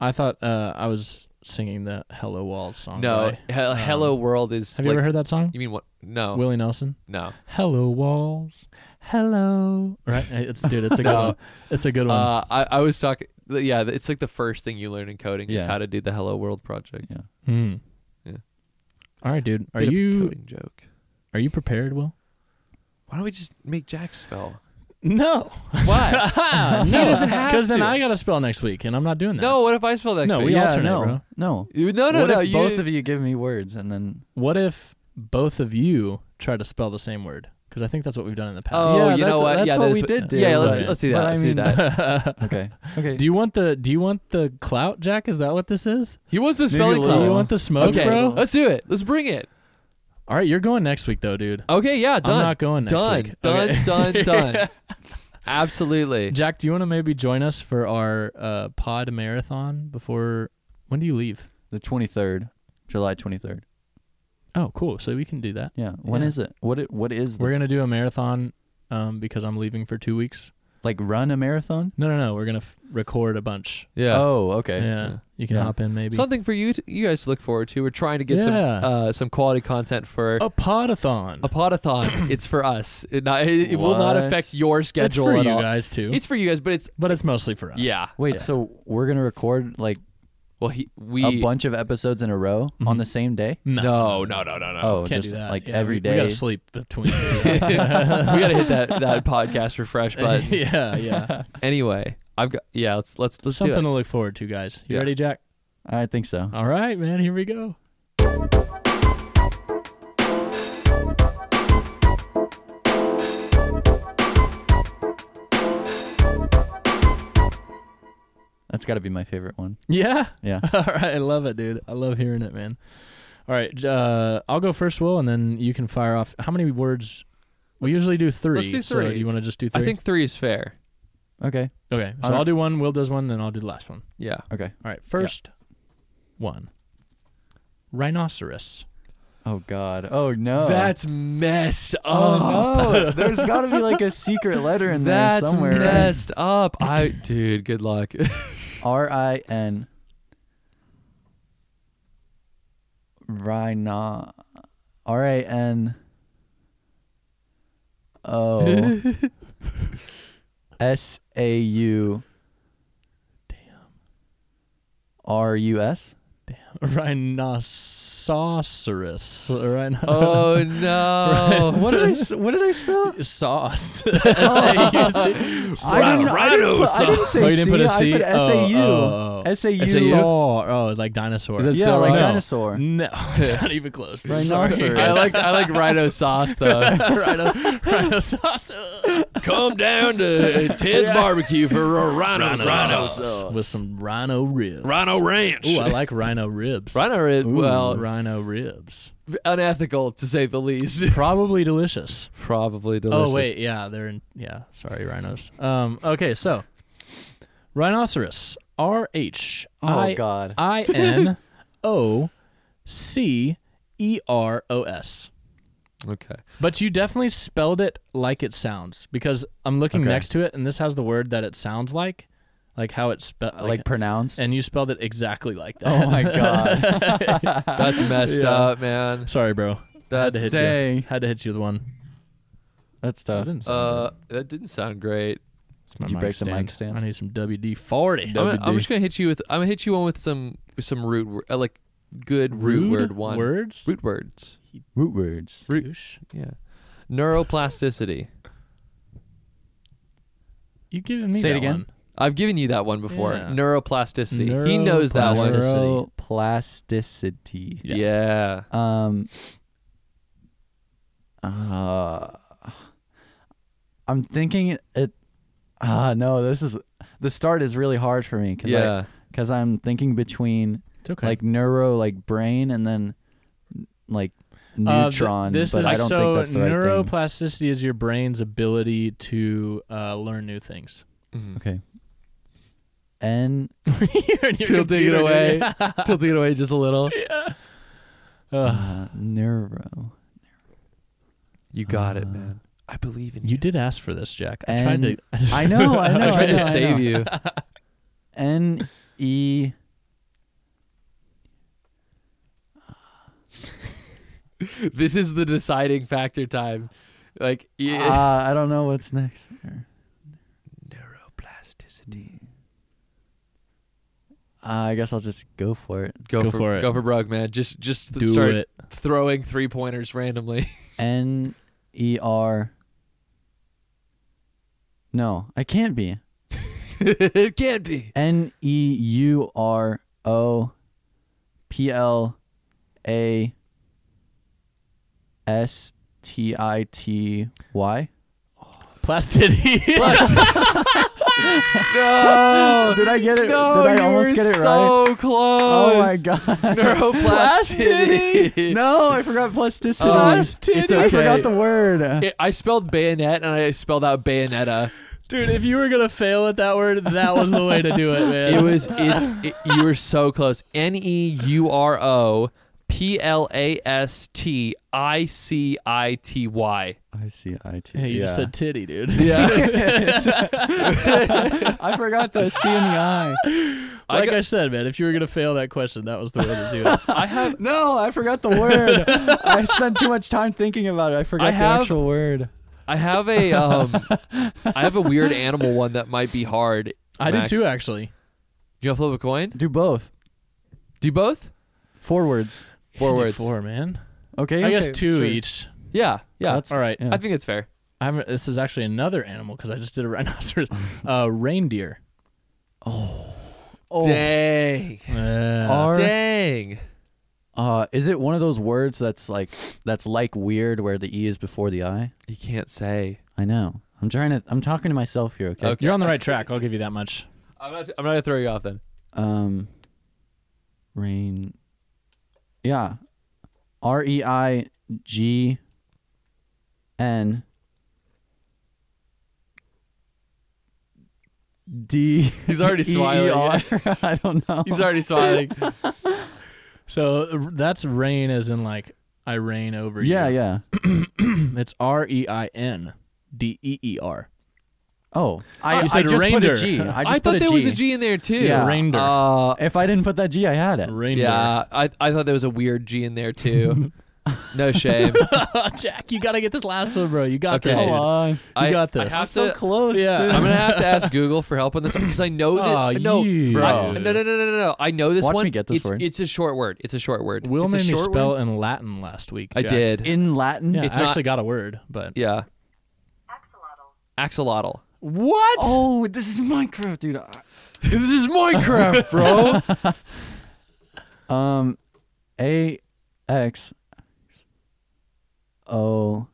Speaker 2: I thought uh, I was singing the Hello Walls song.
Speaker 1: no,
Speaker 2: by-
Speaker 1: he- hello
Speaker 4: Um,
Speaker 1: world is
Speaker 2: Have you
Speaker 1: like-
Speaker 2: ever heard that song?
Speaker 1: you mean what? No.
Speaker 2: Willie Nelson?
Speaker 1: no.
Speaker 2: Hello walls. Hello. Right? It's dude, it's a good
Speaker 1: No.
Speaker 2: one. It's a good one.
Speaker 1: Uh, I I was talking yeah, it's like the first thing you learn in coding is
Speaker 4: Yeah.
Speaker 1: how to do the hello world project.
Speaker 2: Hmm.
Speaker 1: yeah.
Speaker 2: All right, dude. Are
Speaker 1: Bit of a
Speaker 2: you
Speaker 1: coding joke?
Speaker 2: are you prepared, Will?
Speaker 1: Why don't we just make Jack spell?
Speaker 2: No.
Speaker 1: Why?
Speaker 2: no.
Speaker 1: He doesn't have
Speaker 2: Because then
Speaker 1: to.
Speaker 2: I got to spell next week, and I'm not doing that.
Speaker 1: no, what if I spell next
Speaker 2: No,
Speaker 1: week?
Speaker 2: we
Speaker 4: yeah,
Speaker 2: alternate,
Speaker 4: no,
Speaker 2: bro.
Speaker 4: no.
Speaker 1: You- no, no,
Speaker 4: what
Speaker 1: no.
Speaker 4: if
Speaker 1: you-
Speaker 4: both of you give me words and then
Speaker 2: What if both of you try to spell the same word? Because I think that's what we've done in the past.
Speaker 1: Oh,
Speaker 4: Yeah,
Speaker 1: you know
Speaker 4: that's-
Speaker 1: what?
Speaker 4: that's
Speaker 1: yeah,
Speaker 4: what
Speaker 1: that
Speaker 4: we
Speaker 1: is
Speaker 4: did do,
Speaker 1: Yeah, let's
Speaker 2: but-
Speaker 1: let's do
Speaker 4: but
Speaker 1: that.
Speaker 4: I
Speaker 1: Let's do
Speaker 4: mean-
Speaker 1: that.
Speaker 4: okay, okay.
Speaker 2: do you want the Do you want the clout, Jack? Is that what this is?
Speaker 1: He wants the
Speaker 4: Maybe
Speaker 1: spelling
Speaker 4: we'll-
Speaker 1: club.
Speaker 2: Do you
Speaker 4: Oh.
Speaker 2: want the smoke,
Speaker 1: okay,
Speaker 2: bro?
Speaker 1: let's do it. Let's bring it.
Speaker 2: All right, you're going next week, though, dude.
Speaker 1: Okay, yeah, done.
Speaker 2: I'm not going next
Speaker 1: done,
Speaker 2: week.
Speaker 1: done,
Speaker 2: Okay.
Speaker 1: done, done. Absolutely.
Speaker 2: Jack, do you want to maybe join us for our uh, pod marathon before? When do you leave?
Speaker 4: the twenty third, July twenty third.
Speaker 2: Oh, cool. So we can do that.
Speaker 4: Yeah. When
Speaker 2: Yeah.
Speaker 4: is it? What it, what is
Speaker 2: We're
Speaker 4: the,
Speaker 2: gonna do a marathon um, because I'm leaving for two weeks.
Speaker 4: like run a marathon?
Speaker 2: No, no, no. We're gonna f- record a bunch.
Speaker 1: Yeah.
Speaker 4: Oh, okay.
Speaker 2: Yeah,
Speaker 1: Yeah.
Speaker 2: you can
Speaker 4: Yeah.
Speaker 2: hop in maybe.
Speaker 1: Something for you to, you guys to look forward to. We're trying to get some
Speaker 2: Yeah. Oh.
Speaker 1: uh, some quality content for
Speaker 2: a podathon.
Speaker 1: a podathon. it's for us. It, not, it, it will not
Speaker 4: What?
Speaker 1: affect your
Speaker 2: it's
Speaker 1: schedule
Speaker 2: for
Speaker 1: at
Speaker 2: you
Speaker 1: all.
Speaker 2: guys too,
Speaker 1: It's for you guys, but it's
Speaker 2: but it's mostly for us.
Speaker 1: yeah.
Speaker 4: Wait,
Speaker 1: Yeah.
Speaker 4: so we're gonna record like
Speaker 1: well, he, we
Speaker 4: a bunch of episodes in a row on the same day?
Speaker 1: no, no, no, no, no.
Speaker 4: Oh,
Speaker 2: can't
Speaker 4: just
Speaker 2: do that.
Speaker 4: like
Speaker 2: Yeah,
Speaker 4: every
Speaker 2: we,
Speaker 4: day.
Speaker 2: We gotta sleep between.
Speaker 1: we gotta hit that that podcast refresh button.
Speaker 2: yeah, yeah.
Speaker 1: Anyway, I've got yeah. Let's let's let's
Speaker 2: Something
Speaker 1: do
Speaker 2: to look forward to, guys. You
Speaker 1: Yeah.
Speaker 2: ready, Jack?
Speaker 4: I think so.
Speaker 2: All right, man. Here we go.
Speaker 4: That's got to be my favorite one.
Speaker 2: Yeah.
Speaker 4: Yeah.
Speaker 2: All right. I love it, dude. I love hearing it, man. All right. j- Uh, I'll go first, Will, and then you can fire off. How many words? We
Speaker 1: Let's-
Speaker 2: usually do 3
Speaker 1: let's do
Speaker 2: So
Speaker 1: three.
Speaker 2: you want to just do three?
Speaker 1: I think three is fair.
Speaker 4: Okay.
Speaker 2: Okay. So
Speaker 4: All right.
Speaker 2: I'll do one. Will does one. Then I'll do the last one.
Speaker 1: Yeah.
Speaker 4: Okay.
Speaker 2: All right. First one. Rhinoceros.
Speaker 4: Oh God. Oh no.
Speaker 1: That's messed up.
Speaker 4: Oh no. There's got to be like a secret letter in there
Speaker 1: That's
Speaker 4: somewhere. right?
Speaker 1: messed up. I dude, good luck.
Speaker 4: R I N. Rhino. R A N. O. Oh. S A U.
Speaker 2: Damn.
Speaker 4: R U S.
Speaker 2: Rhinoceros. Rhino-
Speaker 1: oh no.
Speaker 4: What did I? s- What did I spell? Oh,
Speaker 2: Sauce. S-A-U-C.
Speaker 4: I didn't, I, didn't put, I didn't say
Speaker 2: Oh, you didn't
Speaker 4: C,
Speaker 2: put a
Speaker 4: I
Speaker 2: C?
Speaker 4: put
Speaker 2: Oh,
Speaker 4: S A U.
Speaker 2: oh, oh.
Speaker 4: S A U.
Speaker 1: S-A-U?
Speaker 2: Saw. Oh, like dinosaur.
Speaker 1: Is that
Speaker 4: Yeah,
Speaker 1: so
Speaker 4: like
Speaker 1: right?
Speaker 4: dinosaur.
Speaker 2: No, not even close. dude. Sorry.
Speaker 4: Rhinoceros.
Speaker 1: I like I like rhino sauce though.
Speaker 2: Rhino, rhino sauce.
Speaker 1: Come down to Ted's barbecue for a rhino,
Speaker 2: with some rhino ribs.
Speaker 1: ranch.
Speaker 2: Ooh, I like rhino ribs.
Speaker 1: Rhino rib, well,
Speaker 2: rhino ribs.
Speaker 1: unethical to say the least.
Speaker 2: Probably delicious.
Speaker 1: Probably delicious.
Speaker 2: Oh wait, yeah, they're in. Yeah, sorry, rhinos. Um, okay, so rhinoceros. R H
Speaker 4: Oh
Speaker 2: I
Speaker 4: God.
Speaker 2: I N O C E R O S.
Speaker 1: Okay.
Speaker 2: But you definitely spelled it like it sounds because I'm looking
Speaker 4: Okay.
Speaker 2: next to it, and this has the word that it sounds like, like how it's spelled,
Speaker 4: Uh, like pronounced.
Speaker 2: and you spelled it exactly like that.
Speaker 4: oh my God.
Speaker 1: That's messed
Speaker 2: Yeah.
Speaker 1: up, man.
Speaker 2: Sorry, bro. Had
Speaker 1: That's
Speaker 2: to hit you.
Speaker 4: Dang.
Speaker 2: Had to hit you with one.
Speaker 4: That's
Speaker 2: That
Speaker 4: tough.
Speaker 2: didn't sound
Speaker 1: uh that didn't sound great.
Speaker 2: good. My
Speaker 4: Did you break the mic stand?
Speaker 2: I need some WD forty.
Speaker 1: I'm, gonna- I'm just gonna hit you with I'm gonna hit you one with some with some root wor- uh, like good root
Speaker 2: Rude
Speaker 1: word one
Speaker 2: Words.
Speaker 1: root words.
Speaker 4: Root words.
Speaker 2: Roosh.
Speaker 1: Yeah, neuroplasticity.
Speaker 2: You giving me
Speaker 4: Say it
Speaker 2: that
Speaker 4: again.
Speaker 2: one.
Speaker 1: I've given you that one before.
Speaker 2: Yeah.
Speaker 1: Neuroplasticity. He knows that one.
Speaker 2: Neuroplasticity.
Speaker 4: Neuroplasticity.
Speaker 1: Yeah.
Speaker 2: Yeah.
Speaker 4: Um. Uh, I'm thinking it. Ah, no. This is the start is really hard for me because
Speaker 1: Yeah.
Speaker 4: because I'm thinking between
Speaker 2: It's okay.
Speaker 4: like neuro, like brain, and then like
Speaker 2: Uh, th-
Speaker 4: neutron.
Speaker 2: this
Speaker 4: but
Speaker 2: is
Speaker 4: I don't
Speaker 2: so
Speaker 4: think that's the right thing.
Speaker 2: neuroplasticity is your brain's ability to uh, learn new things.
Speaker 1: Mhm.
Speaker 2: Mm-hmm.
Speaker 4: Okay. N
Speaker 2: You're in your
Speaker 1: Till dig it
Speaker 2: computer,
Speaker 1: away.
Speaker 2: dude.
Speaker 1: Tilting it away just a little.
Speaker 2: Ugh.
Speaker 4: uh, neuro.
Speaker 1: You got it, man. Uh, I believe in
Speaker 2: you
Speaker 1: you.
Speaker 2: did ask for this, Jack. I tried to.
Speaker 4: Uh, N- I know. I know.
Speaker 1: I tried
Speaker 4: know,
Speaker 1: to save
Speaker 4: know.
Speaker 1: you.
Speaker 4: N E.
Speaker 1: this is the deciding factor time. Like yeah.
Speaker 4: Uh, I don't know what's next.
Speaker 1: neuroplasticity.
Speaker 4: Uh, I guess I'll just go for it.
Speaker 1: Go,
Speaker 2: Go
Speaker 1: for,
Speaker 2: for it.
Speaker 1: Go for Brug, man. Just just th-
Speaker 2: do
Speaker 1: start
Speaker 2: it.
Speaker 1: throwing three pointers randomly.
Speaker 4: N E R. No, I can't be.
Speaker 1: it can't be.
Speaker 4: N E U R O P L A S T I T Y.
Speaker 2: Plasticity.
Speaker 1: No.
Speaker 4: Oh, Did I get it?
Speaker 1: No,
Speaker 4: Did I
Speaker 1: you
Speaker 4: almost
Speaker 1: were
Speaker 4: get it right?
Speaker 1: so close.
Speaker 4: Oh my god.
Speaker 1: Neuroplasticity.
Speaker 4: No, I forgot plasticity.
Speaker 1: Plasticity. It's
Speaker 4: I
Speaker 1: okay.
Speaker 4: forgot the word.
Speaker 1: It- I spelled bayonet and I spelled out bayonetta.
Speaker 2: Dude, if you were gonna fail at that word, that was the way to do it, man.
Speaker 4: E
Speaker 1: It was it's it, you were so close. N e u r o p l a s t i c i t y.
Speaker 4: I see I T.
Speaker 2: Hey, you just said titty, dude.
Speaker 1: Yeah,
Speaker 4: I forgot the C in the I.
Speaker 1: I,
Speaker 2: like
Speaker 1: got-
Speaker 2: I said, man, if you were gonna fail that question, that was the way to do it.
Speaker 1: I have
Speaker 4: No, I forgot the word. I spent too much time thinking about it. I forgot
Speaker 1: I
Speaker 4: the
Speaker 1: have-
Speaker 4: actual word.
Speaker 1: I have a um I have a weird animal one that might be hard.
Speaker 2: I do
Speaker 1: Max.
Speaker 2: too,
Speaker 1: Do
Speaker 2: actually.
Speaker 1: you want to flip a coin?
Speaker 4: Do both.
Speaker 1: Do both?
Speaker 4: Four words.
Speaker 1: Four
Speaker 2: Can't do
Speaker 1: words.
Speaker 2: Four, man.
Speaker 4: Okay.
Speaker 2: I guess
Speaker 4: okay,
Speaker 2: two
Speaker 4: sure.
Speaker 2: each.
Speaker 1: Yeah, yeah.
Speaker 4: That's-
Speaker 2: All right.
Speaker 4: yeah.
Speaker 1: I think it's fair.
Speaker 2: I haven't, this is actually another animal because I just did a rhinoceros. Uh, reindeer.
Speaker 4: Oh,
Speaker 1: Dang.
Speaker 2: Uh,
Speaker 4: are-
Speaker 1: Dang.
Speaker 4: uh, is it one of those words that's like that's like weird where the E is before the I?
Speaker 1: You can't say.
Speaker 4: I know. I'm trying to I'm talking to myself here, okay?
Speaker 1: Okay.
Speaker 2: You're on the right track. I'll give you that much.
Speaker 1: I'm not. I'm not gonna throw you off then.
Speaker 4: Um, rain. Yeah, R E I G N D.
Speaker 1: He's already smiling, yeah.
Speaker 4: E-E-R. I don't know.
Speaker 1: He's already smiling.
Speaker 2: So uh, that's rain as in like I reign over
Speaker 4: yeah,
Speaker 2: you.
Speaker 4: yeah.
Speaker 2: yeah. It's R E I N D E E R.
Speaker 4: Oh, I,
Speaker 2: You
Speaker 4: I
Speaker 2: said
Speaker 4: just put a
Speaker 2: reindeer.
Speaker 4: G. I just
Speaker 1: I
Speaker 4: put
Speaker 1: thought
Speaker 4: a
Speaker 1: there was a
Speaker 4: G.
Speaker 1: G in there too.
Speaker 4: Yeah.
Speaker 2: Reindeer.
Speaker 1: Uh,
Speaker 4: If I didn't put that G, I had it.
Speaker 2: Reindeer.
Speaker 1: yeah. I I thought there was a weird G in there too. no shame.
Speaker 2: Jack, you gotta get this last one, bro. You got
Speaker 1: Okay.
Speaker 2: this.
Speaker 1: Come
Speaker 2: dude.
Speaker 4: on.
Speaker 1: I
Speaker 2: You got this.
Speaker 1: I have
Speaker 4: Oh, so
Speaker 1: to-
Speaker 4: close.
Speaker 2: Yeah.
Speaker 4: dude.
Speaker 1: I'm gonna have to ask Google for help on this one because I know
Speaker 2: Aw,
Speaker 1: that no,
Speaker 2: yeah.
Speaker 1: I-
Speaker 4: Bro.
Speaker 1: no, no, no, no, no, no. I know this
Speaker 4: Watch
Speaker 1: one.
Speaker 4: me get this
Speaker 1: it's,
Speaker 4: word.
Speaker 1: It's a short word. It's a short word.
Speaker 2: Will
Speaker 1: It's a
Speaker 2: made me
Speaker 1: short
Speaker 2: spell
Speaker 1: word.
Speaker 2: in Latin last week.
Speaker 1: I
Speaker 2: Jack.
Speaker 1: did.
Speaker 4: In Latin.
Speaker 2: Yeah,
Speaker 1: It's
Speaker 2: I
Speaker 1: not-
Speaker 2: actually got a word, but
Speaker 1: yeah.
Speaker 3: Axolotl.
Speaker 1: Axolotl.
Speaker 2: what?
Speaker 4: Oh, this is Minecraft, dude. I-
Speaker 1: this is Minecraft, bro.
Speaker 4: Um, A X O.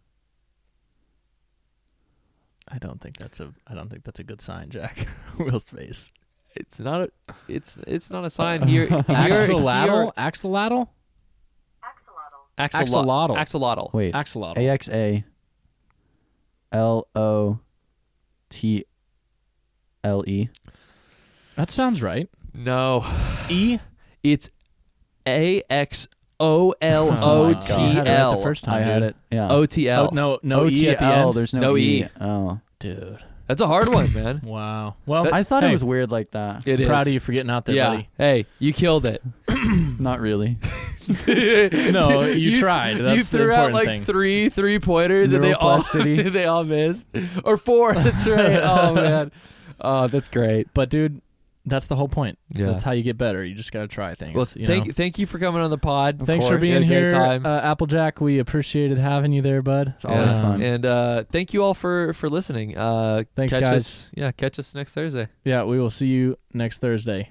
Speaker 2: I don't think that's a. I don't think that's a good sign, Jack. Will's face.
Speaker 1: it's not a. It's it's not a sign. You're, you're,
Speaker 2: Axolotl.
Speaker 1: you're-
Speaker 2: Axolotl.
Speaker 3: Axolotl.
Speaker 1: axolotl.
Speaker 2: Axolotl.
Speaker 1: Axolotl.
Speaker 4: Wait,
Speaker 2: Axolotl.
Speaker 4: A X A L O T L E.
Speaker 2: That sounds right.
Speaker 1: No,
Speaker 2: E
Speaker 1: it's A X O L O T
Speaker 2: You had it right the
Speaker 1: L
Speaker 2: first time,
Speaker 4: I had
Speaker 2: dude.
Speaker 4: it. Yeah.
Speaker 1: O T
Speaker 2: Oh,
Speaker 1: L.
Speaker 2: no, no E at the
Speaker 4: OTL,
Speaker 2: end.
Speaker 4: There's no,
Speaker 1: No
Speaker 4: e.
Speaker 1: E.
Speaker 4: Oh,
Speaker 2: Dude,
Speaker 1: That's a hard one, man.
Speaker 2: wow. Well,
Speaker 4: I thought
Speaker 2: hey,
Speaker 4: it was weird like that.
Speaker 1: It is.
Speaker 2: proud of you for getting out there,
Speaker 1: Yeah.
Speaker 2: buddy.
Speaker 1: Hey, you killed it.
Speaker 4: Not really.
Speaker 2: No, you, tried. That's
Speaker 1: you
Speaker 2: the
Speaker 1: threw out
Speaker 2: important
Speaker 1: like
Speaker 2: thing.
Speaker 1: three three pointers and they all
Speaker 4: Neuroplasticity.
Speaker 1: they all missed or four. That's right. Oh man, oh that's great.
Speaker 2: but dude, that's the whole point.
Speaker 1: Yeah.
Speaker 2: That's how you get better. You just gotta try things.
Speaker 1: Well,
Speaker 2: you
Speaker 1: thank
Speaker 2: know?
Speaker 1: thank you for coming on the pod.
Speaker 2: Thanks for
Speaker 4: course.
Speaker 1: We
Speaker 2: being
Speaker 1: had a
Speaker 2: here,
Speaker 1: great time.
Speaker 2: Uh, Applejack. We appreciated having you there, bud.
Speaker 4: It's always
Speaker 2: Um,
Speaker 4: fun.
Speaker 1: And uh, thank you all for for listening. Uh,
Speaker 2: Thanks,
Speaker 1: catch
Speaker 2: guys.
Speaker 1: Us, yeah, catch us next Thursday.
Speaker 2: Yeah, we will see you next Thursday.